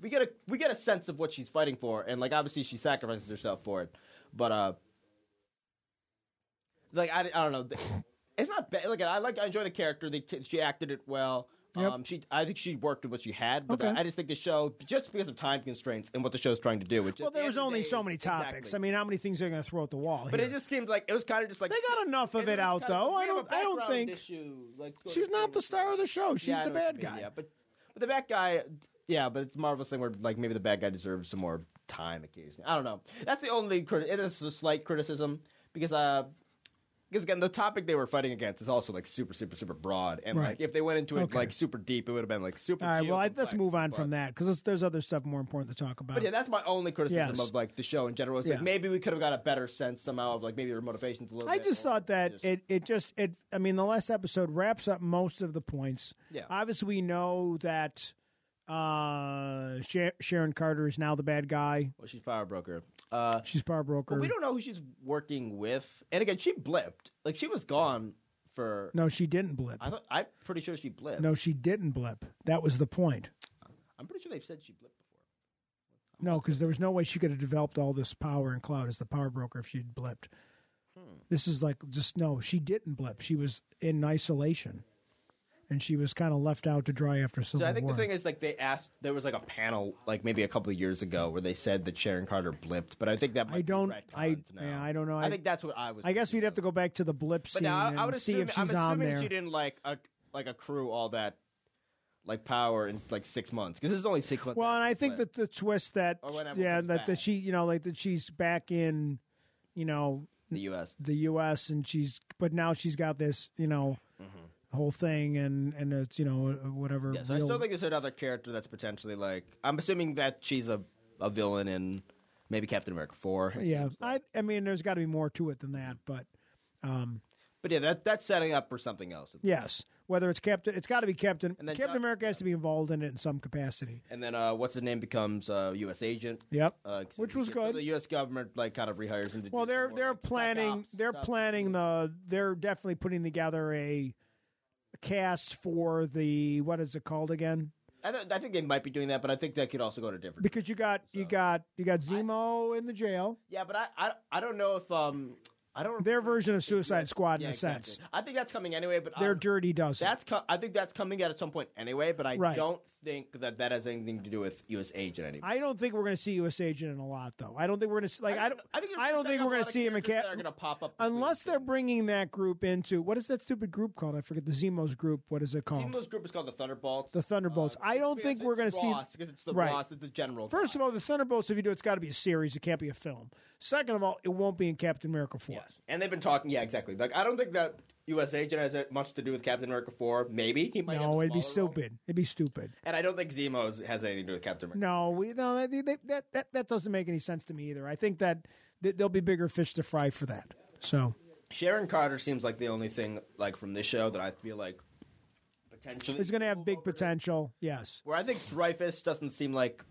Speaker 2: We get a we get a sense of what she's fighting for, and like obviously she sacrifices herself for it. But uh, like I, I don't know. It's not bad. Like I like I enjoy the character. The kid, she acted it well.
Speaker 1: Yep.
Speaker 2: Um, she I think she worked with what she had, but
Speaker 1: Okay.
Speaker 2: I just think the show just because of time constraints and what the show's trying to do. Which
Speaker 1: Well,
Speaker 2: at the
Speaker 1: there
Speaker 2: end
Speaker 1: was
Speaker 2: of the
Speaker 1: only
Speaker 2: day
Speaker 1: so
Speaker 2: is-
Speaker 1: many topics.
Speaker 2: exactly.
Speaker 1: I mean, how many things are going to throw at the wall?
Speaker 2: But
Speaker 1: here?
Speaker 2: it just seemed like it was kind of just like
Speaker 1: They got enough of
Speaker 2: was
Speaker 1: it out,
Speaker 2: kind of-
Speaker 1: though.
Speaker 2: we
Speaker 1: I
Speaker 2: have a
Speaker 1: don't- I don't
Speaker 2: background
Speaker 1: think-
Speaker 2: issue, like, sort
Speaker 1: she's
Speaker 2: of
Speaker 1: not
Speaker 2: thing.
Speaker 1: the star of the show. She's
Speaker 2: Yeah, I
Speaker 1: the
Speaker 2: know what you
Speaker 1: bad
Speaker 2: mean,
Speaker 1: guy.
Speaker 2: Yeah, but but the bad guy. Yeah, but it's a Marvel thing where like maybe the bad guy deserves some more time occasionally. I don't know. That's the only criti- it is a slight criticism because uh because again the topic they were fighting against is also like super super super broad and
Speaker 1: Right.
Speaker 2: like if they went into it
Speaker 1: Okay.
Speaker 2: like super deep it would have been like super.
Speaker 1: All right. Well, I, let's
Speaker 2: complex,
Speaker 1: move on from
Speaker 2: but-
Speaker 1: that because there's other stuff more important to talk about.
Speaker 2: but yeah, that's my only criticism
Speaker 1: Yes.
Speaker 2: of like the show in general. Is like
Speaker 1: Yeah.
Speaker 2: maybe we could have got a better sense somehow of like maybe their motivations a little.
Speaker 1: I
Speaker 2: bit,
Speaker 1: just
Speaker 2: or
Speaker 1: thought that
Speaker 2: just-
Speaker 1: it, it just it I mean the last episode wraps up most of the points.
Speaker 2: Yeah.
Speaker 1: Obviously we know that uh Sha- Sharon Carter is now the bad guy.
Speaker 2: Well, she's power broker. Uh,
Speaker 1: She's power broker.
Speaker 2: but we don't know who she's working with. And again, she blipped. Like she was gone for.
Speaker 1: no, she didn't blip.
Speaker 2: I thought I'm pretty sure she blipped.
Speaker 1: No, she didn't blip. That was the point.
Speaker 2: I'm pretty sure they've said she blipped before.
Speaker 1: No, because there was no way she could have developed all this power in Cloud as the power broker if she'd blipped.
Speaker 2: Hmm.
Speaker 1: This is like just no, she didn't blip. She was in isolation, and she was kind of left out to dry after Civil
Speaker 2: So I think
Speaker 1: War.
Speaker 2: the thing is, like, they asked. There was like a panel, like maybe a couple of years ago, where they said that Sharon Carter blipped. But I think that might
Speaker 1: I don't-
Speaker 2: Be
Speaker 1: I-
Speaker 2: retconned now.
Speaker 1: yeah, I don't know.
Speaker 2: I,
Speaker 1: I-
Speaker 2: think that's what I was.
Speaker 1: I guess
Speaker 2: thinking
Speaker 1: we'd have
Speaker 2: of.
Speaker 1: to go back to the blip
Speaker 2: But
Speaker 1: scene
Speaker 2: now I, I would
Speaker 1: and see
Speaker 2: assume
Speaker 1: if
Speaker 2: I'm
Speaker 1: she's on
Speaker 2: assuming
Speaker 1: there.
Speaker 2: she didn't like a, like accrue all that like power in like six months because this is only six months.
Speaker 1: Well,
Speaker 2: after
Speaker 1: and I
Speaker 2: she
Speaker 1: think
Speaker 2: blipped.
Speaker 1: that the twist that
Speaker 2: Or whenever
Speaker 1: yeah
Speaker 2: she's
Speaker 1: that, that
Speaker 2: back.
Speaker 1: she you know like that she's back in you know
Speaker 2: the U.S.
Speaker 1: the U.S. and she's but now she's got this you know whole thing and and it's you know whatever.
Speaker 2: Mm-hmm. Yeah, so I
Speaker 1: real-
Speaker 2: still think there's another character that's potentially like. I'm assuming that she's a, a villain in maybe Captain America Four. it
Speaker 1: yeah.
Speaker 2: seems like.
Speaker 1: I I mean, there's got to be more to it than that, but
Speaker 2: but yeah, that that's setting up for something else.
Speaker 1: yes, whether it's Captain, it's got to be Captain.
Speaker 2: And then
Speaker 1: Captain
Speaker 2: Doc-
Speaker 1: America has to be involved in it in some capacity.
Speaker 2: And then uh, what's his name becomes uh, U.S. agent.
Speaker 1: Yep,
Speaker 2: Uh, so
Speaker 1: which was
Speaker 2: so
Speaker 1: good.
Speaker 2: The U.S. government like kind of rehires him. To
Speaker 1: Well,
Speaker 2: do some
Speaker 1: they're
Speaker 2: more,
Speaker 1: they're
Speaker 2: like, spec
Speaker 1: planning
Speaker 2: ops
Speaker 1: they're
Speaker 2: stuff.
Speaker 1: planning the they're definitely putting together a cast for the what is it called again?
Speaker 2: I, th- I think they might be doing that, but I think that could also go to different.
Speaker 1: Because you got you got you got Zemo in the jail.
Speaker 2: yeah, but I, I I don't know if um I don't.
Speaker 1: Their version of Suicide Squad in
Speaker 2: yeah,
Speaker 1: a
Speaker 2: exactly.
Speaker 1: sense.
Speaker 2: I think that's coming anyway, but
Speaker 1: Their
Speaker 2: um,
Speaker 1: dirty dozen.
Speaker 2: That's co- I think that's coming out at some point anyway, but I
Speaker 1: Right.
Speaker 2: don't think that that has anything to do with U.S. agent anymore.
Speaker 1: I don't think we're going to see U.S. Agent in a lot, though. I don't think we're going to see, like. I don't. I,
Speaker 2: there's
Speaker 1: don't
Speaker 2: just
Speaker 1: think
Speaker 2: a
Speaker 1: we're going
Speaker 2: lot
Speaker 1: to
Speaker 2: of
Speaker 1: see him in
Speaker 2: characters that
Speaker 1: Cap-
Speaker 2: are going to pop up between
Speaker 1: unless they're
Speaker 2: things.
Speaker 1: bringing that group into what is that stupid group called? I forget the Zemos group. What is it called?
Speaker 2: Team Blue's group is called the Thunderbolts.
Speaker 1: The Thunderbolts. I don't think we're going to see.
Speaker 2: because it's the
Speaker 1: Right.
Speaker 2: Ross, it's the General.
Speaker 1: First of all, the Thunderbolts. If you do, it's got to be a series. It can't be a film. Second of all, it won't be in Captain America four.
Speaker 2: Yes. And they've been talking. Yeah, exactly. Like I don't think that U.S. agent has much to do with Captain America Four. Maybe he might. have
Speaker 1: No,
Speaker 2: a
Speaker 1: it'd be
Speaker 2: smaller role.
Speaker 1: stupid. It'd be stupid.
Speaker 2: And I don't think Zemo has anything to do with Captain America.
Speaker 1: No, we no that- that that that, that doesn't make any sense to me either. I think that, that there'll be bigger fish to fry for that. So
Speaker 2: Sharon Carter seems like the only thing like from this show that I feel like potentially
Speaker 1: it's going to have big potential. Yes.
Speaker 2: Where I think Dreyfus doesn't seem like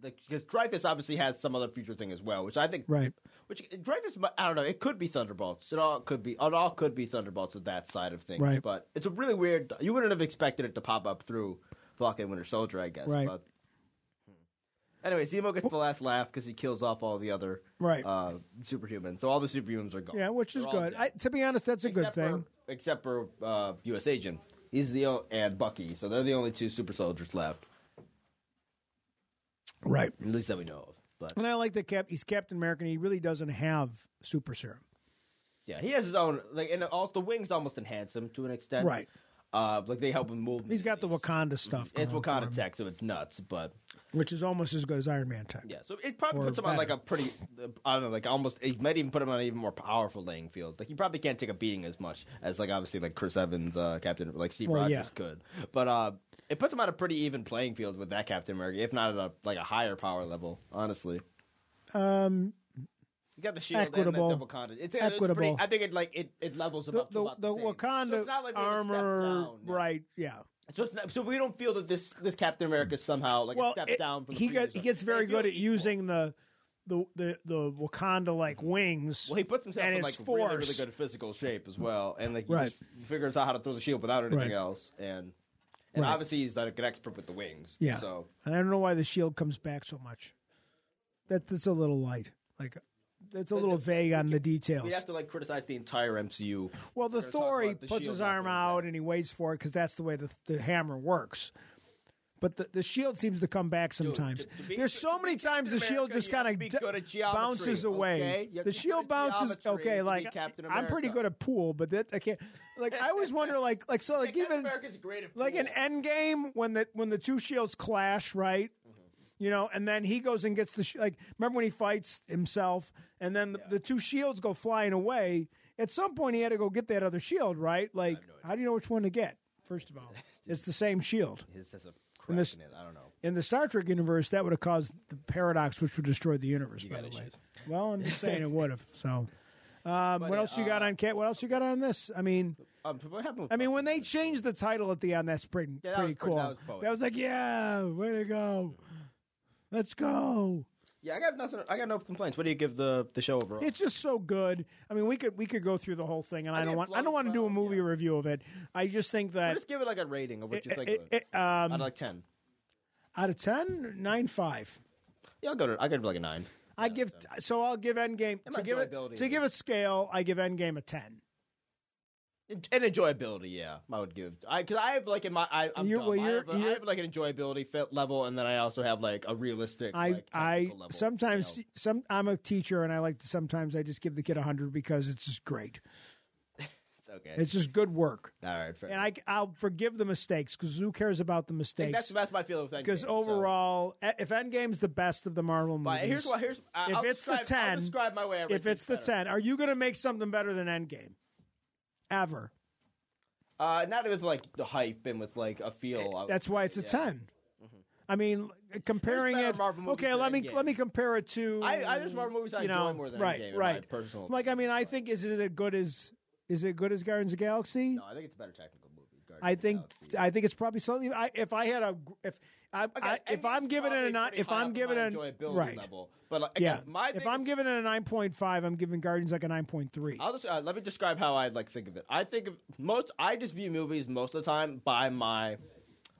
Speaker 2: because Dreyfus obviously has some other future thing as well, which I think
Speaker 1: Right.
Speaker 2: Which Dreyfus, mi- I don't know. It could be Thunderbolts. It all could be. It all could be Thunderbolts with that side of things.
Speaker 1: Right.
Speaker 2: But it's a really weird. You wouldn't have expected it to pop up through Falcon Winter Soldier, I guess.
Speaker 1: Right.
Speaker 2: But hmm. anyway, Zemo gets the last laugh because he kills off all the other
Speaker 1: Right.
Speaker 2: uh, superhumans. So all the superhumans are gone.
Speaker 1: Yeah, which is
Speaker 2: They're all
Speaker 1: good.
Speaker 2: dead.
Speaker 1: I, to be honest, that's a good
Speaker 2: Except for-
Speaker 1: thing.
Speaker 2: except for uh, U.S. Agent, he's the o- and Bucky. So they're the only two super soldiers left,
Speaker 1: Right.
Speaker 2: at least that we know of. But
Speaker 1: And I like that Cap, he's Captain American. He really doesn't have super serum.
Speaker 2: Yeah, he has his own like, and also the wings almost enhance him to an extent,
Speaker 1: Right.
Speaker 2: Uh, like they help him move.
Speaker 1: He's got the
Speaker 2: things.
Speaker 1: Wakanda stuff.
Speaker 2: Mm-hmm. It's
Speaker 1: going for
Speaker 2: Wakanda
Speaker 1: him,
Speaker 2: tech, so it's nuts, but
Speaker 1: which is almost as good as Iron Man tech.
Speaker 2: yeah. So it probably
Speaker 1: Or
Speaker 2: puts him on like
Speaker 1: better.
Speaker 2: a pretty, uh, I don't know, like almost. It might even put him on an even more powerful laying field. Like he probably can't take a beating as much as like obviously like Chris Evans, uh, Captain, like Steve
Speaker 1: Well,
Speaker 2: Rogers
Speaker 1: yeah.
Speaker 2: could. But uh, it puts him on a pretty even playing field with that Captain America, if not at a, like a higher power level. Honestly,
Speaker 1: Um,
Speaker 2: You got the shield
Speaker 1: Equitable.
Speaker 2: and the, the Wakanda. It's, it's
Speaker 1: Equitable.
Speaker 2: pretty, I think it like it, it levels them
Speaker 1: the
Speaker 2: up. to
Speaker 1: the,
Speaker 2: about
Speaker 1: the
Speaker 2: the, same. So
Speaker 1: Wakanda
Speaker 2: it's not like we have a step
Speaker 1: armor,
Speaker 2: down. Yeah.
Speaker 1: right? Yeah.
Speaker 2: So, it's not, so we don't feel that this this Captain America is somehow like
Speaker 1: Well,
Speaker 2: a step
Speaker 1: it-
Speaker 2: down from the
Speaker 1: he
Speaker 2: previous
Speaker 1: got, he
Speaker 2: one.
Speaker 1: gets
Speaker 2: They
Speaker 1: very
Speaker 2: feel
Speaker 1: good at
Speaker 2: equal.
Speaker 1: using the the the, the Wakanda like wings.
Speaker 2: Mm-hmm. Well, he puts himself
Speaker 1: and
Speaker 2: in
Speaker 1: his
Speaker 2: like
Speaker 1: force.
Speaker 2: really, really good physical shape as well, and like he
Speaker 1: Right.
Speaker 2: just figures out how to throw the shield without anything
Speaker 1: Right.
Speaker 2: else, and and
Speaker 1: Right.
Speaker 2: obviously he's like an expert with the wings.
Speaker 1: Yeah.
Speaker 2: So
Speaker 1: And I don't know why the shield comes back so much. That that's a little light. Like that's a little vague on the
Speaker 2: we
Speaker 1: details.
Speaker 2: have to like criticize the entire MCU.
Speaker 1: Well, the
Speaker 2: talk
Speaker 1: Thor he
Speaker 2: about the
Speaker 1: puts
Speaker 2: shield
Speaker 1: his
Speaker 2: not
Speaker 1: arm
Speaker 2: coming
Speaker 1: out and he waits for it because that's the way the, the hammer works. But the, the shield seems to come back sometimes.
Speaker 2: to- to be-
Speaker 1: There's so
Speaker 2: to
Speaker 1: many
Speaker 2: be
Speaker 1: times the
Speaker 2: Captain
Speaker 1: shield
Speaker 2: America,
Speaker 1: just
Speaker 2: you have
Speaker 1: kind
Speaker 2: to be good at
Speaker 1: of
Speaker 2: geometry,
Speaker 1: bounces away.
Speaker 2: okay? You have
Speaker 1: The
Speaker 2: to be
Speaker 1: shield
Speaker 2: good at
Speaker 1: bounces
Speaker 2: geometry
Speaker 1: okay.
Speaker 2: to be
Speaker 1: Like
Speaker 2: Captain
Speaker 1: I'm pretty
Speaker 2: America.
Speaker 1: good at pool, but that I can't. Like I always wonder, like like so like
Speaker 2: (laughs) Captain
Speaker 1: even
Speaker 2: America's great at
Speaker 1: like an
Speaker 2: pool.
Speaker 1: end game when the when the two shields clash, right?
Speaker 2: Mm-hmm.
Speaker 1: You know, and then he goes and gets the sh- like. Remember when he fights himself, and then the, the two shields go flying away. At some point, he had to go get that other shield, right? Like, how do you know which one to get? First of
Speaker 2: (laughs)
Speaker 1: all, it's the same shield.
Speaker 2: His has a crack
Speaker 1: this-
Speaker 2: in it. I don't know.
Speaker 1: In the Star Trek universe, that would have caused the paradox, which would destroy the universe. by
Speaker 2: got
Speaker 1: the way,
Speaker 2: issues.
Speaker 1: well, I'm just saying it would have. So,
Speaker 2: (laughs)
Speaker 1: um, what
Speaker 2: uh,
Speaker 1: else you got on Cat? What else you got on this? I mean,
Speaker 2: Um, what happened? With
Speaker 1: I mean,
Speaker 2: Bucky?
Speaker 1: when they changed the title at the end, that's pretty,
Speaker 2: Yeah, that
Speaker 1: pretty
Speaker 2: was pretty-
Speaker 1: cool.
Speaker 2: that was poetic.
Speaker 1: like, yeah, way to go. Let's
Speaker 2: Oh.
Speaker 1: go.
Speaker 2: yeah, I got nothing. I got no complaints. What do you give the the show overall?
Speaker 1: It's just so good. I mean, we could we could go through the whole thing, and I,
Speaker 2: think
Speaker 1: don't
Speaker 2: it
Speaker 1: want I don't
Speaker 2: flows
Speaker 1: want to do a
Speaker 2: well,
Speaker 1: movie
Speaker 2: yeah.
Speaker 1: review of it. I just think that
Speaker 2: just give it like a rating of what you
Speaker 1: it-
Speaker 2: think.
Speaker 1: it-
Speaker 2: of it.
Speaker 1: it, um,
Speaker 2: Out of like ten.
Speaker 1: out of 10, 9, 5.
Speaker 2: Yeah, I'll go to. I give it like a nine.
Speaker 1: I give so I'll give Endgame
Speaker 2: And
Speaker 1: to
Speaker 2: my
Speaker 1: give it
Speaker 2: enjoyability
Speaker 1: to
Speaker 2: is-
Speaker 1: give it scale. I give Endgame a ten.
Speaker 2: En- and enjoyability. Yeah, I would give. I because I have like in my I, I'm
Speaker 1: You're-
Speaker 2: dumb.
Speaker 1: well,
Speaker 2: I,
Speaker 1: you're-
Speaker 2: have, a- I
Speaker 1: you're-
Speaker 2: have like an enjoyability fit level, and then I also have like a realistic.
Speaker 1: I
Speaker 2: like,
Speaker 1: I
Speaker 2: technical level,
Speaker 1: sometimes
Speaker 2: you
Speaker 1: some I'm a teacher, and I like to sometimes I just give the kid a hundred because it's just great.
Speaker 2: know. It's okay.
Speaker 1: It's just good work.
Speaker 2: All right, fair.
Speaker 1: and
Speaker 2: enough.
Speaker 1: I, I'll forgive the mistakes because who cares about the
Speaker 2: think that's
Speaker 1: mistakes?
Speaker 2: that's my feeling with Endgame.
Speaker 1: Because
Speaker 2: so-
Speaker 1: overall, e- if Endgame's the best of the Marvel movies,
Speaker 2: But here's what here's I-
Speaker 1: if
Speaker 2: I'll
Speaker 1: it's the
Speaker 2: describe- I'll
Speaker 1: 10,
Speaker 2: describe my way. I
Speaker 1: if
Speaker 2: rate
Speaker 1: it's
Speaker 2: things
Speaker 1: the
Speaker 2: better.
Speaker 1: ten, are you going to make something better than Endgame? Ever?
Speaker 2: uh, not with like the hype and with like a feel. I would
Speaker 1: That's why it's a
Speaker 2: yeah.
Speaker 1: 10 I mean, comparing
Speaker 2: better
Speaker 1: it.
Speaker 2: Marvel movies
Speaker 1: Okay,
Speaker 2: than
Speaker 1: let me
Speaker 2: Endgame.
Speaker 1: let me compare it to.
Speaker 2: I, I there's more movies I
Speaker 1: you know,
Speaker 2: enjoy more than
Speaker 1: right,
Speaker 2: Endgame.
Speaker 1: right.
Speaker 2: In my personal
Speaker 1: like I mean, I think is it as good as is it good as Guardians of the Galaxy?
Speaker 2: No, I think it's a better technical movie. Guardians
Speaker 1: I
Speaker 2: of the
Speaker 1: think
Speaker 2: Galaxy.
Speaker 1: I think it's probably slightly. I, if I had a if I, I if
Speaker 2: Endgame's
Speaker 1: I'm giving it a
Speaker 2: probably
Speaker 1: nine,
Speaker 2: pretty
Speaker 1: if
Speaker 2: high up
Speaker 1: I'm
Speaker 2: on
Speaker 1: giving
Speaker 2: my
Speaker 1: it
Speaker 2: enjoyability
Speaker 1: right,
Speaker 2: level, but like,
Speaker 1: yeah.
Speaker 2: again, my
Speaker 1: if
Speaker 2: biggest-
Speaker 1: I'm giving it a nine point five, I'm giving Guardians like a nine point three.
Speaker 2: I'll just uh, let me describe how I like think of it. I think of most. I just view movies most of the time by my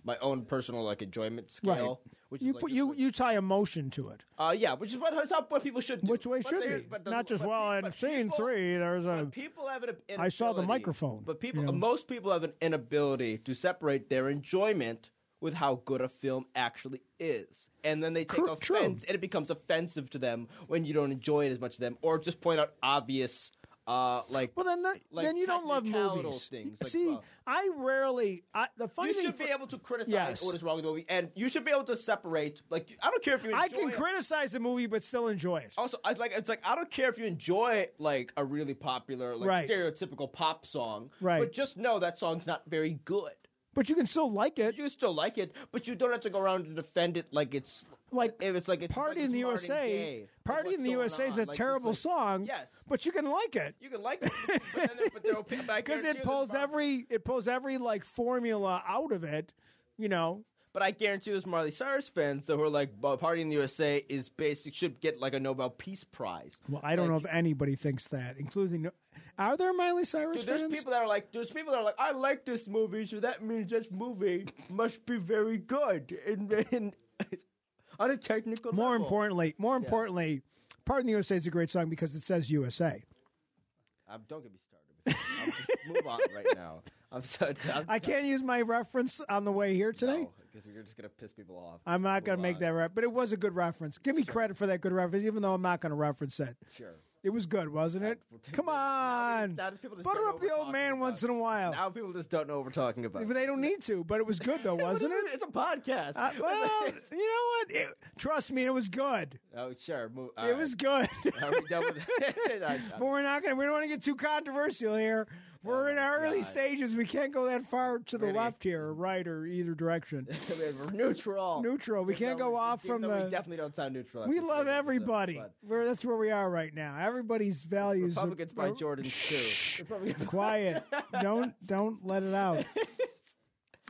Speaker 2: my own personal like enjoyment scale. Which
Speaker 1: You
Speaker 2: is like
Speaker 1: put
Speaker 2: this
Speaker 1: you
Speaker 2: week.
Speaker 1: you tie emotion to it,
Speaker 2: Uh, yeah, which is what it's not what people should do.
Speaker 1: which way it
Speaker 2: But
Speaker 1: should
Speaker 2: there-
Speaker 1: be.
Speaker 2: but the-
Speaker 1: Not just
Speaker 2: but
Speaker 1: well.
Speaker 2: pe-
Speaker 1: In
Speaker 2: but
Speaker 1: scene
Speaker 2: people-
Speaker 1: three, there's a
Speaker 2: But people have an ab-
Speaker 1: I saw the
Speaker 2: inability-
Speaker 1: microphone,
Speaker 2: But people,
Speaker 1: you know?
Speaker 2: most people have an inability to separate their enjoyment with how good a film actually is, and then they take
Speaker 1: Cor- true.
Speaker 2: offense, and it becomes offensive to them when you don't enjoy it as much as them, or just point out obvious, uh, like
Speaker 1: well. Then that,
Speaker 2: like
Speaker 1: then you don't love
Speaker 2: technicalital
Speaker 1: movies.
Speaker 2: things, like,
Speaker 1: See,
Speaker 2: well-
Speaker 1: I rarely. I, the funny
Speaker 2: you
Speaker 1: thing
Speaker 2: should
Speaker 1: for-
Speaker 2: be able to criticize
Speaker 1: Yes.
Speaker 2: what is wrong with the movie, and you should be able to separate. Like, I don't care if you. Enjoy
Speaker 1: I can
Speaker 2: it. Oh.
Speaker 1: criticize the movie, but still enjoy it.
Speaker 2: Also, I like it's like I don't care if you enjoy like a really popular, like
Speaker 1: Right.
Speaker 2: stereotypical pop song,
Speaker 1: Right.
Speaker 2: But just know that song's not very good.
Speaker 1: But you can still like it.
Speaker 2: You still like it, but you don't have to go around and defend it like it's
Speaker 1: Like,
Speaker 2: if it's like it's like
Speaker 1: Party
Speaker 2: it's
Speaker 1: in the
Speaker 2: Marvin
Speaker 1: USA.
Speaker 2: Gaye, or
Speaker 1: Party
Speaker 2: what's
Speaker 1: in the
Speaker 2: going
Speaker 1: USA is
Speaker 2: on.
Speaker 1: a
Speaker 2: Like, it's
Speaker 1: terrible
Speaker 2: like-
Speaker 1: song.
Speaker 2: Yes,
Speaker 1: but you can like it
Speaker 2: you can like it, but then they're, but they're okay.
Speaker 1: (laughs)
Speaker 2: but I
Speaker 1: because
Speaker 2: guarantee
Speaker 1: it
Speaker 2: you
Speaker 1: pulls
Speaker 2: there's Mar-
Speaker 1: every it pulls every like formula out of it. You know,
Speaker 2: But I guarantee there's Marley Cyrus fans that were like, "Well, "Party in the USA is basic should get like a Nobel Peace Prize."
Speaker 1: Well, I don't
Speaker 2: Like,
Speaker 1: know if anybody thinks that, including. Are there Miley Cyrus
Speaker 2: Dude, there's
Speaker 1: fans?
Speaker 2: people that are like, there's people that are like, I like this movie, so that means this movie must be very good. And, and (laughs) on a technical
Speaker 1: more
Speaker 2: level.
Speaker 1: importantly, more importantly, "Pardon the USA" is a great song because it says USA.
Speaker 2: Um, don't get me started. with that. Um, just (laughs) move on right now. I'm so. I'm,
Speaker 1: I can't use my reference on the way here today.
Speaker 2: because we're just gonna piss people off.
Speaker 1: I'm not going to
Speaker 2: Move
Speaker 1: make
Speaker 2: on.
Speaker 1: that right, but it was a good reference. Give me credit for that good reference, even though I'm not going to reference it.
Speaker 2: Sure.
Speaker 1: It was good, wasn't it?
Speaker 2: We'll take
Speaker 1: Come
Speaker 2: that. Now
Speaker 1: on,
Speaker 2: we- now people just don't
Speaker 1: butter
Speaker 2: know
Speaker 1: up
Speaker 2: what
Speaker 1: the
Speaker 2: we're
Speaker 1: old
Speaker 2: talking
Speaker 1: man
Speaker 2: about.
Speaker 1: once in a while.
Speaker 2: Now people just don't know what we're talking about.
Speaker 1: But they don't need to. But it was good
Speaker 2: (laughs)
Speaker 1: though, wasn't it?
Speaker 2: It's a podcast. (laughs)
Speaker 1: Uh, well, you know what? It- trust me, it was good.
Speaker 2: oh, sure. Move,
Speaker 1: It was good.
Speaker 2: (laughs) Are we done with it? I- I-
Speaker 1: (laughs) But we're not gonna. We don't want to get too controversial here. We're
Speaker 2: Oh,
Speaker 1: in our early
Speaker 2: God.
Speaker 1: stages. We can't go that far to the
Speaker 2: Really?
Speaker 1: left here, or right, or either
Speaker 2: (laughs)
Speaker 1: direction.
Speaker 2: (laughs) we're neutral.
Speaker 1: Neutral. We
Speaker 2: Even
Speaker 1: can't
Speaker 2: though
Speaker 1: go
Speaker 2: we-
Speaker 1: off
Speaker 2: even
Speaker 1: from
Speaker 2: though
Speaker 1: the-
Speaker 2: We definitely don't sound neutral.
Speaker 1: We
Speaker 2: after
Speaker 1: love
Speaker 2: today's episode,
Speaker 1: everybody.
Speaker 2: but-
Speaker 1: We're, that's where we are right now. Everybody's values. are-
Speaker 2: Republicans by
Speaker 1: are-
Speaker 2: Jordan too.
Speaker 1: (laughs)
Speaker 2: Republicans
Speaker 1: Quiet. don't don't let it out.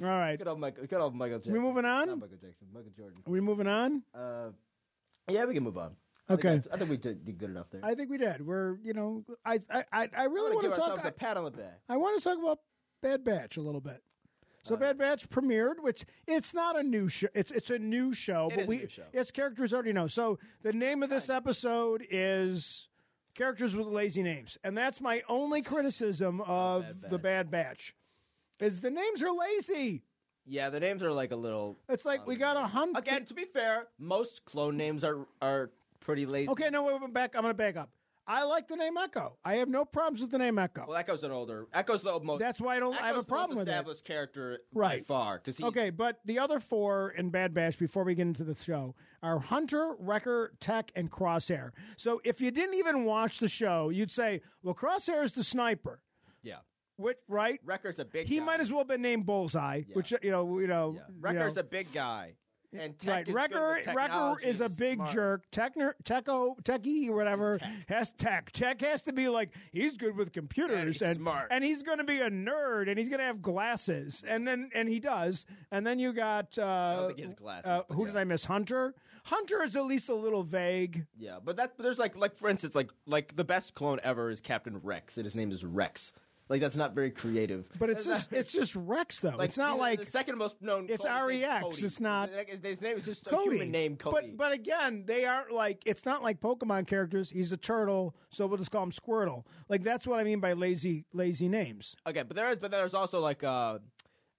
Speaker 1: All right.
Speaker 2: (laughs) good old Michael. Good old Michael Jackson.
Speaker 1: We moving on?
Speaker 2: Not Michael Jackson. Michael Jordan.
Speaker 1: Are we moving on?
Speaker 2: Uh, yeah, we can move on. I think
Speaker 1: Okay.
Speaker 2: that's- I think we did, did good enough there.
Speaker 1: I think we did. We're you know I I I- I
Speaker 2: I
Speaker 1: really
Speaker 2: want to
Speaker 1: want
Speaker 2: give
Speaker 1: to talk.
Speaker 2: ourselves a pat on the back.
Speaker 1: I want to talk about Bad Batch a little bit. So Bad Batch premiered, which it's not a new show. It's it's a new show,
Speaker 2: It
Speaker 1: but
Speaker 2: is a
Speaker 1: we
Speaker 2: new show.
Speaker 1: its characters already know. So the name of this episode is characters with lazy names, and that's my only criticism of
Speaker 2: Bad
Speaker 1: the
Speaker 2: Batch.
Speaker 1: Bad Batch, is the names are lazy.
Speaker 2: Yeah, the names are like a little.
Speaker 1: It's like we got a hundred.
Speaker 2: Again, to be fair, most clone names are are pretty lazy.
Speaker 1: Okay, no, wait, wait, back. I'm gonna back up. I like the name Echo. I have no problems with the name Echo.
Speaker 2: Well, Echo's an older. Echo's the most.
Speaker 1: that's why I don't
Speaker 2: Echo's
Speaker 1: I have
Speaker 2: the
Speaker 1: a
Speaker 2: most
Speaker 1: problem with that.
Speaker 2: established character by
Speaker 1: Right.
Speaker 2: far because he
Speaker 1: Okay, but the other four in Bad Bash before we get into the show are Hunter, Wrecker, Tech, and Crosshair. So if you didn't even watch the show, you'd say, well, Crosshair is the sniper,
Speaker 2: yeah.
Speaker 1: which, right?
Speaker 2: Wrecker's a big.
Speaker 1: He
Speaker 2: guy.
Speaker 1: might as well have been named Bullseye, which, you know, you know.
Speaker 2: Yeah.
Speaker 1: you
Speaker 2: Wrecker's
Speaker 1: know.
Speaker 2: a big guy. And Tech
Speaker 1: Right,
Speaker 2: is good
Speaker 1: Wrecker,
Speaker 2: with
Speaker 1: Wrecker
Speaker 2: technology
Speaker 1: is a
Speaker 2: and
Speaker 1: big
Speaker 2: smart.
Speaker 1: jerk. Techner, Techo, Techie, whatever has tech. Tech has to be like he's good with computers
Speaker 2: he's smart.
Speaker 1: and he's going to be a nerd and he's going to have glasses and then and he does. And then you got uh,
Speaker 2: think he has glasses,
Speaker 1: uh,
Speaker 2: but
Speaker 1: who
Speaker 2: yeah.
Speaker 1: did I miss? Hunter. Hunter is at least a little vague.
Speaker 2: Yeah, but that but there's like like for instance like like the best clone ever is Captain Rex, and his name is Rex. Like that's not very creative.
Speaker 1: But it's just it's just Rex though. it's not
Speaker 2: the-
Speaker 1: like
Speaker 2: the second most known.
Speaker 1: it's
Speaker 2: clone is named
Speaker 1: REX,
Speaker 2: Cody.
Speaker 1: it's not-
Speaker 2: Like, his his name is just a
Speaker 1: Cody.
Speaker 2: human name Cody.
Speaker 1: But but again, they aren't like it's not like Pokemon characters. He's a turtle, so we'll just call him Squirtle. Like that's what I mean by lazy lazy names.
Speaker 2: okay, but there is but there's also like uh.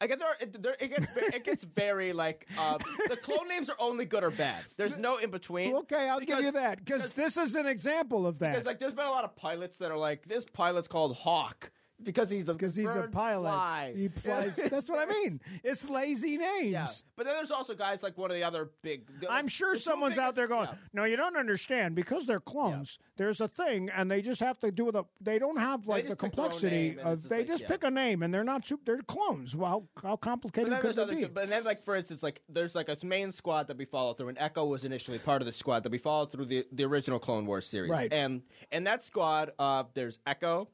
Speaker 2: I guess there, are, it, there, it gets ve- it gets very like uh, the clone names are only good or bad. There's no in between.
Speaker 1: Okay, I'll give
Speaker 2: Because-
Speaker 1: you that because this is an example of that.
Speaker 2: Because like, there's been a lot of pilots that are like, this pilot's called Hawk because he's a
Speaker 1: Because he's a
Speaker 2: birds
Speaker 1: pilot,
Speaker 2: fly."
Speaker 1: he flies. (laughs) That's
Speaker 2: (laughs)
Speaker 1: what I mean. It's lazy names.
Speaker 2: Yeah, but then there's also guys like one of the other big. the-
Speaker 1: I'm sure
Speaker 2: the two
Speaker 1: someone's out
Speaker 2: biggest-
Speaker 1: there going,
Speaker 2: yeah.
Speaker 1: "No, you don't understand because they're clones. There's a thing, and they just have to do with a. They don't have like the
Speaker 2: just pick their own
Speaker 1: complexity
Speaker 2: name, and it's
Speaker 1: of.
Speaker 2: just
Speaker 1: They
Speaker 2: like,
Speaker 1: just
Speaker 2: yeah.
Speaker 1: pick a name, and they're not. Super, they're clones. Well, how, how
Speaker 2: But
Speaker 1: complicated
Speaker 2: then,
Speaker 1: could
Speaker 2: there's
Speaker 1: it
Speaker 2: other,
Speaker 1: be?
Speaker 2: but then, like for instance, like there's like a main squad that we follow through, and Echo was initially part of the squad that we followed through the, the original Clone Wars series.
Speaker 1: Right.
Speaker 2: And and that squad, uh, there's Echo,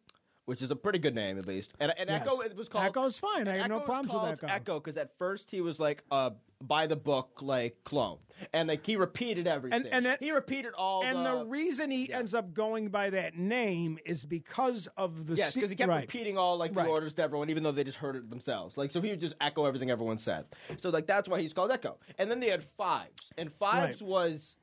Speaker 2: which is a pretty good name at least. And, and
Speaker 1: Yes.
Speaker 2: Echo it was called
Speaker 1: Echo's fine. I have no
Speaker 2: Echo was
Speaker 1: problems with
Speaker 2: called
Speaker 1: Echo.
Speaker 2: Echo because at first he was like uh by the book like clone, and like he repeated everything.
Speaker 1: and it-
Speaker 2: he repeated all
Speaker 1: And
Speaker 2: the,
Speaker 1: the reason he ends up going by that name is because of the
Speaker 2: Yes,
Speaker 1: se-
Speaker 2: because he kept
Speaker 1: right.
Speaker 2: repeating all like
Speaker 1: Right.
Speaker 2: the orders to everyone, even though they just heard it themselves. Like so, he would just echo everything everyone said. So like that's why he's called Echo. And then they had Fives, and Fives
Speaker 1: Right.
Speaker 2: was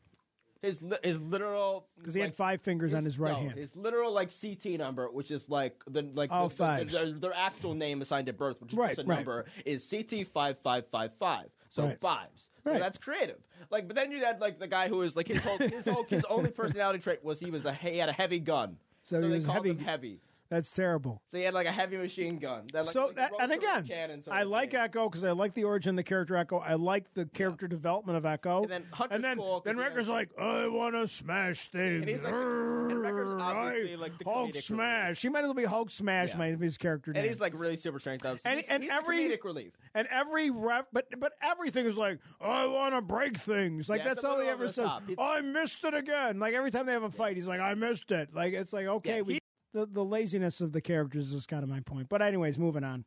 Speaker 2: his li- his literal because
Speaker 1: he had five fingers on his right hand.
Speaker 2: His literal like CT number, which is like the like
Speaker 1: Oh,
Speaker 2: the, the,
Speaker 1: fives.
Speaker 2: their, their actual name assigned at birth, which is
Speaker 1: Right,
Speaker 2: just a
Speaker 1: right.
Speaker 2: number, is CT five five five five. So
Speaker 1: Right.
Speaker 2: fives.
Speaker 1: Right.
Speaker 2: So that's creative. Like, but then you had like the guy who was like his whole his whole
Speaker 1: (laughs)
Speaker 2: his only personality trait was he was a he had a heavy gun.
Speaker 1: So he
Speaker 2: they
Speaker 1: was
Speaker 2: called
Speaker 1: heavy-
Speaker 2: him heavy.
Speaker 1: That's terrible.
Speaker 2: So he had like a heavy machine gun. That, like,
Speaker 1: So
Speaker 2: like,
Speaker 1: that,
Speaker 2: rotary
Speaker 1: and again,
Speaker 2: cannon sort
Speaker 1: I
Speaker 2: of
Speaker 1: like
Speaker 2: thing.
Speaker 1: Echo because I like the origin of the character Echo. I like the character development of Echo.
Speaker 2: And then Hunter's
Speaker 1: and then,
Speaker 2: cool 'cause
Speaker 1: then
Speaker 2: he
Speaker 1: Wrecker's
Speaker 2: has-
Speaker 1: like, I want to smash things.
Speaker 2: And he's like- and Wrecker's obviously, like, the
Speaker 1: Hulk
Speaker 2: comedic
Speaker 1: Smash. He might as well be Hulk Smash.
Speaker 2: Yeah.
Speaker 1: Might be his character name.
Speaker 2: And he's like really super strength. Up. So
Speaker 1: and,
Speaker 2: he's,
Speaker 1: and
Speaker 2: he's the
Speaker 1: every
Speaker 2: comedic relief.
Speaker 1: and every ref, but but everything is like, "Oh, I want to break things. Like
Speaker 2: Yeah,
Speaker 1: that's
Speaker 2: it's a
Speaker 1: all he
Speaker 2: little
Speaker 1: ever
Speaker 2: over the
Speaker 1: says. "Oh,
Speaker 2: top. It's-
Speaker 1: I missed it again. Like every time they have a fight, he's like, I missed it. Like it's like okay,
Speaker 2: Yeah,
Speaker 1: we
Speaker 2: he-
Speaker 1: the the laziness of the characters is kind of my point. But anyways, moving on.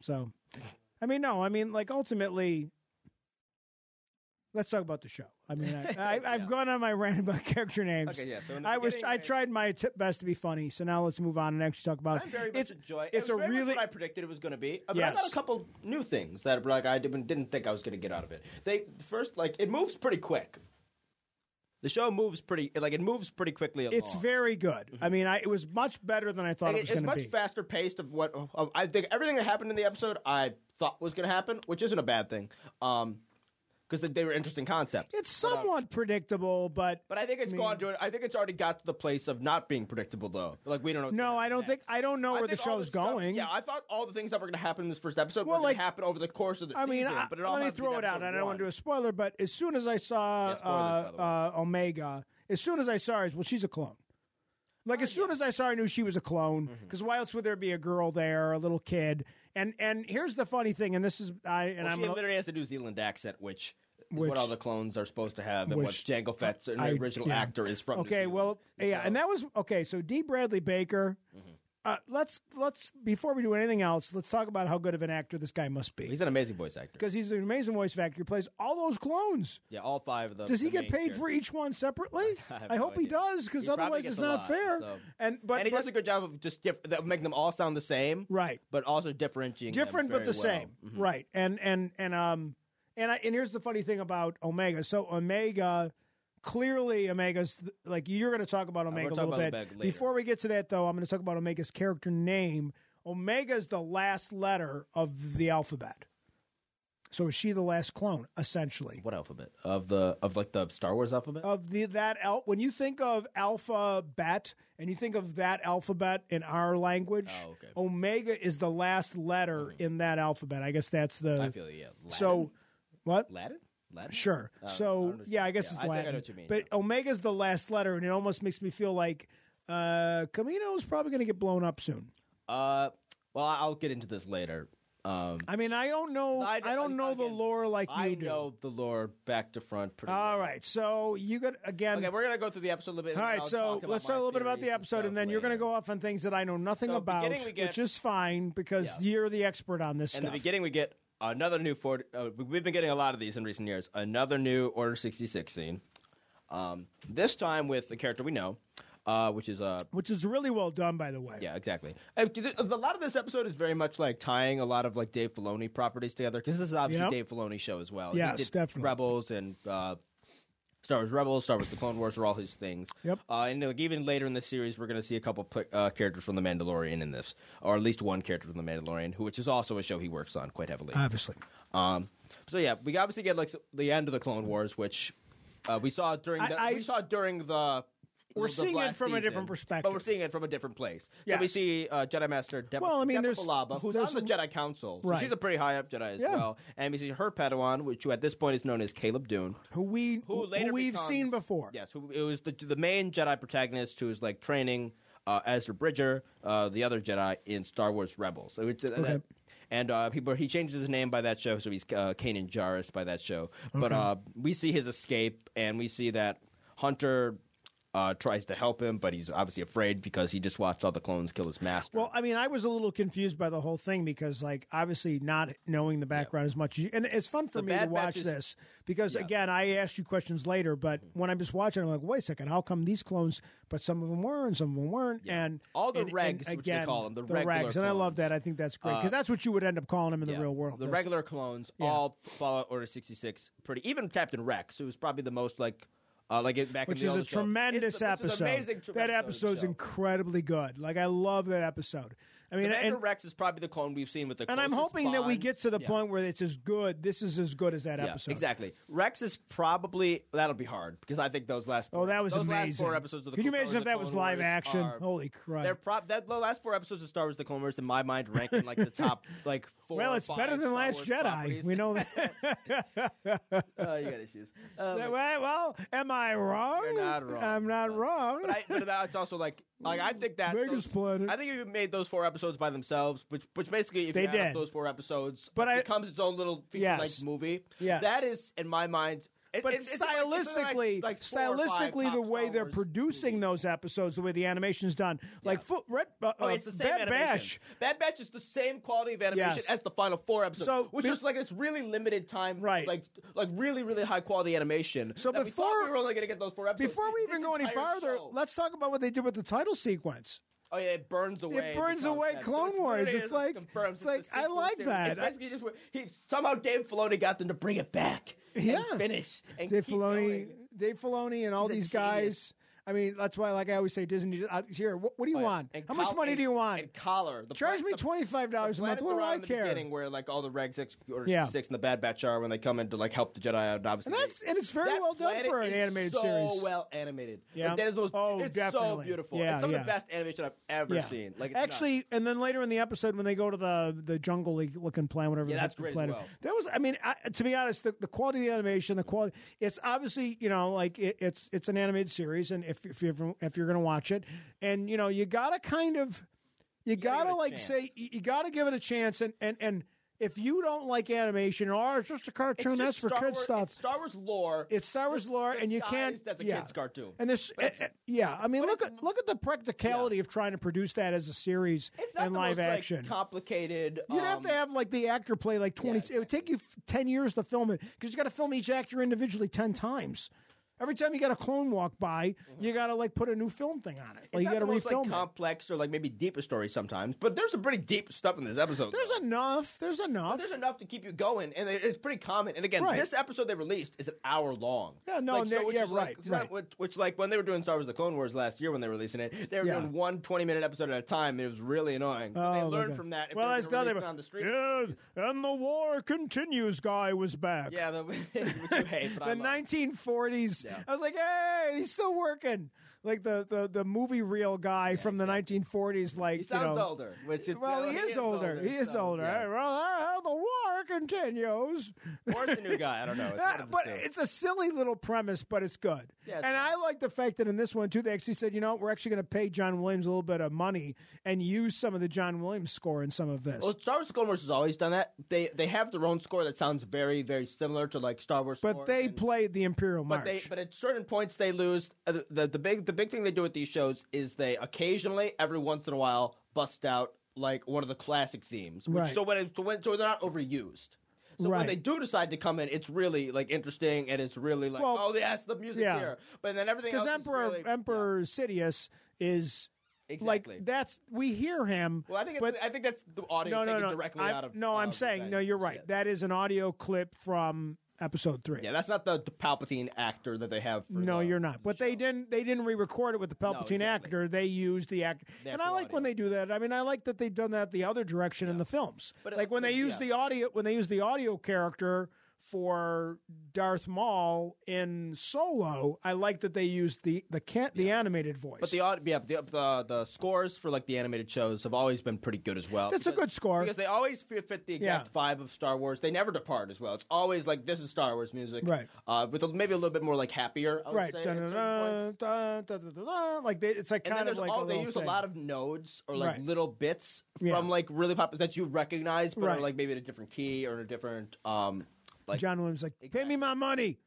Speaker 1: So, I mean, no, I mean, like ultimately. Let's talk about the show. I mean, I, I, I've
Speaker 2: (laughs) Yeah.
Speaker 1: gone on my rant about character names.
Speaker 2: Okay, yeah, so in the
Speaker 1: I was
Speaker 2: beginning,
Speaker 1: I
Speaker 2: I-
Speaker 1: tried my t- best to be funny. So now let's move on and actually talk about.
Speaker 2: I'm very much
Speaker 1: it's
Speaker 2: enjoy.
Speaker 1: it's
Speaker 2: it
Speaker 1: a
Speaker 2: was very much
Speaker 1: really
Speaker 2: what I predicted it was going to be. Uh, But I
Speaker 1: Yes.
Speaker 2: got a couple new things that like I didn't, didn't think I was going to get out of it. They first like it moves pretty quick. The show moves pretty like it moves pretty quickly. Along.
Speaker 1: It's very good. I mean, I, it was much better than I thought
Speaker 2: Like,
Speaker 1: it was going
Speaker 2: Mm-hmm. it- it's
Speaker 1: to be.
Speaker 2: much faster paced of what of, I think everything that happened in the episode I thought was going to happen, which isn't a bad thing, because they, they were interesting concepts.
Speaker 1: it's somewhat predictable, but
Speaker 2: But I think it's gone to. I think it's already got to the place of not being predictable, though. Like we don't know. what's
Speaker 1: no,
Speaker 2: gonna
Speaker 1: I
Speaker 2: happen
Speaker 1: don't think
Speaker 2: next.
Speaker 1: I don't know
Speaker 2: I
Speaker 1: where the
Speaker 2: think all
Speaker 1: show's
Speaker 2: this stuff-
Speaker 1: going.
Speaker 2: yeah, I thought all the things that were going to happen in this first episode
Speaker 1: Well,
Speaker 2: were going
Speaker 1: like-
Speaker 2: to happen over the course of the
Speaker 1: I
Speaker 2: season.
Speaker 1: mean, I,
Speaker 2: but it all
Speaker 1: let me
Speaker 2: happened in
Speaker 1: throw it out.
Speaker 2: episode
Speaker 1: I don't
Speaker 2: one.
Speaker 1: want to do a spoiler, but as soon as I saw
Speaker 2: Yeah, spoilers, by the
Speaker 1: uh, uh, Omega, as soon as I saw her, well, she's a clone.
Speaker 2: Uh,
Speaker 1: Like as soon as I saw, her, I knew she was a clone.
Speaker 2: Mm-hmm.
Speaker 1: Because why else would there be a girl there, a little kid? And and here's the funny thing, and this is I and
Speaker 2: Well,
Speaker 1: I'm
Speaker 2: she
Speaker 1: gonna-
Speaker 2: literally has a New Zealand accent, which, is
Speaker 1: Which-
Speaker 2: what all the clones are supposed to have, and
Speaker 1: which-
Speaker 2: what Jango Fett's an
Speaker 1: I-
Speaker 2: original
Speaker 1: yeah.
Speaker 2: actor is from. New
Speaker 1: Okay,
Speaker 2: Zealand.
Speaker 1: well, yeah,
Speaker 2: So-
Speaker 1: and that was okay. So D. Bradley Baker.
Speaker 2: Mm-hmm.
Speaker 1: Uh, let's let's before we do anything else, let's talk about how good of an actor this guy must be
Speaker 2: he's an amazing voice actor.
Speaker 1: because he's an amazing voice actor. He plays all those clones.
Speaker 2: Yeah, all five of them.
Speaker 1: Does he
Speaker 2: the
Speaker 1: get
Speaker 2: main
Speaker 1: paid
Speaker 2: characters.
Speaker 1: for each one separately?
Speaker 2: (laughs) I have
Speaker 1: I
Speaker 2: no
Speaker 1: hope he
Speaker 2: idea.
Speaker 1: does because
Speaker 2: He probably
Speaker 1: otherwise
Speaker 2: gets
Speaker 1: it's
Speaker 2: a
Speaker 1: not
Speaker 2: lot,
Speaker 1: fair.
Speaker 2: so-
Speaker 1: And but,
Speaker 2: and he
Speaker 1: but-
Speaker 2: does a good job of just diff- that- making them all sound the same,
Speaker 1: right,
Speaker 2: But also differentiating. them
Speaker 1: different but
Speaker 2: very
Speaker 1: the
Speaker 2: well. Mm-hmm.
Speaker 1: same, right? And and and um and I and here's the funny thing about Omega. So Omega. Clearly, Omega's th- like you're going to talk about Omega a
Speaker 2: talk
Speaker 1: little
Speaker 2: about
Speaker 1: bit.
Speaker 2: Omega later.
Speaker 1: Before we get to that, though, I'm going to talk about Omega's character name. Omega is the last letter of the alphabet, so is she the last clone, essentially?
Speaker 2: What alphabet of the of like the Star Wars alphabet?
Speaker 1: of the that al- when you think of alphabet and you think of that alphabet in our language,
Speaker 2: Oh, okay. Mm-hmm.
Speaker 1: omega is the last letter in that alphabet. I guess that's the
Speaker 2: I feel you. Yeah. Latin?
Speaker 1: so what?
Speaker 2: Latin, Latin.
Speaker 1: Sure. so
Speaker 2: understand.
Speaker 1: yeah, I guess
Speaker 2: Yeah, I
Speaker 1: it's
Speaker 2: think I
Speaker 1: Latin.
Speaker 2: know what you mean,
Speaker 1: But omega's the last letter, and it almost makes me feel like uh, Camino's probably going to get blown up soon.
Speaker 2: Uh, well, I'll get into this later. Um,
Speaker 1: I mean, I don't know. I,
Speaker 2: I-
Speaker 1: don't know the
Speaker 2: again,
Speaker 1: lore like you
Speaker 2: I
Speaker 1: do.
Speaker 2: know the lore back to front. Pretty
Speaker 1: All
Speaker 2: well.
Speaker 1: right, so you got again.
Speaker 2: Okay, we're gonna go through the episode a little bit.
Speaker 1: All right, so let's talk a little bit about the episode, and then you're going to go off on things that I know nothing
Speaker 2: So,
Speaker 1: about,
Speaker 2: beginning we get-
Speaker 1: which is fine because
Speaker 2: Yeah.
Speaker 1: you're the expert on this
Speaker 2: In the
Speaker 1: stuff.
Speaker 2: beginning, we get another new Ford. Uh, we've been getting a lot of these in recent years. Another new Order 66 scene. Um, this time with the character we know, uh, which is uh,
Speaker 1: which is really well done, by the way.
Speaker 2: Yeah, exactly. Uh, th- A lot of this episode is very much like tying a lot of like Dave Filoni properties together because this is obviously
Speaker 1: Yep.
Speaker 2: Dave Filoni's show as well.
Speaker 1: Yes,
Speaker 2: he did
Speaker 1: definitely.
Speaker 2: Rebels and uh, Star Wars Rebels, Star Wars: The Clone Wars are all his things.
Speaker 1: Yep.
Speaker 2: Uh, and like even later in the series, we're going to see a couple pl- uh, characters from The Mandalorian in this, or at least one character from The Mandalorian, who which is also a show he works on quite heavily.
Speaker 1: Obviously.
Speaker 2: um. So yeah, we obviously get like s- the end of the Clone Wars, which uh, we saw during
Speaker 1: I-
Speaker 2: the,
Speaker 1: I-
Speaker 2: we saw during the.
Speaker 1: We're
Speaker 2: the
Speaker 1: seeing it
Speaker 2: last
Speaker 1: from a
Speaker 2: season,
Speaker 1: different
Speaker 2: but we're
Speaker 1: perspective.
Speaker 2: seeing it from a different place. So we
Speaker 1: Yes.
Speaker 2: see uh, Jedi Master Deb-
Speaker 1: Well, I mean,
Speaker 2: Deb
Speaker 1: there's-
Speaker 2: Filaba, who's
Speaker 1: there's
Speaker 2: on
Speaker 1: some-
Speaker 2: the Jedi Council. So
Speaker 1: Right.
Speaker 2: she's a pretty high up Jedi as
Speaker 1: Yeah.
Speaker 2: well. And we see her Padawan, which who at this point is known as Caleb Dune.
Speaker 1: Who we who,
Speaker 2: later
Speaker 1: we've
Speaker 2: becomes-
Speaker 1: seen before.
Speaker 2: Yes, who it was the the main Jedi protagonist who was like training uh, Ezra Bridger, uh, the other Jedi in Star Wars Rebels. So it's, and that- and uh, people he changes his name by that show, so he's uh, Kanan Jarrus by that show. But uh, we see his escape, and we see that Hunter uh, tries to help him, but he's obviously afraid because he just watched all the clones kill his master.
Speaker 1: Well, I mean, I was a little confused by the whole thing because, like, obviously not knowing the background as much as you. And it's fun for
Speaker 2: The
Speaker 1: me to
Speaker 2: Bad Batch
Speaker 1: watch
Speaker 2: is-
Speaker 1: this because,
Speaker 2: Yeah. Mm-hmm.
Speaker 1: again, I asked you questions later, but when I'm just watching, I'm like, wait a second, how come these clones, but some of them were and some of them weren't? And
Speaker 2: All the
Speaker 1: and- and
Speaker 2: regs, which they call 'em, the regular
Speaker 1: regs. And I love
Speaker 2: clones. Uh,
Speaker 1: that. I think that's great because that's what you would end up calling them in the
Speaker 2: Yeah.
Speaker 1: real world.
Speaker 2: The
Speaker 1: That's-
Speaker 2: regular clones all follow Order sixty six. Pretty even Captain Rex, who's probably the most like, uh, like it- back
Speaker 1: which
Speaker 2: in the
Speaker 1: is a
Speaker 2: older show. It's
Speaker 1: tremendous
Speaker 2: the- it's an
Speaker 1: episode.
Speaker 2: amazing tre-
Speaker 1: that
Speaker 2: episode of the
Speaker 1: episode's
Speaker 2: show.
Speaker 1: incredibly good. Like, I love that episode. I mean,
Speaker 2: Commander
Speaker 1: and,
Speaker 2: Rex is probably the clone we've seen with the.
Speaker 1: and I'm
Speaker 2: closest
Speaker 1: hoping that we
Speaker 2: bond.
Speaker 1: get to the
Speaker 2: Yeah.
Speaker 1: point where it's as good. This is as good as that
Speaker 2: Yeah,
Speaker 1: episode.
Speaker 2: exactly. Rex is probably that'll be hard because I think those last. Four,
Speaker 1: Oh, that was
Speaker 2: those
Speaker 1: amazing.
Speaker 2: Last four episodes of the
Speaker 1: Could you
Speaker 2: Clone
Speaker 1: imagine
Speaker 2: Wars,
Speaker 1: if
Speaker 2: the
Speaker 1: that was
Speaker 2: Clone
Speaker 1: live
Speaker 2: Wars
Speaker 1: action? Oh,
Speaker 2: are-
Speaker 1: Holy crap!
Speaker 2: They're prop that the last four episodes of Star Wars: The Clone Wars in my mind rank in
Speaker 1: (laughs)
Speaker 2: like the top like four.
Speaker 1: well,
Speaker 2: or
Speaker 1: it's
Speaker 2: five
Speaker 1: better than
Speaker 2: Star
Speaker 1: Last
Speaker 2: Wars
Speaker 1: Jedi.
Speaker 2: properties.
Speaker 1: We know that. (laughs)
Speaker 2: (laughs) Oh, you got issues. Um,
Speaker 1: Well, well, am I wrong?
Speaker 2: You're not wrong.
Speaker 1: I'm not
Speaker 2: No.
Speaker 1: wrong.
Speaker 2: But, I, but that- it's also like like I think that
Speaker 1: Vegas
Speaker 2: those,
Speaker 1: planet.
Speaker 2: I think if you made those four episodes by themselves, which which basically if
Speaker 1: They
Speaker 2: you add
Speaker 1: did.
Speaker 2: up those four episodes,
Speaker 1: But
Speaker 2: it
Speaker 1: I-
Speaker 2: becomes its own little feature
Speaker 1: Yes.
Speaker 2: length movie.
Speaker 1: Yes.
Speaker 2: that is in my mind. It,
Speaker 1: but
Speaker 2: it- it's like- it's like-
Speaker 1: stylistically,
Speaker 2: like four or five
Speaker 1: stylistically,
Speaker 2: top
Speaker 1: the way
Speaker 2: Star
Speaker 1: they're
Speaker 2: Wars
Speaker 1: producing
Speaker 2: movies.
Speaker 1: those episodes, the way the animation's done, like foot, red, uh,
Speaker 2: Oh,
Speaker 1: uh,
Speaker 2: it's the same
Speaker 1: Bad
Speaker 2: animation.
Speaker 1: Bash.
Speaker 2: Bad Batch is the same quality of animation
Speaker 1: Yes.
Speaker 2: as the final four episodes,
Speaker 1: So,
Speaker 2: which
Speaker 1: be-
Speaker 2: is like it's really limited time,
Speaker 1: Right.
Speaker 2: Like like really really high quality animation.
Speaker 1: So
Speaker 2: that we,
Speaker 1: before-
Speaker 2: thought we were only going to get those four episodes.
Speaker 1: Before we
Speaker 2: This
Speaker 1: even go any
Speaker 2: entire
Speaker 1: farther,
Speaker 2: show-
Speaker 1: let's talk about what they did with the title sequence.
Speaker 2: Oh yeah, it burns away. the
Speaker 1: burns away
Speaker 2: concept.
Speaker 1: Clone
Speaker 2: So it's
Speaker 1: Wars.
Speaker 2: literally
Speaker 1: It's
Speaker 2: just
Speaker 1: like-
Speaker 2: confirms
Speaker 1: it's like,
Speaker 2: the
Speaker 1: I
Speaker 2: sequel
Speaker 1: like
Speaker 2: series.
Speaker 1: that.
Speaker 2: It's basically just where- he somehow Dave Filoni got them to bring it back.
Speaker 1: Yeah.
Speaker 2: and finish and
Speaker 1: Dave
Speaker 2: keep
Speaker 1: Filoni,
Speaker 2: going.
Speaker 1: Dave Filoni, and all
Speaker 2: He's a
Speaker 1: these guys.
Speaker 2: genius. Oh,
Speaker 1: I mean, that's why, like I always say, Disney. Uh, here, what, what do you want?
Speaker 2: And
Speaker 1: How much
Speaker 2: col-
Speaker 1: money
Speaker 2: and-
Speaker 1: do you want?
Speaker 2: And collar. The
Speaker 1: Charge
Speaker 2: pla-
Speaker 1: me
Speaker 2: the-
Speaker 1: twenty five dollars a month.
Speaker 2: Planet
Speaker 1: What do
Speaker 2: Thor
Speaker 1: I
Speaker 2: in the
Speaker 1: care?
Speaker 2: Beginning where like all the Reg Six or
Speaker 1: Yeah.
Speaker 2: Six and the Bad Batch are when they come in to like help the Jedi out. And obviously,
Speaker 1: And that's
Speaker 2: they-
Speaker 1: and it's very
Speaker 2: That
Speaker 1: well done
Speaker 2: planet
Speaker 1: for an
Speaker 2: is
Speaker 1: animated
Speaker 2: so
Speaker 1: series.
Speaker 2: well animated.
Speaker 1: Yeah.
Speaker 2: Like, that is the most.
Speaker 1: Oh,
Speaker 2: it's
Speaker 1: definitely.
Speaker 2: so beautiful.
Speaker 1: Yeah,
Speaker 2: it's some
Speaker 1: yeah.
Speaker 2: of the best animation I've ever
Speaker 1: Yeah.
Speaker 2: seen. Like it's
Speaker 1: actually, and then later in the episode when they go to the the jungle league looking planet, whatever
Speaker 2: Yeah,
Speaker 1: the
Speaker 2: that's
Speaker 1: heck the
Speaker 2: great as
Speaker 1: planet.
Speaker 2: well.
Speaker 1: That was, I mean, I, to be honest, the, the quality of the animation, the quality, it's obviously you know like it, it's it's an animated series, and if if you're if you're gonna watch it, and you know you gotta kind of you gotta,
Speaker 2: gotta give it a
Speaker 1: like
Speaker 2: chance.
Speaker 1: say you you gotta give it a chance, and and and if you don't like animation or "Oh, it's just a cartoon,
Speaker 2: It's
Speaker 1: that's
Speaker 2: just
Speaker 1: for
Speaker 2: Star
Speaker 1: kids
Speaker 2: Wars-
Speaker 1: stuff.
Speaker 2: It's Star Wars lore.
Speaker 1: It's Star Wars
Speaker 2: Dis-
Speaker 1: lore, and you can't.
Speaker 2: disguised as a
Speaker 1: yeah.
Speaker 2: kid's cartoon.
Speaker 1: And there's, eh, eh, yeah, I mean, look
Speaker 2: it's-
Speaker 1: at look at the practicality of trying to produce that as a series
Speaker 2: It's not
Speaker 1: and
Speaker 2: the
Speaker 1: live
Speaker 2: most, like,
Speaker 1: action.
Speaker 2: complicated.
Speaker 1: You'd have
Speaker 2: um,
Speaker 1: to have like the actor play like twenty.
Speaker 2: Yeah,
Speaker 1: It would take you f- ten years to film it because you got to film each actor individually ten times. Every time you got a clone walk by, you got to like put a new film thing on it. Like
Speaker 2: Mm-hmm. It's
Speaker 1: you
Speaker 2: not
Speaker 1: got to
Speaker 2: the most,
Speaker 1: refilm
Speaker 2: like,
Speaker 1: it.
Speaker 2: complex or like maybe deeper story sometimes, but there's some pretty deep stuff in this episode.
Speaker 1: there's
Speaker 2: though.
Speaker 1: enough. There's enough.
Speaker 2: there's enough to keep you going, and it- it's pretty common. And again,
Speaker 1: Right.
Speaker 2: this episode they released is an hour long.
Speaker 1: Yeah, no,
Speaker 2: like,
Speaker 1: and they're-
Speaker 2: which
Speaker 1: yeah,
Speaker 2: is, like-
Speaker 1: right,
Speaker 2: it's not-
Speaker 1: right.
Speaker 2: Which, which, like when they were doing Star Wars: The Clone Wars last year when they were releasing it, they were
Speaker 1: Yeah.
Speaker 2: doing one 20 minute episode at a time. and It was really annoying. So
Speaker 1: Oh,
Speaker 2: they
Speaker 1: my
Speaker 2: learned
Speaker 1: God.
Speaker 2: from that. If
Speaker 1: well,
Speaker 2: they were
Speaker 1: that's
Speaker 2: gonna
Speaker 1: nothing.
Speaker 2: release it
Speaker 1: but-
Speaker 2: on the street.
Speaker 1: Yeah, and the war continues. Guy was back.
Speaker 2: Yeah, the, (laughs) which you hate, but I
Speaker 1: the
Speaker 2: love.
Speaker 1: 1940s.
Speaker 2: Yeah.
Speaker 1: I was like, hey, he's still working. Like the the, the movie reel guy from the 1940s. Like
Speaker 2: He sounds
Speaker 1: you know,
Speaker 2: older. Which is, uh,
Speaker 1: Well, he, is, older. He is
Speaker 2: so,
Speaker 1: older.
Speaker 2: yeah.
Speaker 1: Hey, well, uh, the war continues.
Speaker 2: Or it's a new guy. I don't know.
Speaker 1: (laughs)
Speaker 2: It's one
Speaker 1: Uh,
Speaker 2: of the
Speaker 1: but
Speaker 2: two.
Speaker 1: it's a silly little premise, but it's good.
Speaker 2: Yeah, it's
Speaker 1: and
Speaker 2: fine.
Speaker 1: I like the fact that in this one too, they actually said, you know, we're actually going to pay John Williams a little bit of money and use some of the John Williams score in some of this.
Speaker 2: Well, Star Wars: The Clone Wars has always done that. They they have their own score that sounds very very similar to like Star Wars.
Speaker 1: but
Speaker 2: score
Speaker 1: they
Speaker 2: and-
Speaker 1: played the Imperial March.
Speaker 2: But they but at certain points they lose. Uh, the- the the big the big thing they do with these shows is they occasionally every once in a while bust out like one of the classic themes. Which,
Speaker 1: Right.
Speaker 2: So when it, so when so they're not overused. So
Speaker 1: Right.
Speaker 2: when they do decide to come in, it's really like interesting and it's really like
Speaker 1: Well,
Speaker 2: oh yes the music's
Speaker 1: yeah.
Speaker 2: here. But then everything
Speaker 1: because
Speaker 2: else is
Speaker 1: Emperor
Speaker 2: really-
Speaker 1: Emperor Sidious is
Speaker 2: Exactly.
Speaker 1: like that's we hear him.
Speaker 2: Well, I think it's,
Speaker 1: but
Speaker 2: I think that's the audience
Speaker 1: no, no,
Speaker 2: taken
Speaker 1: no.
Speaker 2: directly
Speaker 1: I'm,
Speaker 2: out of um,
Speaker 1: no, I'm
Speaker 2: of
Speaker 1: saying no.
Speaker 2: Revenge.
Speaker 1: You're right.
Speaker 2: Yeah.
Speaker 1: That is an audio clip from episode three.
Speaker 2: Yeah, that's not the, the Palpatine actor that they have. For
Speaker 1: no,
Speaker 2: the-
Speaker 1: you're not. But they didn't. They didn't re-record it with the Palpatine
Speaker 2: exactly.
Speaker 1: actor. They used the actor,
Speaker 2: The
Speaker 1: and I
Speaker 2: actual
Speaker 1: like when
Speaker 2: audio.
Speaker 1: they do that. I mean, I like that they've done that the other direction in the films.
Speaker 2: But it-
Speaker 1: like when they use
Speaker 2: yeah.
Speaker 1: the audio, when they use the audio character for Darth Maul in Solo, I like that they used the the can the animated voice.
Speaker 2: But the aud- yeah, the, the the scores for like the animated shows have always been pretty good as well.
Speaker 1: That's a
Speaker 2: Because-
Speaker 1: good score.
Speaker 2: because they always fit fit the exact
Speaker 1: Yeah.
Speaker 2: vibe of Star Wars. They never depart as well. It's always like this is Star Wars music,
Speaker 1: Right.
Speaker 2: Uh, with a, maybe a little bit more like happier, I would
Speaker 1: right
Speaker 2: Say, at
Speaker 1: dun,
Speaker 2: certain
Speaker 1: dun, dun,
Speaker 2: points.
Speaker 1: dun, dun, dun, dun, dun. like they, it's like
Speaker 2: And then
Speaker 1: kind of
Speaker 2: there's
Speaker 1: like
Speaker 2: all
Speaker 1: a
Speaker 2: they
Speaker 1: little
Speaker 2: use
Speaker 1: thing.
Speaker 2: a lot of nodes or like
Speaker 1: Right.
Speaker 2: little bits
Speaker 1: Yeah.
Speaker 2: from like really popular that you recognize, but
Speaker 1: Right.
Speaker 2: are like maybe in a different key or in a different um like
Speaker 1: John Williams like pay me my money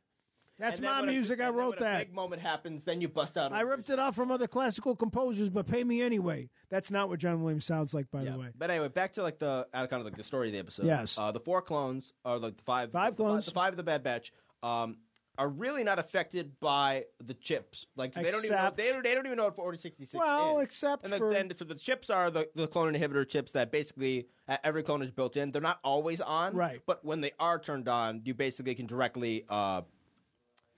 Speaker 1: That's
Speaker 2: And then
Speaker 1: my
Speaker 2: when a-
Speaker 1: music, I
Speaker 2: and then
Speaker 1: wrote
Speaker 2: when a
Speaker 1: that.
Speaker 2: big moment happens, then you bust out.
Speaker 1: I ripped it off from other classical composers, but pay me anyway. That's not what John Williams sounds like, by
Speaker 2: Yeah.
Speaker 1: the way.
Speaker 2: But anyway, back to like the out of kind of like the story of the episode.
Speaker 1: Yes.
Speaker 2: Uh, the four clones are like the five
Speaker 1: Five
Speaker 2: the fi-
Speaker 1: clones.
Speaker 2: The five of the Bad Batch. Um, are really not affected by the chips. Like they don't even know
Speaker 1: Except-
Speaker 2: they, don't- they don't even know what 4066
Speaker 1: Well,
Speaker 2: is.
Speaker 1: except
Speaker 2: and like,
Speaker 1: for-
Speaker 2: then so the chips are the, the clone inhibitor chips that basically uh, every clone is built in. They're not always on,
Speaker 1: Right.
Speaker 2: But when they are turned on, you basically can directly uh,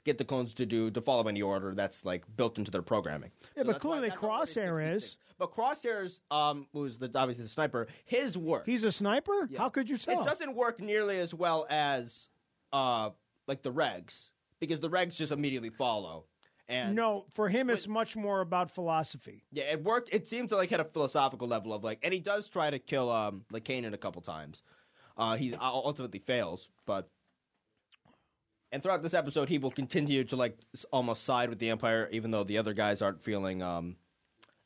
Speaker 2: get the clones to do to follow any order that's like built into their programming.
Speaker 1: Yeah, but
Speaker 2: that's why-
Speaker 1: clearly
Speaker 2: that's why
Speaker 1: Crosshair
Speaker 2: 4666
Speaker 1: is.
Speaker 2: but Crosshair's, um, who's the obviously the sniper, his work.
Speaker 1: He's a sniper?
Speaker 2: Yeah.
Speaker 1: How could you tell?
Speaker 2: It doesn't work nearly as well as, uh, like the regs because the regs just immediately follow. And
Speaker 1: no, for him, it's much more about philosophy.
Speaker 2: yeah, it worked. It seems to like had a philosophical level of like, and he does try to kill um like Kanan a couple times. Uh, he ultimately fails, but. And throughout this episode, he will continue to like s- almost side with the Empire, even though the other guys aren't feeling um,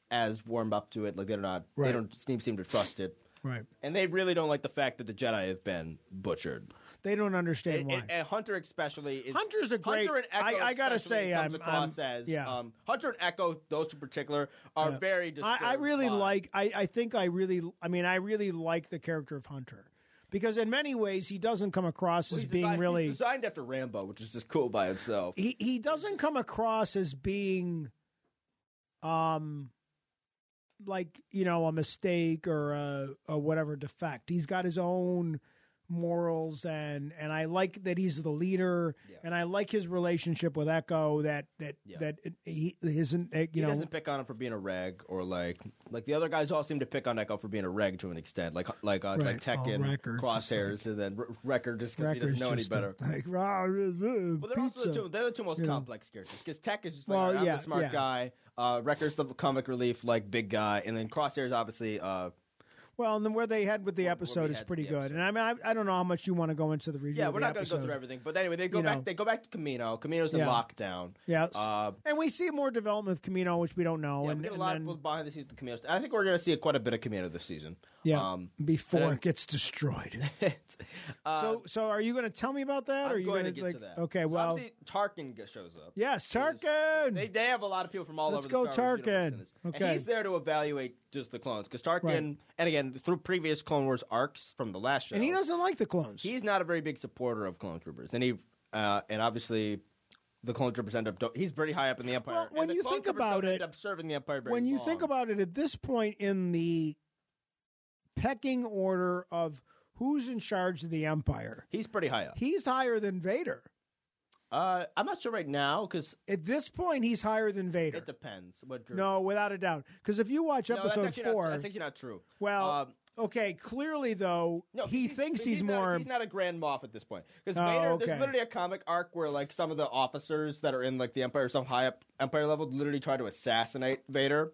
Speaker 2: as warmed up to it. Like they're not,
Speaker 1: Right.
Speaker 2: they don't seem seem to trust it.
Speaker 1: Right.
Speaker 2: And they really don't like the fact that the Jedi have been butchered.
Speaker 1: They don't understand why.
Speaker 2: And- and Hunter especially. Is,
Speaker 1: Hunter's a great-
Speaker 2: Hunter and Echo
Speaker 1: I- I gotta
Speaker 2: especially
Speaker 1: say,
Speaker 2: comes
Speaker 1: I'm-
Speaker 2: across
Speaker 1: I'm-
Speaker 2: as
Speaker 1: yeah.
Speaker 2: um, Hunter and Echo, those two in particular, are very. disturbed
Speaker 1: I, I really
Speaker 2: by-
Speaker 1: like. I, I think I really. I mean, I really like the character of Hunter because in many ways he doesn't come across as
Speaker 2: He's
Speaker 1: being
Speaker 2: designed- he's
Speaker 1: really.
Speaker 2: designed after Rambo, which is just cool by itself.
Speaker 1: he he doesn't come across as being, um, like you know a mistake or a, a whatever defect. He's got his own morals and and I like that he's the leader
Speaker 2: Yeah.
Speaker 1: and I like his relationship with Echo that that
Speaker 2: Yeah.
Speaker 1: that he isn't eh, you
Speaker 2: he
Speaker 1: know
Speaker 2: doesn't pick on him for being a reg, or like like the other guys all seem to pick on Echo for being a reg to an extent, like like uh,
Speaker 1: Right.
Speaker 2: like Tekken,
Speaker 1: Oh, Wrecker's just
Speaker 2: Crosshairs, and then R- Wrecker just because he
Speaker 1: Wrecker's
Speaker 2: doesn't know any
Speaker 1: just a-
Speaker 2: better.
Speaker 1: (laughs) like, "Rah, rah, rah,
Speaker 2: Well, they're also
Speaker 1: pizza."
Speaker 2: the two, they're the two most
Speaker 1: you know.
Speaker 2: complex characters because Tech is just like
Speaker 1: Well,
Speaker 2: "All right, I'm
Speaker 1: yeah,
Speaker 2: the smart
Speaker 1: yeah.
Speaker 2: guy, uh, Wrecker's the comic relief, like big guy, and then Crosshair's obviously uh,
Speaker 1: Well, and then where they head with the
Speaker 2: Where- where
Speaker 1: episode
Speaker 2: we
Speaker 1: is
Speaker 2: head
Speaker 1: pretty
Speaker 2: with the
Speaker 1: good. And I mean, I, I don't know how much you want to go into the review.
Speaker 2: yeah.
Speaker 1: of
Speaker 2: We're
Speaker 1: the
Speaker 2: not going to go
Speaker 1: episode.
Speaker 2: through everything, but anyway, they go
Speaker 1: You
Speaker 2: back.
Speaker 1: know.
Speaker 2: They go back to Camino. Camino's in
Speaker 1: Yeah.
Speaker 2: lockdown.
Speaker 1: Yeah.
Speaker 2: Uh,
Speaker 1: and we see more development of Camino, which we don't know.
Speaker 2: yeah,
Speaker 1: and
Speaker 2: we get a
Speaker 1: and
Speaker 2: lot
Speaker 1: then,
Speaker 2: of behind the scenes of Camino. I think we're going to see quite a bit of Camino this season.
Speaker 1: yeah,
Speaker 2: Um, (laughs)
Speaker 1: before
Speaker 2: and-
Speaker 1: it gets destroyed.
Speaker 2: (laughs) uh,
Speaker 1: so, so are you going to tell me about that? or are
Speaker 2: I'm
Speaker 1: you
Speaker 2: going
Speaker 1: gonna,
Speaker 2: to get
Speaker 1: like,
Speaker 2: to that.
Speaker 1: Okay,
Speaker 2: So
Speaker 1: well,
Speaker 2: obviously Tarkin g- shows up.
Speaker 1: yes,
Speaker 2: there's-
Speaker 1: Tarkin.
Speaker 2: They, they have a lot of people from all
Speaker 1: Let's
Speaker 2: over.
Speaker 1: go
Speaker 2: the Star Wars
Speaker 1: Tarkin.
Speaker 2: universe in this.
Speaker 1: Okay.
Speaker 2: and he's there to evaluate just the clones because Tarkin,
Speaker 1: Right.
Speaker 2: and again through previous Clone Wars arcs from the last show,
Speaker 1: and he doesn't like the clones.
Speaker 2: he's not a very big supporter of clone troopers, and he uh, and obviously. The clone troopers end up. He's pretty high up in the empire.
Speaker 1: Well,
Speaker 2: and
Speaker 1: when
Speaker 2: the
Speaker 1: you
Speaker 2: clone
Speaker 1: think
Speaker 2: troopers
Speaker 1: about
Speaker 2: don't
Speaker 1: it-
Speaker 2: end up serving the empire. Very
Speaker 1: when you think
Speaker 2: long.
Speaker 1: about it at this point in the pecking order of who's in charge of the empire,
Speaker 2: he's pretty high up.
Speaker 1: he's higher than Vader.
Speaker 2: Uh, I'm not sure right now because
Speaker 1: At this point, he's higher than Vader.
Speaker 2: it depends what group.
Speaker 1: No, without a doubt. Because if you watch
Speaker 2: No, that's
Speaker 1: episode
Speaker 2: actually not-
Speaker 1: four,
Speaker 2: that's actually not true.
Speaker 1: well,
Speaker 2: Um,
Speaker 1: okay, clearly though, he thinks he's,
Speaker 2: not-
Speaker 1: more.
Speaker 2: he's not a Grand Moff at this point because
Speaker 1: Oh,
Speaker 2: Vader.
Speaker 1: okay.
Speaker 2: There's literally a comic arc where like some of the officers that are in like the Empire, some high up Empire level, literally try to assassinate Vader.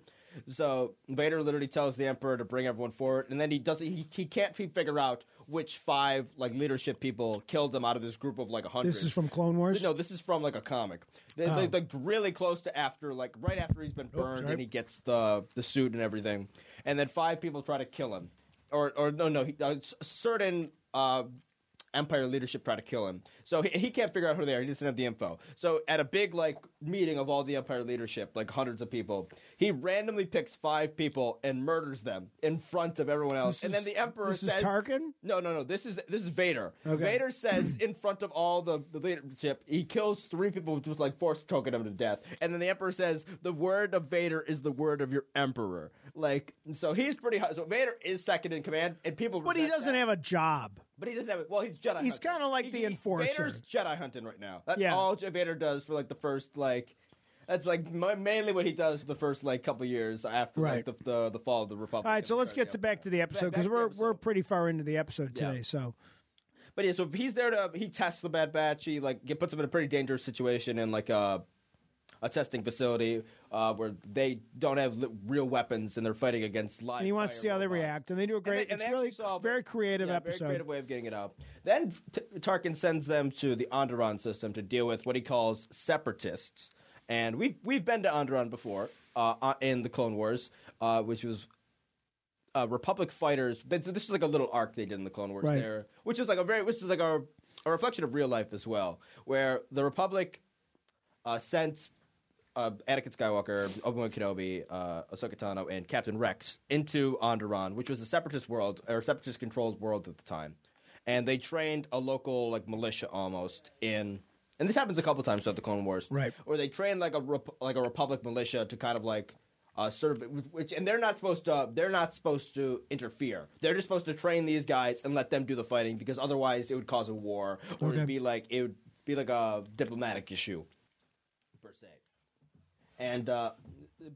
Speaker 2: So Vader literally tells the Emperor to bring everyone forward, and then he doesn't. He, he can't fi- figure out which five like leadership people killed him out of this group of like a hundred.
Speaker 1: this is from Clone Wars.
Speaker 2: No, this is from like a comic. They, they-
Speaker 1: Oh.
Speaker 2: like really close to after, like right after he's been burned
Speaker 1: sorry.
Speaker 2: and he gets the the suit and everything, and then five people try to kill him, or or no no he, uh, s- certain. Uh, Empire leadership try to kill him, so he, he can't figure out who they are. He doesn't have the info. So at a big like meeting of all the Empire leadership, like hundreds of people, he randomly picks five people and murders them in front of everyone else.
Speaker 1: This
Speaker 2: and
Speaker 1: is-
Speaker 2: then the Emperor
Speaker 1: this is
Speaker 2: says,
Speaker 1: Tarkin?
Speaker 2: no, no, no. This is this is Vader.
Speaker 1: Okay.
Speaker 2: Vader says in front of all the, the leadership, he kills three people with just like force choking them to death, and then the Emperor says, "The word of Vader is the word of your Emperor." Like, so he's pretty high. So Vader is second in command, and people.
Speaker 1: but he
Speaker 2: resent
Speaker 1: doesn't
Speaker 2: that.
Speaker 1: have a job.
Speaker 2: But he doesn't have it. Well, he's Jedi.
Speaker 1: He's
Speaker 2: hunting.
Speaker 1: kinda like
Speaker 2: He-
Speaker 1: the
Speaker 2: he-
Speaker 1: enforcer.
Speaker 2: Vader's Jedi hunting right now. That's
Speaker 1: Yeah.
Speaker 2: all Je- Vader does for like the first like. That's like mi- mainly what he does for the first like couple years after
Speaker 1: Right.
Speaker 2: like the, the the fall of the Republic.
Speaker 1: All right, so let's get to
Speaker 2: back.
Speaker 1: back to the episode
Speaker 2: back
Speaker 1: because
Speaker 2: to the
Speaker 1: we're we're
Speaker 2: episode.
Speaker 1: pretty far into the episode
Speaker 2: Yeah.
Speaker 1: today. So
Speaker 2: But yeah, so if he's there to he tests the Bad Batch. He like get, puts them in a pretty dangerous situation in like a a testing facility uh, where they don't have li- real weapons and they're fighting against live.
Speaker 1: and he wants to
Speaker 2: fire
Speaker 1: see how they
Speaker 2: robots.
Speaker 1: react, and they do a
Speaker 2: And they-
Speaker 1: great.
Speaker 2: and
Speaker 1: it's
Speaker 2: they actually
Speaker 1: really
Speaker 2: solve it.
Speaker 1: very creative
Speaker 2: Yeah,
Speaker 1: episode.
Speaker 2: Very creative way of getting it out. Then T- Tarkin sends them to the Onderon system to deal with what he calls separatists. And we've we've been to Onderon before uh, uh, in the Clone Wars, uh, which was uh, Republic fighters. th- This is like a little arc they did in the Clone Wars
Speaker 1: Right.
Speaker 2: there, which is like a very, which is like a, a reflection of real life as well, where the Republic uh, since uh, Anakin Skywalker, Obi Wan Kenobi, uh, Ahsoka Tano, and Captain Rex into Onderon, which was a separatist world or separatist controlled world at the time, and they trained a local like militia almost in. And this happens a couple times throughout the Clone Wars,
Speaker 1: Right.
Speaker 2: Where they train like a rep- like a Republic militia to kind of like uh, serve, which and they're not supposed to uh, they're not supposed to interfere. They're just supposed to train these guys and let them do the fighting because otherwise it would cause a war or
Speaker 1: Okay.
Speaker 2: it'd be like it would be like a diplomatic issue per se. And uh,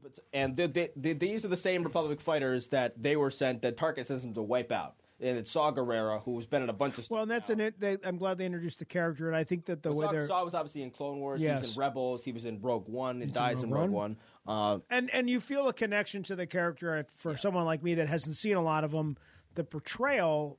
Speaker 2: but, and th th th these are the same Republic fighters that they were sent that Target sends them to wipe out. And it's Saw Gerrera, who's been in a bunch of stuff
Speaker 1: Well, and that's
Speaker 2: now.
Speaker 1: an. It, they, I'm glad they introduced the character, and I think that the way
Speaker 2: Saw,
Speaker 1: they're
Speaker 2: Saw was obviously in Clone Wars. He was
Speaker 1: Yes.
Speaker 2: in Rebels. He was in Rogue One. And
Speaker 1: in
Speaker 2: dies in
Speaker 1: Rogue
Speaker 2: Rogue One. Uh,
Speaker 1: and and you feel a connection to the character if- for someone like me that hasn't seen a lot of them. The portrayal,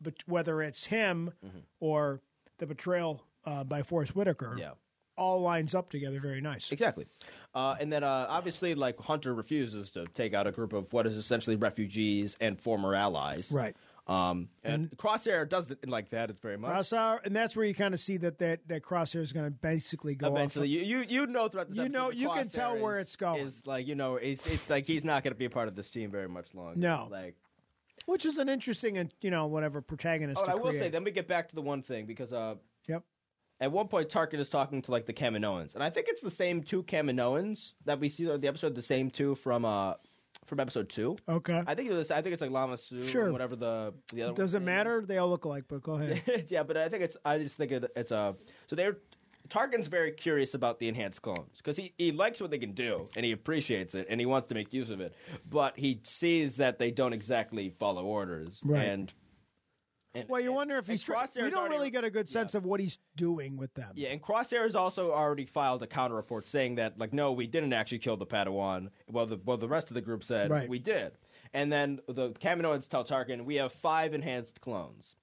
Speaker 1: but whether it's him
Speaker 2: Mm-hmm.
Speaker 1: or the portrayal uh, by Forrest Whitaker,
Speaker 2: Yeah.
Speaker 1: all lines up together very nice.
Speaker 2: Exactly. Uh, and then uh, obviously, like Hunter refuses to take out a group of what is essentially refugees and former allies.
Speaker 1: Right.
Speaker 2: Um, and, Crosshair doesn't like that very much.
Speaker 1: Crosshair, and that's where you kind of see that that, that Crosshair is going to basically go
Speaker 2: Eventually,
Speaker 1: off.
Speaker 2: you, you you know throughout this
Speaker 1: You know-
Speaker 2: episode that
Speaker 1: you can
Speaker 2: Crosshair
Speaker 1: tell where
Speaker 2: is-
Speaker 1: it's going.
Speaker 2: Is like you know, it's, it's like he's not going to be a part of this team very much longer.
Speaker 1: No.
Speaker 2: like
Speaker 1: which is an interesting and you know whatever protagonist.
Speaker 2: oh,
Speaker 1: to
Speaker 2: I will say.
Speaker 1: create.
Speaker 2: Then we get back to the one thing because uh,
Speaker 1: Yep.
Speaker 2: at one point Tarkin is talking to like the Kaminoans, and I think it's the same two Kaminoans that we see in the episode, the same two from uh from episode two.
Speaker 1: Okay.
Speaker 2: I think it was, I think it's like Lama Su
Speaker 1: Sure.
Speaker 2: or whatever the the other
Speaker 1: Doesn't
Speaker 2: one
Speaker 1: matter. They all look alike, but go ahead.
Speaker 2: is. (laughs) yeah, but I think it's I just think it, it's uh, so they're Tarkin's very curious about the enhanced clones because he, he likes what they can do and he appreciates it and he wants to make use of it, but he sees that they don't exactly follow orders
Speaker 1: Right.
Speaker 2: and.
Speaker 1: (laughs)
Speaker 2: and-
Speaker 1: Well, you
Speaker 2: and-
Speaker 1: wonder if
Speaker 2: and
Speaker 1: he's. Try-
Speaker 2: Crosshair's
Speaker 1: we don't
Speaker 2: already-
Speaker 1: really get a good sense of what he's doing with them.
Speaker 2: yeah, and Crosshair has also already filed a counter report saying that, like, no, we didn't actually kill the Padawan. Well, the well, the rest of the group said
Speaker 1: Right.
Speaker 2: we did. And then the Kaminoans tell Tarkin, we have five enhanced clones.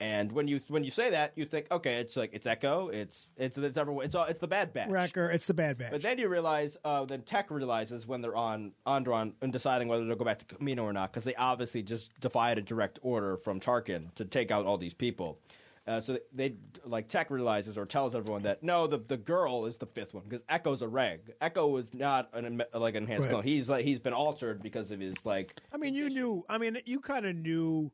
Speaker 2: And when you when you say that, you think, okay, it's like it's Echo, it's it's it's everyone, it's all it's the Bad Batch.
Speaker 1: Wrecker, it's the Bad Batch.
Speaker 2: But then you realize, uh, then Tech realizes when they're on Andron and deciding whether to go back to Kamino or not, because they obviously just defied a direct order from Tarkin to take out all these people. Uh, so they, they like Tech realizes or tells everyone that no, the the girl is the fifth one because Echo's a reg. Echo was not an em- like an enhanced
Speaker 1: Right.
Speaker 2: clone. He's like he's been altered because of his like.
Speaker 1: I mean, you knew. I mean, you kind of knew.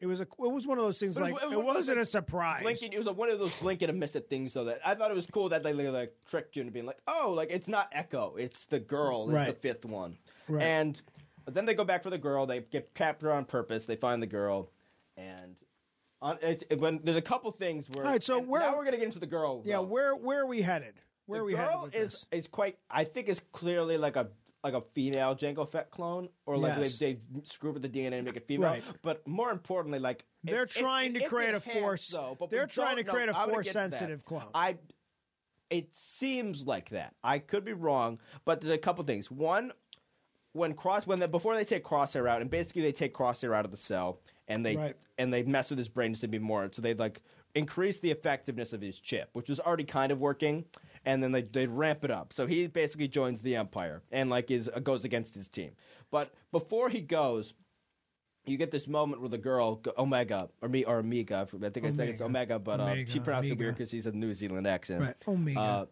Speaker 1: It was a. It was one of those things.
Speaker 2: But it
Speaker 1: Like
Speaker 2: was- it
Speaker 1: it
Speaker 2: was one of
Speaker 1: wasn't a
Speaker 2: those
Speaker 1: surprise.
Speaker 2: Blinking, it was like one of those blink and miss it things, though. That I thought it was cool that they like tricked you into being like, oh, like it's not Echo, it's the girl, it's
Speaker 1: Right.
Speaker 2: the fifth one.
Speaker 1: Right.
Speaker 2: And then they go back for the girl. They get captured on purpose. They find the girl, and on, it's, it, when there's a couple things where.
Speaker 1: All right, so
Speaker 2: and
Speaker 1: where-
Speaker 2: now we're gonna get into the girl.
Speaker 1: Yeah.
Speaker 2: though.
Speaker 1: Where Where are we headed? Where
Speaker 2: the
Speaker 1: are we headed?
Speaker 2: girl
Speaker 1: with
Speaker 2: is
Speaker 1: this?
Speaker 2: is quite. I think is clearly like a like a female Jango Fett clone, or like
Speaker 1: Yes.
Speaker 2: they, they screw up with the DNA and make it female.
Speaker 1: Right.
Speaker 2: But more importantly, like
Speaker 1: They're
Speaker 2: it's-
Speaker 1: trying to
Speaker 2: it's
Speaker 1: create a
Speaker 2: enhanced,
Speaker 1: force-
Speaker 2: Though, but we
Speaker 1: they're trying
Speaker 2: don't
Speaker 1: to create
Speaker 2: know-
Speaker 1: a
Speaker 2: I'm gonna get to that.
Speaker 1: force-sensitive clone.
Speaker 2: I. It seems like that. I could be wrong, but there's a couple things. One, when cross when the, before they take crosshair out and basically they take crosshair out of the cell and they
Speaker 1: Right.
Speaker 2: and they mess with his brain just to be more so they like increase the effectiveness of his chip which was already kind of working and then they they ramp it up so he basically joins the empire and like is goes against his team but before he goes you get this moment where the girl go- Omega or me or Amiga, I think I think it's
Speaker 1: Omega.
Speaker 2: Omega, but uh,
Speaker 1: Omega,
Speaker 2: she pronounced
Speaker 1: Amiga.
Speaker 2: it weird because she's a New Zealand accent.
Speaker 1: Right, Omega.
Speaker 2: Uh,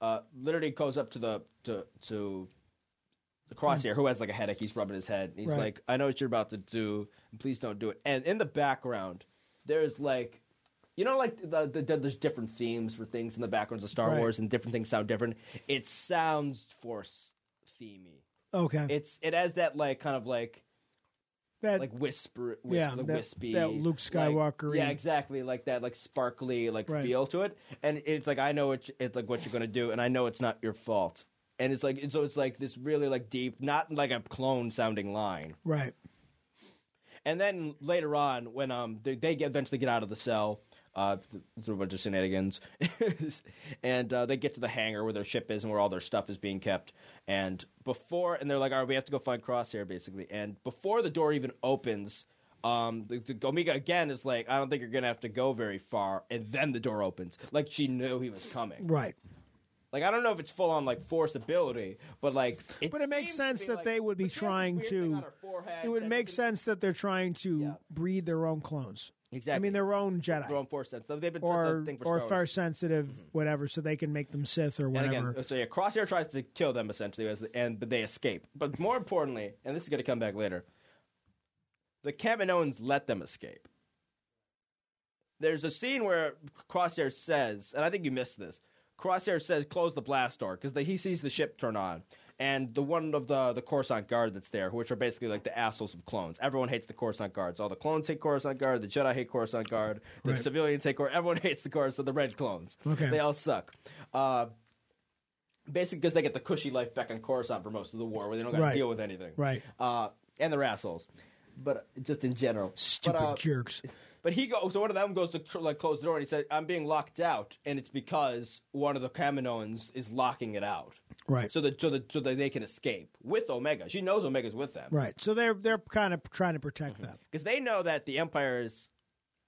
Speaker 2: uh, literally goes up to the to to the crosshair who has like a headache. He's rubbing his head. And he's
Speaker 1: Right.
Speaker 2: like, "I know what you're about to do. and Please don't do it." And in the background, there's like, you know, like the, the, the- there's different themes for things in the backgrounds of Star
Speaker 1: Right.
Speaker 2: Wars, and different things sound different. It sounds Force themey.
Speaker 1: okay.
Speaker 2: It's it has that like kind of like
Speaker 1: that
Speaker 2: like whisper, whisper
Speaker 1: Yeah,
Speaker 2: the
Speaker 1: that-
Speaker 2: wispy,
Speaker 1: that Luke
Speaker 2: Like,
Speaker 1: Skywalker-y.
Speaker 2: yeah, exactly, like that, like sparkly, like
Speaker 1: Right.
Speaker 2: feel to it. And it's like I know it's, it's like what you're gonna do, and I know it's not your fault. And it's like and so it's like this really like deep, not like a clone sounding line.
Speaker 1: right.
Speaker 2: And then later on, when um they, they get, eventually get out of the cell, uh, th- through a bunch of shenanigans, (laughs) and uh, they get to the hangar where their ship is and where all their stuff is being kept. And before, and they're like, all right, we have to go find Crosshair, basically. And before the door even opens, um, the, the Omega again is like, I don't think you're gonna have to go very far. And then the door opens, like she knew he was coming.
Speaker 1: Right.
Speaker 2: Like I don't know if it's full on like force ability, but like, it
Speaker 1: But it makes
Speaker 2: seems to
Speaker 1: sense
Speaker 2: be
Speaker 1: that
Speaker 2: like-
Speaker 1: they would be
Speaker 2: but she has this
Speaker 1: trying
Speaker 2: weird thing
Speaker 1: to-
Speaker 2: on her forehead
Speaker 1: It would
Speaker 2: that
Speaker 1: make
Speaker 2: doesn't-
Speaker 1: sense that they're trying to
Speaker 2: Yeah.
Speaker 1: breed their own clones.
Speaker 2: Exactly.
Speaker 1: I mean, their own Jedi
Speaker 2: their own force sense. They've been
Speaker 1: or
Speaker 2: that's a thing for
Speaker 1: or
Speaker 2: Star Wars.
Speaker 1: force sensitive, whatever, so they can make them Sith or
Speaker 2: And
Speaker 1: whatever.
Speaker 2: again, uh, so yeah, Crosshair tries to kill them essentially, as the, and but they escape. But more importantly, and this is going to come back later, the Kaminoans let them escape. There's a scene where Crosshair says, and I think you missed this. Crosshair says, "Close the blast door," because he sees the ship turn on, and the one of the the Coruscant guard that's there, which are basically like the assholes of clones. Everyone hates the Coruscant guards. All the clones hate Coruscant guard. The Jedi hate Coruscant guard. The
Speaker 1: Right.
Speaker 2: civilians hate Coruscant. Everyone (laughs) hates the guards. So the red clones.
Speaker 1: Okay.
Speaker 2: they all suck. Uh, basically because they get the cushy life back on Coruscant for most of the war, where they don't got to
Speaker 1: Right.
Speaker 2: deal with anything.
Speaker 1: Right.
Speaker 2: Uh, and they're assholes, but uh, just in general,
Speaker 1: Stupid
Speaker 2: But, uh,
Speaker 1: jerks.
Speaker 2: but he goes. So one of them goes to tr- like close the door, and he said, "I'm being locked out," and it's because one of the Kaminoans is locking it out,
Speaker 1: Right.
Speaker 2: so that so that so that they can escape with Omega. She knows Omega's with them,
Speaker 1: right. So they're they're kind of trying to protect that.
Speaker 2: Because they know that the Empire is.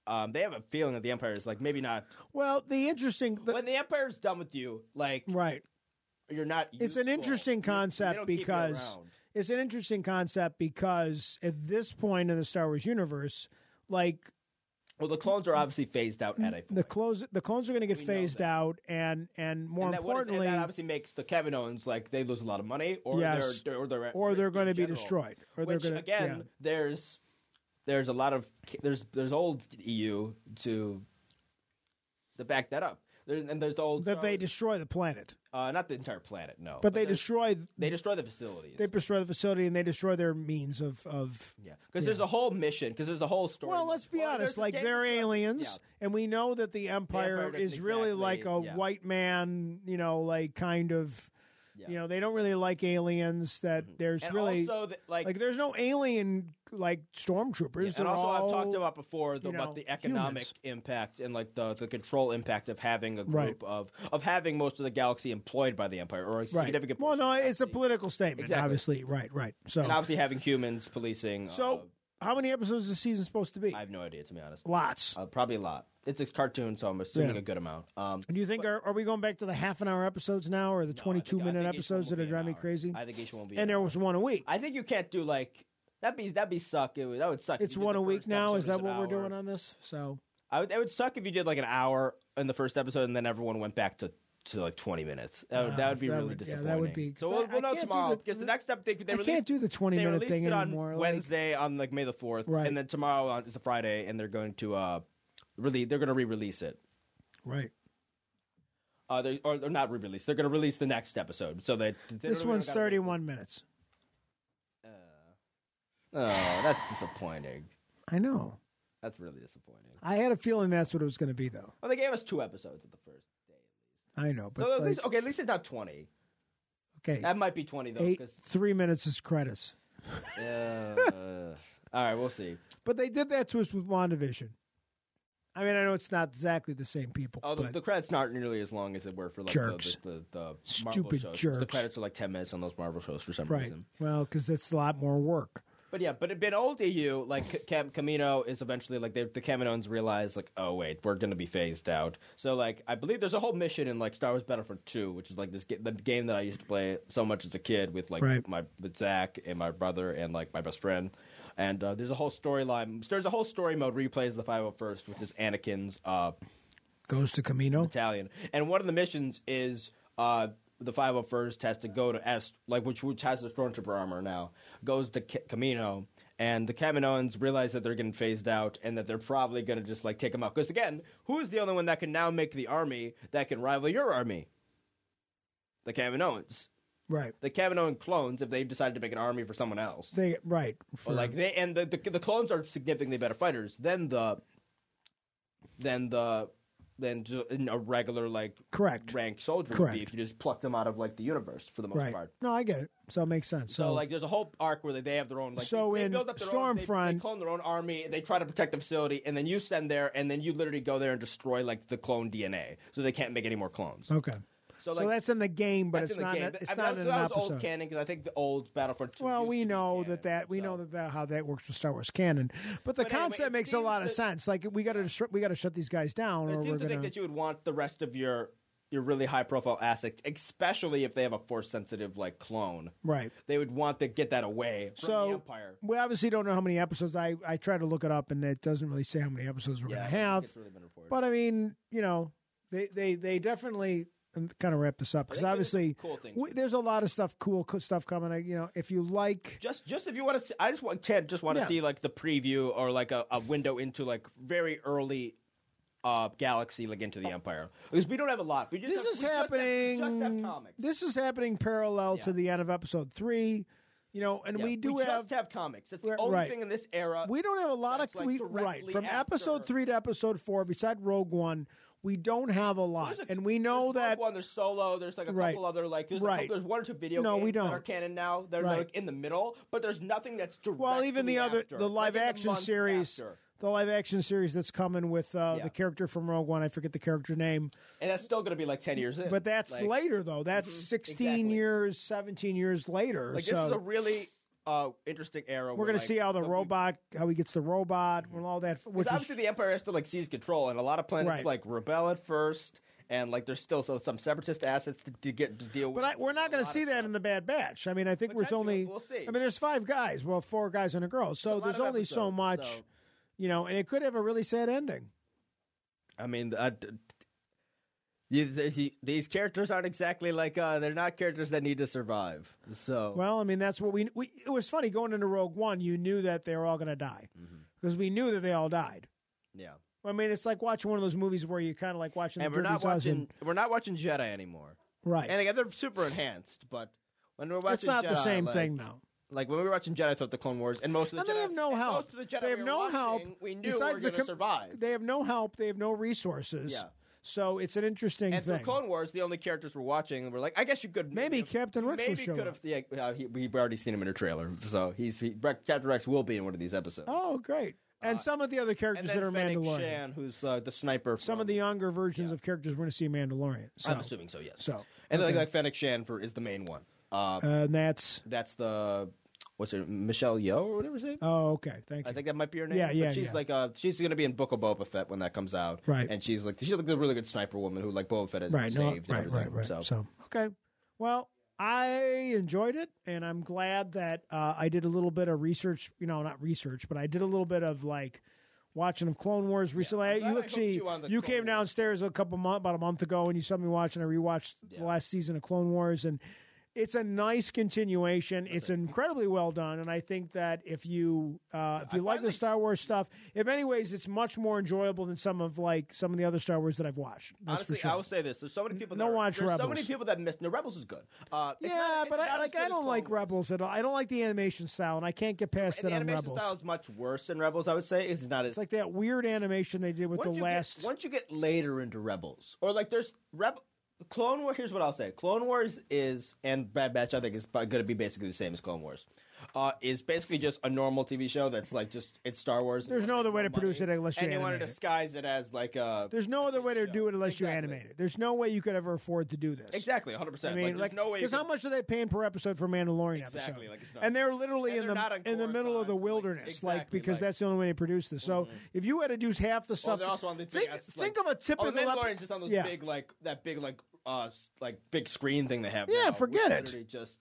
Speaker 2: Um, they have a feeling that the Empire is like maybe not.
Speaker 1: Well, the interesting the,
Speaker 2: when the Empire is done with you, like
Speaker 1: right.
Speaker 2: you're not.
Speaker 1: It's an
Speaker 2: useful.
Speaker 1: interesting
Speaker 2: You- they
Speaker 1: concept
Speaker 2: don't keep you
Speaker 1: because
Speaker 2: around.
Speaker 1: it's an interesting concept because at this point in the Star Wars universe, like
Speaker 2: Well, the clones are obviously phased out at a point.
Speaker 1: the clones the clones are going to get
Speaker 2: We know
Speaker 1: phased
Speaker 2: that.
Speaker 1: out and and more
Speaker 2: and that, what is-
Speaker 1: importantly
Speaker 2: and that obviously makes the Kaminoans like they lose a lot of money, or
Speaker 1: Yes.
Speaker 2: they're, or they're at
Speaker 1: or they're
Speaker 2: risk in
Speaker 1: going to be
Speaker 2: general.
Speaker 1: destroyed or
Speaker 2: Which
Speaker 1: they're going to
Speaker 2: again, there's there's a lot of there's there's old EU to to back that up. There, and there's the old
Speaker 1: that they
Speaker 2: destroy
Speaker 1: destroy the planet.
Speaker 2: uh, not the entire planet, no,
Speaker 1: But they
Speaker 2: there's-
Speaker 1: destroy
Speaker 2: they destroy the facilities.
Speaker 1: they destroy the facility and they destroy their means of of
Speaker 2: yeah, because there's a whole mission. Because there's a whole story.
Speaker 1: Well, let's be
Speaker 2: Well, there's
Speaker 1: honest.
Speaker 2: the
Speaker 1: Like
Speaker 2: game-
Speaker 1: they're aliens,
Speaker 2: Yeah.
Speaker 1: and we know that the Empire,
Speaker 2: Empire doesn't
Speaker 1: is really like a
Speaker 2: exactly- yeah.
Speaker 1: white man. You know, like kind of.
Speaker 2: Yeah. Mm-hmm.
Speaker 1: You know, they don't really like aliens. That there's
Speaker 2: And
Speaker 1: really
Speaker 2: also, the,
Speaker 1: like,
Speaker 2: like,
Speaker 1: there's no alien like stormtroopers.
Speaker 2: and
Speaker 1: They're
Speaker 2: also I've
Speaker 1: all-
Speaker 2: talked about before the,
Speaker 1: you know,
Speaker 2: what the economic
Speaker 1: humans.
Speaker 2: impact and like the, the control impact of having a group
Speaker 1: Right.
Speaker 2: of of having most of the galaxy employed by the empire or a
Speaker 1: right.
Speaker 2: significant
Speaker 1: Well,
Speaker 2: portion
Speaker 1: no,
Speaker 2: of the
Speaker 1: it's a
Speaker 2: galaxy.
Speaker 1: political statement,
Speaker 2: Exactly.
Speaker 1: obviously. Right, right. So,
Speaker 2: and obviously having humans policing.
Speaker 1: so
Speaker 2: uh,
Speaker 1: how many episodes is the season supposed to be?
Speaker 2: I have no idea to be honest.
Speaker 1: Lots.
Speaker 2: Uh, probably a lot. It's a cartoon, so I'm assuming
Speaker 1: Yeah.
Speaker 2: a good amount. Um,
Speaker 1: Do you think are, are we going back to the half an hour episodes now, or the
Speaker 2: no, I
Speaker 1: twenty two
Speaker 2: think- I
Speaker 1: minute
Speaker 2: think each one
Speaker 1: episodes
Speaker 2: will
Speaker 1: that are
Speaker 2: be an
Speaker 1: driving me
Speaker 2: hour.
Speaker 1: crazy?
Speaker 2: I think each one will be. an
Speaker 1: and there
Speaker 2: hour.
Speaker 1: was one a week.
Speaker 2: I think you can't do like that'd be that'd be suck. It would, that would suck. if
Speaker 1: It's
Speaker 2: you did
Speaker 1: one
Speaker 2: the
Speaker 1: a week
Speaker 2: first
Speaker 1: now.
Speaker 2: episode
Speaker 1: Is
Speaker 2: as
Speaker 1: that
Speaker 2: an
Speaker 1: what we're
Speaker 2: hour.
Speaker 1: doing on this? So
Speaker 2: I would, it would suck if you did like an hour in the first episode and then everyone went back to, to like 20 minutes. That would, that
Speaker 1: Wow,
Speaker 2: would be
Speaker 1: that
Speaker 2: really
Speaker 1: would- yeah,
Speaker 2: disappointing.
Speaker 1: that would be-
Speaker 2: So we'll,
Speaker 1: I-
Speaker 2: we'll
Speaker 1: I
Speaker 2: know
Speaker 1: can't do
Speaker 2: tomorrow
Speaker 1: the-
Speaker 2: because the next step they, they
Speaker 1: I
Speaker 2: released,
Speaker 1: can't do the twenty
Speaker 2: they
Speaker 1: minute
Speaker 2: released
Speaker 1: thing
Speaker 2: it on
Speaker 1: anymore. like-
Speaker 2: Wednesday on like May the 4th.
Speaker 1: Right.
Speaker 2: And then tomorrow on, is a Friday and they're going to uh, really, they're going to re release it.
Speaker 1: right.
Speaker 2: Uh, they, or they're not re release. They're going to release the next episode. So they, they
Speaker 1: This
Speaker 2: don't-
Speaker 1: one's
Speaker 2: they don't gotta-
Speaker 1: thirty one minutes.
Speaker 2: Oh, that's disappointing.
Speaker 1: I know.
Speaker 2: That's really disappointing.
Speaker 1: I had a feeling that's what it was going to be, though.
Speaker 2: Well, they gave us two episodes at the first day.
Speaker 1: I know, but
Speaker 2: So at
Speaker 1: like,
Speaker 2: least, okay, at least it's not 20.
Speaker 1: okay,
Speaker 2: That might be 20 though.
Speaker 1: eight
Speaker 2: 'cause-
Speaker 1: three minutes is credits.
Speaker 2: Uh, all right, we'll see.
Speaker 1: But they did that to us with Wandavision. I mean, I know it's not exactly the same people,
Speaker 2: Oh, the,
Speaker 1: but
Speaker 2: the credits not nearly as long as they were for like
Speaker 1: Jerks.
Speaker 2: the the, the, the Marvel
Speaker 1: Stupid
Speaker 2: shows. The
Speaker 1: jerks.
Speaker 2: credits are like ten minutes on those Marvel shows for some
Speaker 1: right,
Speaker 2: reason.
Speaker 1: well, because that's a lot more work.
Speaker 2: But yeah, but it been old EU. Like Cam- Camino is eventually like they, the Kaminoans realize like oh wait we're gonna be phased out. So like I believe there's a whole mission in like Star Wars Battlefront Two, which is like this ga- the game that I used to play so much as a kid with like
Speaker 1: Right.
Speaker 2: my with Zach and my brother and like my best friend. And uh, there's a whole storyline. There's a whole story mode replays of the 501st, which is Anakin's uh,
Speaker 1: Goes to Camino.
Speaker 2: battalion. And one of the missions is uh, the 501st has to go to S, like which, which has the stormtrooper armor now, goes to Ca- Camino. And the Kaminoans realize that they're getting phased out and that they're probably going to just like take them out. Because again, who's the only one that can now make the army that can rival your army? The Kaminoans.
Speaker 1: Right.
Speaker 2: The Kaminoan clones, if they've decided to make an army for someone else.
Speaker 1: They right. For,
Speaker 2: Or like they and the, the the clones are significantly better fighters than the than the than ju- in a regular like
Speaker 1: Correct.
Speaker 2: rank soldier would
Speaker 1: Correct.
Speaker 2: be if you just plucked them out of like the universe for the most
Speaker 1: right.
Speaker 2: part.
Speaker 1: No, I get it. So it makes sense.
Speaker 2: So, like, there's a whole arc where they, they have their own like.
Speaker 1: So
Speaker 2: they, they
Speaker 1: in
Speaker 2: build up their own, they- they,
Speaker 1: Stormfront-
Speaker 2: clone their own army. They try to protect the facility, and then you send there, and then you literally go there and destroy like the clone DNA, so they can't make any more clones.
Speaker 1: okay.
Speaker 2: So
Speaker 1: so that's in the game, but
Speaker 2: that's
Speaker 1: it's
Speaker 2: in the
Speaker 1: not.
Speaker 2: game.
Speaker 1: It's
Speaker 2: I-
Speaker 1: not
Speaker 2: that,
Speaker 1: in
Speaker 2: so
Speaker 1: an
Speaker 2: that was
Speaker 1: episode.
Speaker 2: old canon because I think the old Battlefront. 2
Speaker 1: Well,
Speaker 2: used
Speaker 1: we
Speaker 2: to be
Speaker 1: know
Speaker 2: canon,
Speaker 1: that that we
Speaker 2: so.
Speaker 1: know that, that how that works with Star Wars canon, but the
Speaker 2: But anyway,
Speaker 1: concept
Speaker 2: it
Speaker 1: makes a lot of
Speaker 2: seems
Speaker 1: sense. Like we got to we got to shut these guys down, or
Speaker 2: But it
Speaker 1: we're
Speaker 2: seems to
Speaker 1: gonna
Speaker 2: think that you would want the rest of your your really high profile assets, especially if they have a force sensitive like clone.
Speaker 1: Right.
Speaker 2: They would want to get that away from
Speaker 1: so
Speaker 2: the Empire.
Speaker 1: we obviously don't know how many episodes. I I tried to look it up, and it doesn't really say how many episodes we're going
Speaker 2: I don't
Speaker 1: to
Speaker 2: think
Speaker 1: have.
Speaker 2: it's really been reported.
Speaker 1: But I mean, you know, they they they definitely kind of wrap this up
Speaker 2: I think
Speaker 1: because
Speaker 2: there's
Speaker 1: obviously
Speaker 2: some cool things.
Speaker 1: we, there's a lot of stuff, cool co- stuff coming. I- You know, if you like,
Speaker 2: just just if you want to see, I just want can't just want to
Speaker 1: Yeah.
Speaker 2: see like the preview or like a, a window into like very early uh galaxy like into the empire because we don't have a lot. We just
Speaker 1: this
Speaker 2: have,
Speaker 1: is
Speaker 2: we just have-
Speaker 1: happening.
Speaker 2: Just have, comics.
Speaker 1: This is happening parallel to
Speaker 2: Yeah.
Speaker 1: the end of episode three. You know, and
Speaker 2: Yeah,
Speaker 1: we do
Speaker 2: we
Speaker 1: have
Speaker 2: just have comics. That's the
Speaker 1: Right,
Speaker 2: only
Speaker 1: right.
Speaker 2: thing in this era.
Speaker 1: we don't have a lot
Speaker 2: That's,
Speaker 1: of
Speaker 2: like,
Speaker 1: we,
Speaker 2: directly
Speaker 1: right from
Speaker 2: after-
Speaker 1: episode three to episode four. Beside Rogue One, we don't have a lot,
Speaker 2: There's a-
Speaker 1: and we know
Speaker 2: there's Rogue
Speaker 1: that
Speaker 2: one, there's Solo. There's like a
Speaker 1: Right.
Speaker 2: couple other like there's, a
Speaker 1: Right.
Speaker 2: couple, there's one or two video
Speaker 1: No,
Speaker 2: games
Speaker 1: we
Speaker 2: that are
Speaker 1: don't.
Speaker 2: canon now. They're
Speaker 1: Right.
Speaker 2: like in the middle, but there's nothing that's directly
Speaker 1: Well, even the other
Speaker 2: after,
Speaker 1: the
Speaker 2: like
Speaker 1: live
Speaker 2: in
Speaker 1: action
Speaker 2: months
Speaker 1: series,
Speaker 2: after.
Speaker 1: the live action series that's coming with uh,
Speaker 2: Yeah.
Speaker 1: the character from Rogue One. I forget the character name,
Speaker 2: and that's still going to be like ten years
Speaker 1: (laughs)
Speaker 2: in.
Speaker 1: but that's
Speaker 2: like, mm-hmm.
Speaker 1: later though. That's sixteen
Speaker 2: exactly.
Speaker 1: years, seventeen years later.
Speaker 2: Like
Speaker 1: so
Speaker 2: this is a really uh, interesting era.
Speaker 1: we're going to see how the
Speaker 2: robot.
Speaker 1: robot, how he gets the robot, and all that. Which
Speaker 2: Mm-hmm. Because
Speaker 1: is
Speaker 2: obviously the Empire has to like seize control, and a lot of planets
Speaker 1: Right.
Speaker 2: like rebel at first, and like there's still so some separatist assets to, to get to deal
Speaker 1: (laughs)
Speaker 2: with.
Speaker 1: but I, we're not going to see that in the Bad Batch. I mean, I think there's
Speaker 2: Potentially,
Speaker 1: only.
Speaker 2: we'll see.
Speaker 1: I mean, there's five guys. Well, four guys and a girl. So
Speaker 2: lot
Speaker 1: there's
Speaker 2: of
Speaker 1: only so
Speaker 2: episodes,
Speaker 1: much,
Speaker 2: so-
Speaker 1: you know, and it could have a really sad ending.
Speaker 2: I mean, uh, d- d- you, th- he- these characters aren't exactly like uh, they're not characters that need to survive. So
Speaker 1: Well, I mean, that's what we, we. It was funny going into Rogue One. You knew that they were all going to die
Speaker 2: Mm-hmm.
Speaker 1: because we knew that they all died.
Speaker 2: yeah,
Speaker 1: I mean, it's like watching one of those movies where you kind of like watching.
Speaker 2: and
Speaker 1: the
Speaker 2: we're
Speaker 1: Dirty
Speaker 2: not watching
Speaker 1: Dozen.
Speaker 2: we're not watching Jedi anymore.
Speaker 1: right?
Speaker 2: And again, they're super enhanced, but when we're watching
Speaker 1: it's not the
Speaker 2: Jedi,
Speaker 1: same
Speaker 2: like-
Speaker 1: thing though.
Speaker 2: Like when we were watching Jedi, I thought the Clone Wars and most of the
Speaker 1: And
Speaker 2: Jedi,
Speaker 1: they have no
Speaker 2: and
Speaker 1: help.
Speaker 2: Most of the Jedi
Speaker 1: they have
Speaker 2: we were
Speaker 1: no
Speaker 2: watching,
Speaker 1: help.
Speaker 2: We knew
Speaker 1: Besides
Speaker 2: we
Speaker 1: the
Speaker 2: were going to
Speaker 1: com-
Speaker 2: survive.
Speaker 1: They have no help. They have no resources.
Speaker 2: Yeah.
Speaker 1: So it's an interesting
Speaker 2: And
Speaker 1: thing.
Speaker 2: through Clone Wars, the only characters we're watching were like, I guess you could
Speaker 1: Maybe Captain Rex will
Speaker 2: Maybe
Speaker 1: show
Speaker 2: could
Speaker 1: up.
Speaker 2: have. Yeah, uh, he, we've already seen him in a trailer, so he's he, Rex- Captain Rex will be in one of these episodes.
Speaker 1: oh, great! And some of the other
Speaker 2: uh, and
Speaker 1: characters
Speaker 2: then
Speaker 1: that are
Speaker 2: Fennec
Speaker 1: Mandalorian.
Speaker 2: Shan, who's the the sniper.
Speaker 1: Some of the younger versions of characters we're going to see in Mandalorian. So,
Speaker 2: I'm assuming so. Yes.
Speaker 1: So,
Speaker 2: and like, like Fennec Shan for is the main one. Uh,
Speaker 1: uh, and that's
Speaker 2: that's the what's her Michelle Yeoh or whatever her name.
Speaker 1: oh, okay. Thank you.
Speaker 2: I think that might be her name.
Speaker 1: Yeah, yeah,
Speaker 2: But she's
Speaker 1: yeah.
Speaker 2: like uh, she's gonna be in Book of Boba Fett when that comes out.
Speaker 1: Right.
Speaker 2: And she's like she's like a really good sniper woman who like Boba Fett has
Speaker 1: right,
Speaker 2: saved.
Speaker 1: no,
Speaker 2: and
Speaker 1: right,
Speaker 2: everything,
Speaker 1: right, right.
Speaker 2: So,
Speaker 1: So. okay, well, I enjoyed it, and I'm glad that uh, I did a little bit of research. You know, not research, but I did a little bit of like watching of Clone Wars recently.
Speaker 2: I'm glad I
Speaker 1: you
Speaker 2: hooked
Speaker 1: actually
Speaker 2: you on the
Speaker 1: you
Speaker 2: Clone
Speaker 1: came
Speaker 2: Wars.
Speaker 1: downstairs a couple month about a month ago, and you saw me watching. I rewatched the last season of Clone Wars, and it's a nice continuation. It's incredibly well done, and I think that if you uh, if you like the Star Wars stuff, in many ways, it's much more enjoyable than some of like some of the other Star Wars that I've watched. That's for
Speaker 2: Honestly,
Speaker 1: sure.
Speaker 2: I will say this: there's so many people.
Speaker 1: No
Speaker 2: that are-
Speaker 1: watch
Speaker 2: there's so
Speaker 1: Rebels.
Speaker 2: many people that miss. No, Rebels is good. Uh, it's
Speaker 1: Yeah,
Speaker 2: not- it's
Speaker 1: but I
Speaker 2: not as
Speaker 1: like
Speaker 2: good
Speaker 1: I
Speaker 2: as
Speaker 1: don't
Speaker 2: Clone
Speaker 1: like
Speaker 2: Wars.
Speaker 1: Rebels at all. I don't like the animation style, and I can't get past
Speaker 2: And
Speaker 1: that
Speaker 2: the
Speaker 1: on
Speaker 2: animation
Speaker 1: Rebels.
Speaker 2: style is much worse than Rebels. I would say it's not as
Speaker 1: It's like that weird animation they did with
Speaker 2: once
Speaker 1: the
Speaker 2: you
Speaker 1: last.
Speaker 2: Get, once you get later into Rebels, or like there's Rebel Clone War. Here's what I'll say: Clone Wars is and Bad Batch. I think is going to be basically the same as Clone Wars. Uh, is basically just a normal TV show that's like just it's Star Wars.
Speaker 1: There's no other way to produce it unless you
Speaker 2: And they want to
Speaker 1: animate it.
Speaker 2: disguise it as like uh, a
Speaker 1: There's no other way to
Speaker 2: show.
Speaker 1: do it unless you
Speaker 2: Exactly.
Speaker 1: animate it. There's no way you could ever afford to do this.
Speaker 2: exactly 100.
Speaker 1: I
Speaker 2: percent
Speaker 1: mean,
Speaker 2: like,
Speaker 1: like,
Speaker 2: there's no way. you
Speaker 1: because how
Speaker 2: can-
Speaker 1: much are they paying per episode for Mandalorian
Speaker 2: Exactly,
Speaker 1: episode?
Speaker 2: like, it's not-
Speaker 1: and they're literally
Speaker 2: And
Speaker 1: in
Speaker 2: they're not on
Speaker 1: the in the middle of the
Speaker 2: Coruscant, like,
Speaker 1: wilderness, like,
Speaker 2: exactly,
Speaker 1: because
Speaker 2: like- Mm-hmm.
Speaker 1: that's the only way to produce this. So if you had to do half the
Speaker 2: Well,
Speaker 1: stuff,
Speaker 2: they're Oh, also on the thing
Speaker 1: think,
Speaker 2: that's,
Speaker 1: think
Speaker 2: like-
Speaker 1: of a
Speaker 2: Oh,
Speaker 1: typical.
Speaker 2: the Mandalorian's just on those
Speaker 1: yeah.
Speaker 2: big like that big like uh s- like big screen thing they have.
Speaker 1: Yeah,
Speaker 2: now,
Speaker 1: forget
Speaker 2: which
Speaker 1: it.
Speaker 2: literally Just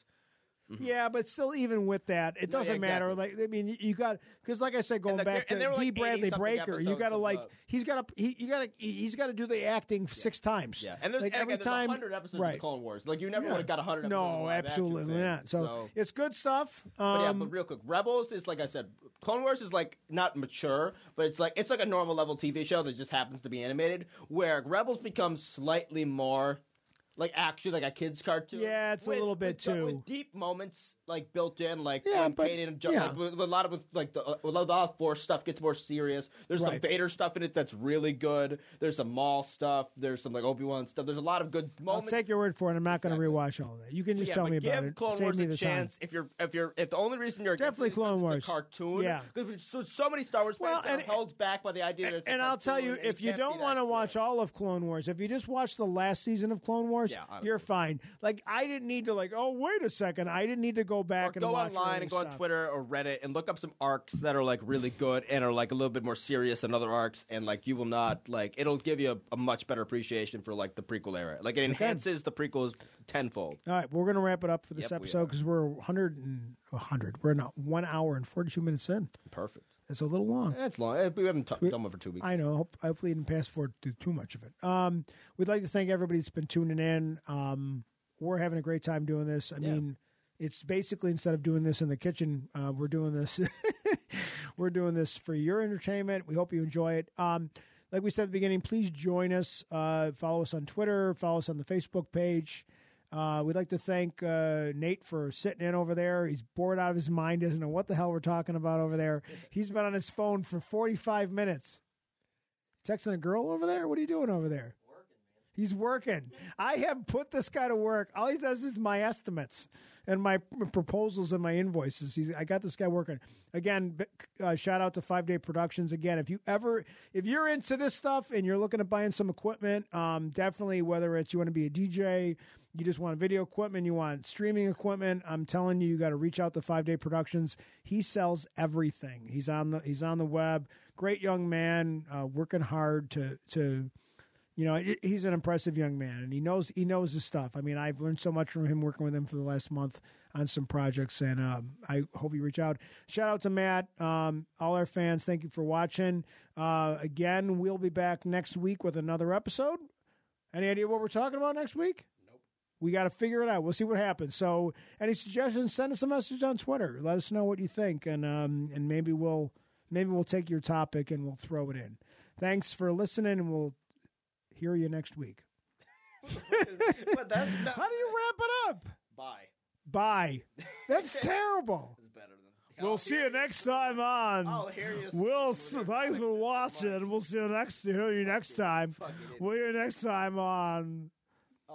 Speaker 1: Yeah, but still, even with that, it
Speaker 2: No, yeah,
Speaker 1: doesn't matter.
Speaker 2: exactly.
Speaker 1: Like, I mean, you got because, like I said, going
Speaker 2: like,
Speaker 1: back
Speaker 2: there- and there
Speaker 1: to
Speaker 2: were,
Speaker 1: D.
Speaker 2: like,
Speaker 1: Bradley
Speaker 2: 80-something
Speaker 1: Breaker, you got to
Speaker 2: episodes
Speaker 1: like
Speaker 2: of- uh,
Speaker 1: he's got to he you got to he's got to do the acting six times.
Speaker 2: yeah, and there's
Speaker 1: like,
Speaker 2: and
Speaker 1: every
Speaker 2: again, there's
Speaker 1: time
Speaker 2: 100 episodes of
Speaker 1: right?
Speaker 2: the Clone Wars. Like you never
Speaker 1: Yeah.
Speaker 2: would have got 100. episodes of
Speaker 1: no,
Speaker 2: live action
Speaker 1: absolutely
Speaker 2: thing,
Speaker 1: not. So,
Speaker 2: so
Speaker 1: it's good stuff.
Speaker 2: But yeah,
Speaker 1: Um,
Speaker 2: but real quick, Rebels is like I said, Clone Wars is like not mature, but it's like it's like a normal level TV show that just happens to be animated. Where Rebels becomes slightly more like actually like a kids cartoon.
Speaker 1: Yeah, it's a little bit
Speaker 2: with, uh,
Speaker 1: too-
Speaker 2: with deep moments like built in, like
Speaker 1: Yeah,
Speaker 2: when
Speaker 1: but-
Speaker 2: Kanan and Jo-
Speaker 1: yeah.
Speaker 2: like, with, with a lot of with, like the uh, with a lot of Force stuff gets more serious. There's some
Speaker 1: Right.
Speaker 2: Vader stuff in it that's really good. There's some Maul stuff. There's some like Obi Wan stuff. There's a lot of good
Speaker 1: I'll
Speaker 2: moments.
Speaker 1: take your word for it. I'm not
Speaker 2: Exactly.
Speaker 1: going to rewatch all of that. You can just
Speaker 2: Yeah,
Speaker 1: tell
Speaker 2: but
Speaker 1: me
Speaker 2: give
Speaker 1: about it.
Speaker 2: Clone
Speaker 1: Save
Speaker 2: Wars
Speaker 1: me
Speaker 2: a
Speaker 1: the time.
Speaker 2: chance if you're if you're if the only reason you're against
Speaker 1: Definitely
Speaker 2: it is 'cause
Speaker 1: Clone
Speaker 2: it's
Speaker 1: Wars.
Speaker 2: a cartoon.
Speaker 1: Yeah.
Speaker 2: because so, so many Star Wars fans
Speaker 1: Well,
Speaker 2: are
Speaker 1: and-
Speaker 2: held back by the idea that it's a
Speaker 1: and I'll tell
Speaker 2: cartoon
Speaker 1: you,
Speaker 2: and it
Speaker 1: if you
Speaker 2: can't be
Speaker 1: don't
Speaker 2: that
Speaker 1: want to
Speaker 2: good.
Speaker 1: watch all of Clone Wars, if you just watch the last season of Clone hours,
Speaker 2: Yeah, honestly.
Speaker 1: you're fine. Like I didn't need to like, oh wait a second, I didn't need to go back
Speaker 2: Or
Speaker 1: and
Speaker 2: go
Speaker 1: watch
Speaker 2: online
Speaker 1: early
Speaker 2: and go on
Speaker 1: stuff.
Speaker 2: Twitter or Reddit and look up some arcs that are like really good and are like a little bit more serious than other arcs, and like you will not like it'll give you a, a much better appreciation for like the prequel era. Like it enhances the prequels tenfold.
Speaker 1: All right, we're going to wrap it up for this
Speaker 2: Yep, we
Speaker 1: episode
Speaker 2: are.
Speaker 1: because we're 100 and 100. We're not one hour and 42 minutes in.
Speaker 2: Perfect.
Speaker 1: It's a little long.
Speaker 2: That's long. Eh, We haven't t- done one for
Speaker 1: (laughs)
Speaker 2: two weeks.
Speaker 1: I know. Hope, hopefully, it didn't pass for too, too much of it. Um, we'd like to thank everybody that's been tuning in. Um, we're having a great time doing this. I
Speaker 2: Yeah.
Speaker 1: mean, it's basically instead of doing this in the kitchen, uh, we're doing this. (laughs) we're doing this for your entertainment. We hope you enjoy it. Um, like we said at the beginning, please join us. Uh, follow us on Twitter. Follow us on the Facebook page. Uh, we'd like to thank uh, Nate for sitting in over there. He's bored out of his mind, doesn't know what the hell we're talking about over there. He's been on his phone for 45 minutes. Texting a girl over there? What are you doing over there? He's working. I have put this guy to work. All he does is my estimates and my p- proposals and my invoices. He's, I got this guy working. Again, b- uh, shout out to Five Day Productions. Again, if you ever, if you're into this stuff and you're looking at buying some equipment, um, definitely whether it's you want to be a DJ, you just want video equipment, you want streaming equipment, I'm telling you, you got to reach out to Five Day Productions. He sells everything. He's on the he's on the web. Great young man, uh, working hard to to you know it- he's an impressive young man and he knows he knows his stuff i mean i've learned so much from him working with him for the last month on some projects and um, i hope you reach out shout out to matt um, all our fans thank you for watching uh, again we'll be back next week with another episode any idea what we're talking about next week we got to figure it out. We'll see what happens. So, any suggestions? Send us a message on Twitter. Let us know what you think, and um, and maybe we'll maybe we'll take your topic and we'll throw it in. Thanks for listening, and we'll hear you next week.
Speaker 2: but that's not.
Speaker 1: How do you wrap it up?
Speaker 2: Bye.
Speaker 1: Bye.
Speaker 2: (laughs)
Speaker 1: That's terrible.
Speaker 2: It's better than.
Speaker 1: We'll see you next time on.
Speaker 2: I'll hear you.
Speaker 1: We'll s- thanks for watching. We'll see you next. Hear you next time.
Speaker 2: fucking idiot. Oh,
Speaker 1: We'll hear you next time on.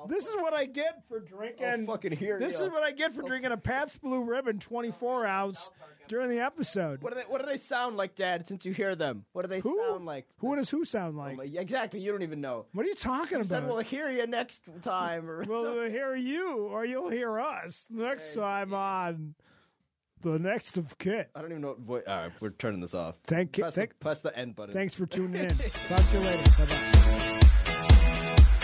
Speaker 1: This is what I get for drinking.
Speaker 2: I'll fucking hear
Speaker 1: This
Speaker 2: you.
Speaker 1: is what I get for drinking a Pat's Blue Ribbon 24 ounce during the episode.
Speaker 2: What do they? What do they sound like, Dad? Since you hear them, what do they
Speaker 1: Who?
Speaker 2: sound like?
Speaker 1: Who does who sound like?
Speaker 2: Like, Exactly. You don't even know.
Speaker 1: What are you talking
Speaker 2: Then we'll
Speaker 1: about?
Speaker 2: hear you next time. Or
Speaker 1: Well, they'll hear you or you'll hear us next time on the next of Kit.
Speaker 2: I don't even know what voice. All right, we're turning this off.
Speaker 1: Thank you.
Speaker 2: Press, the-
Speaker 1: Thank-
Speaker 2: (laughs) press the end button.
Speaker 1: Thanks for tuning in. Talk to you later. Bye bye.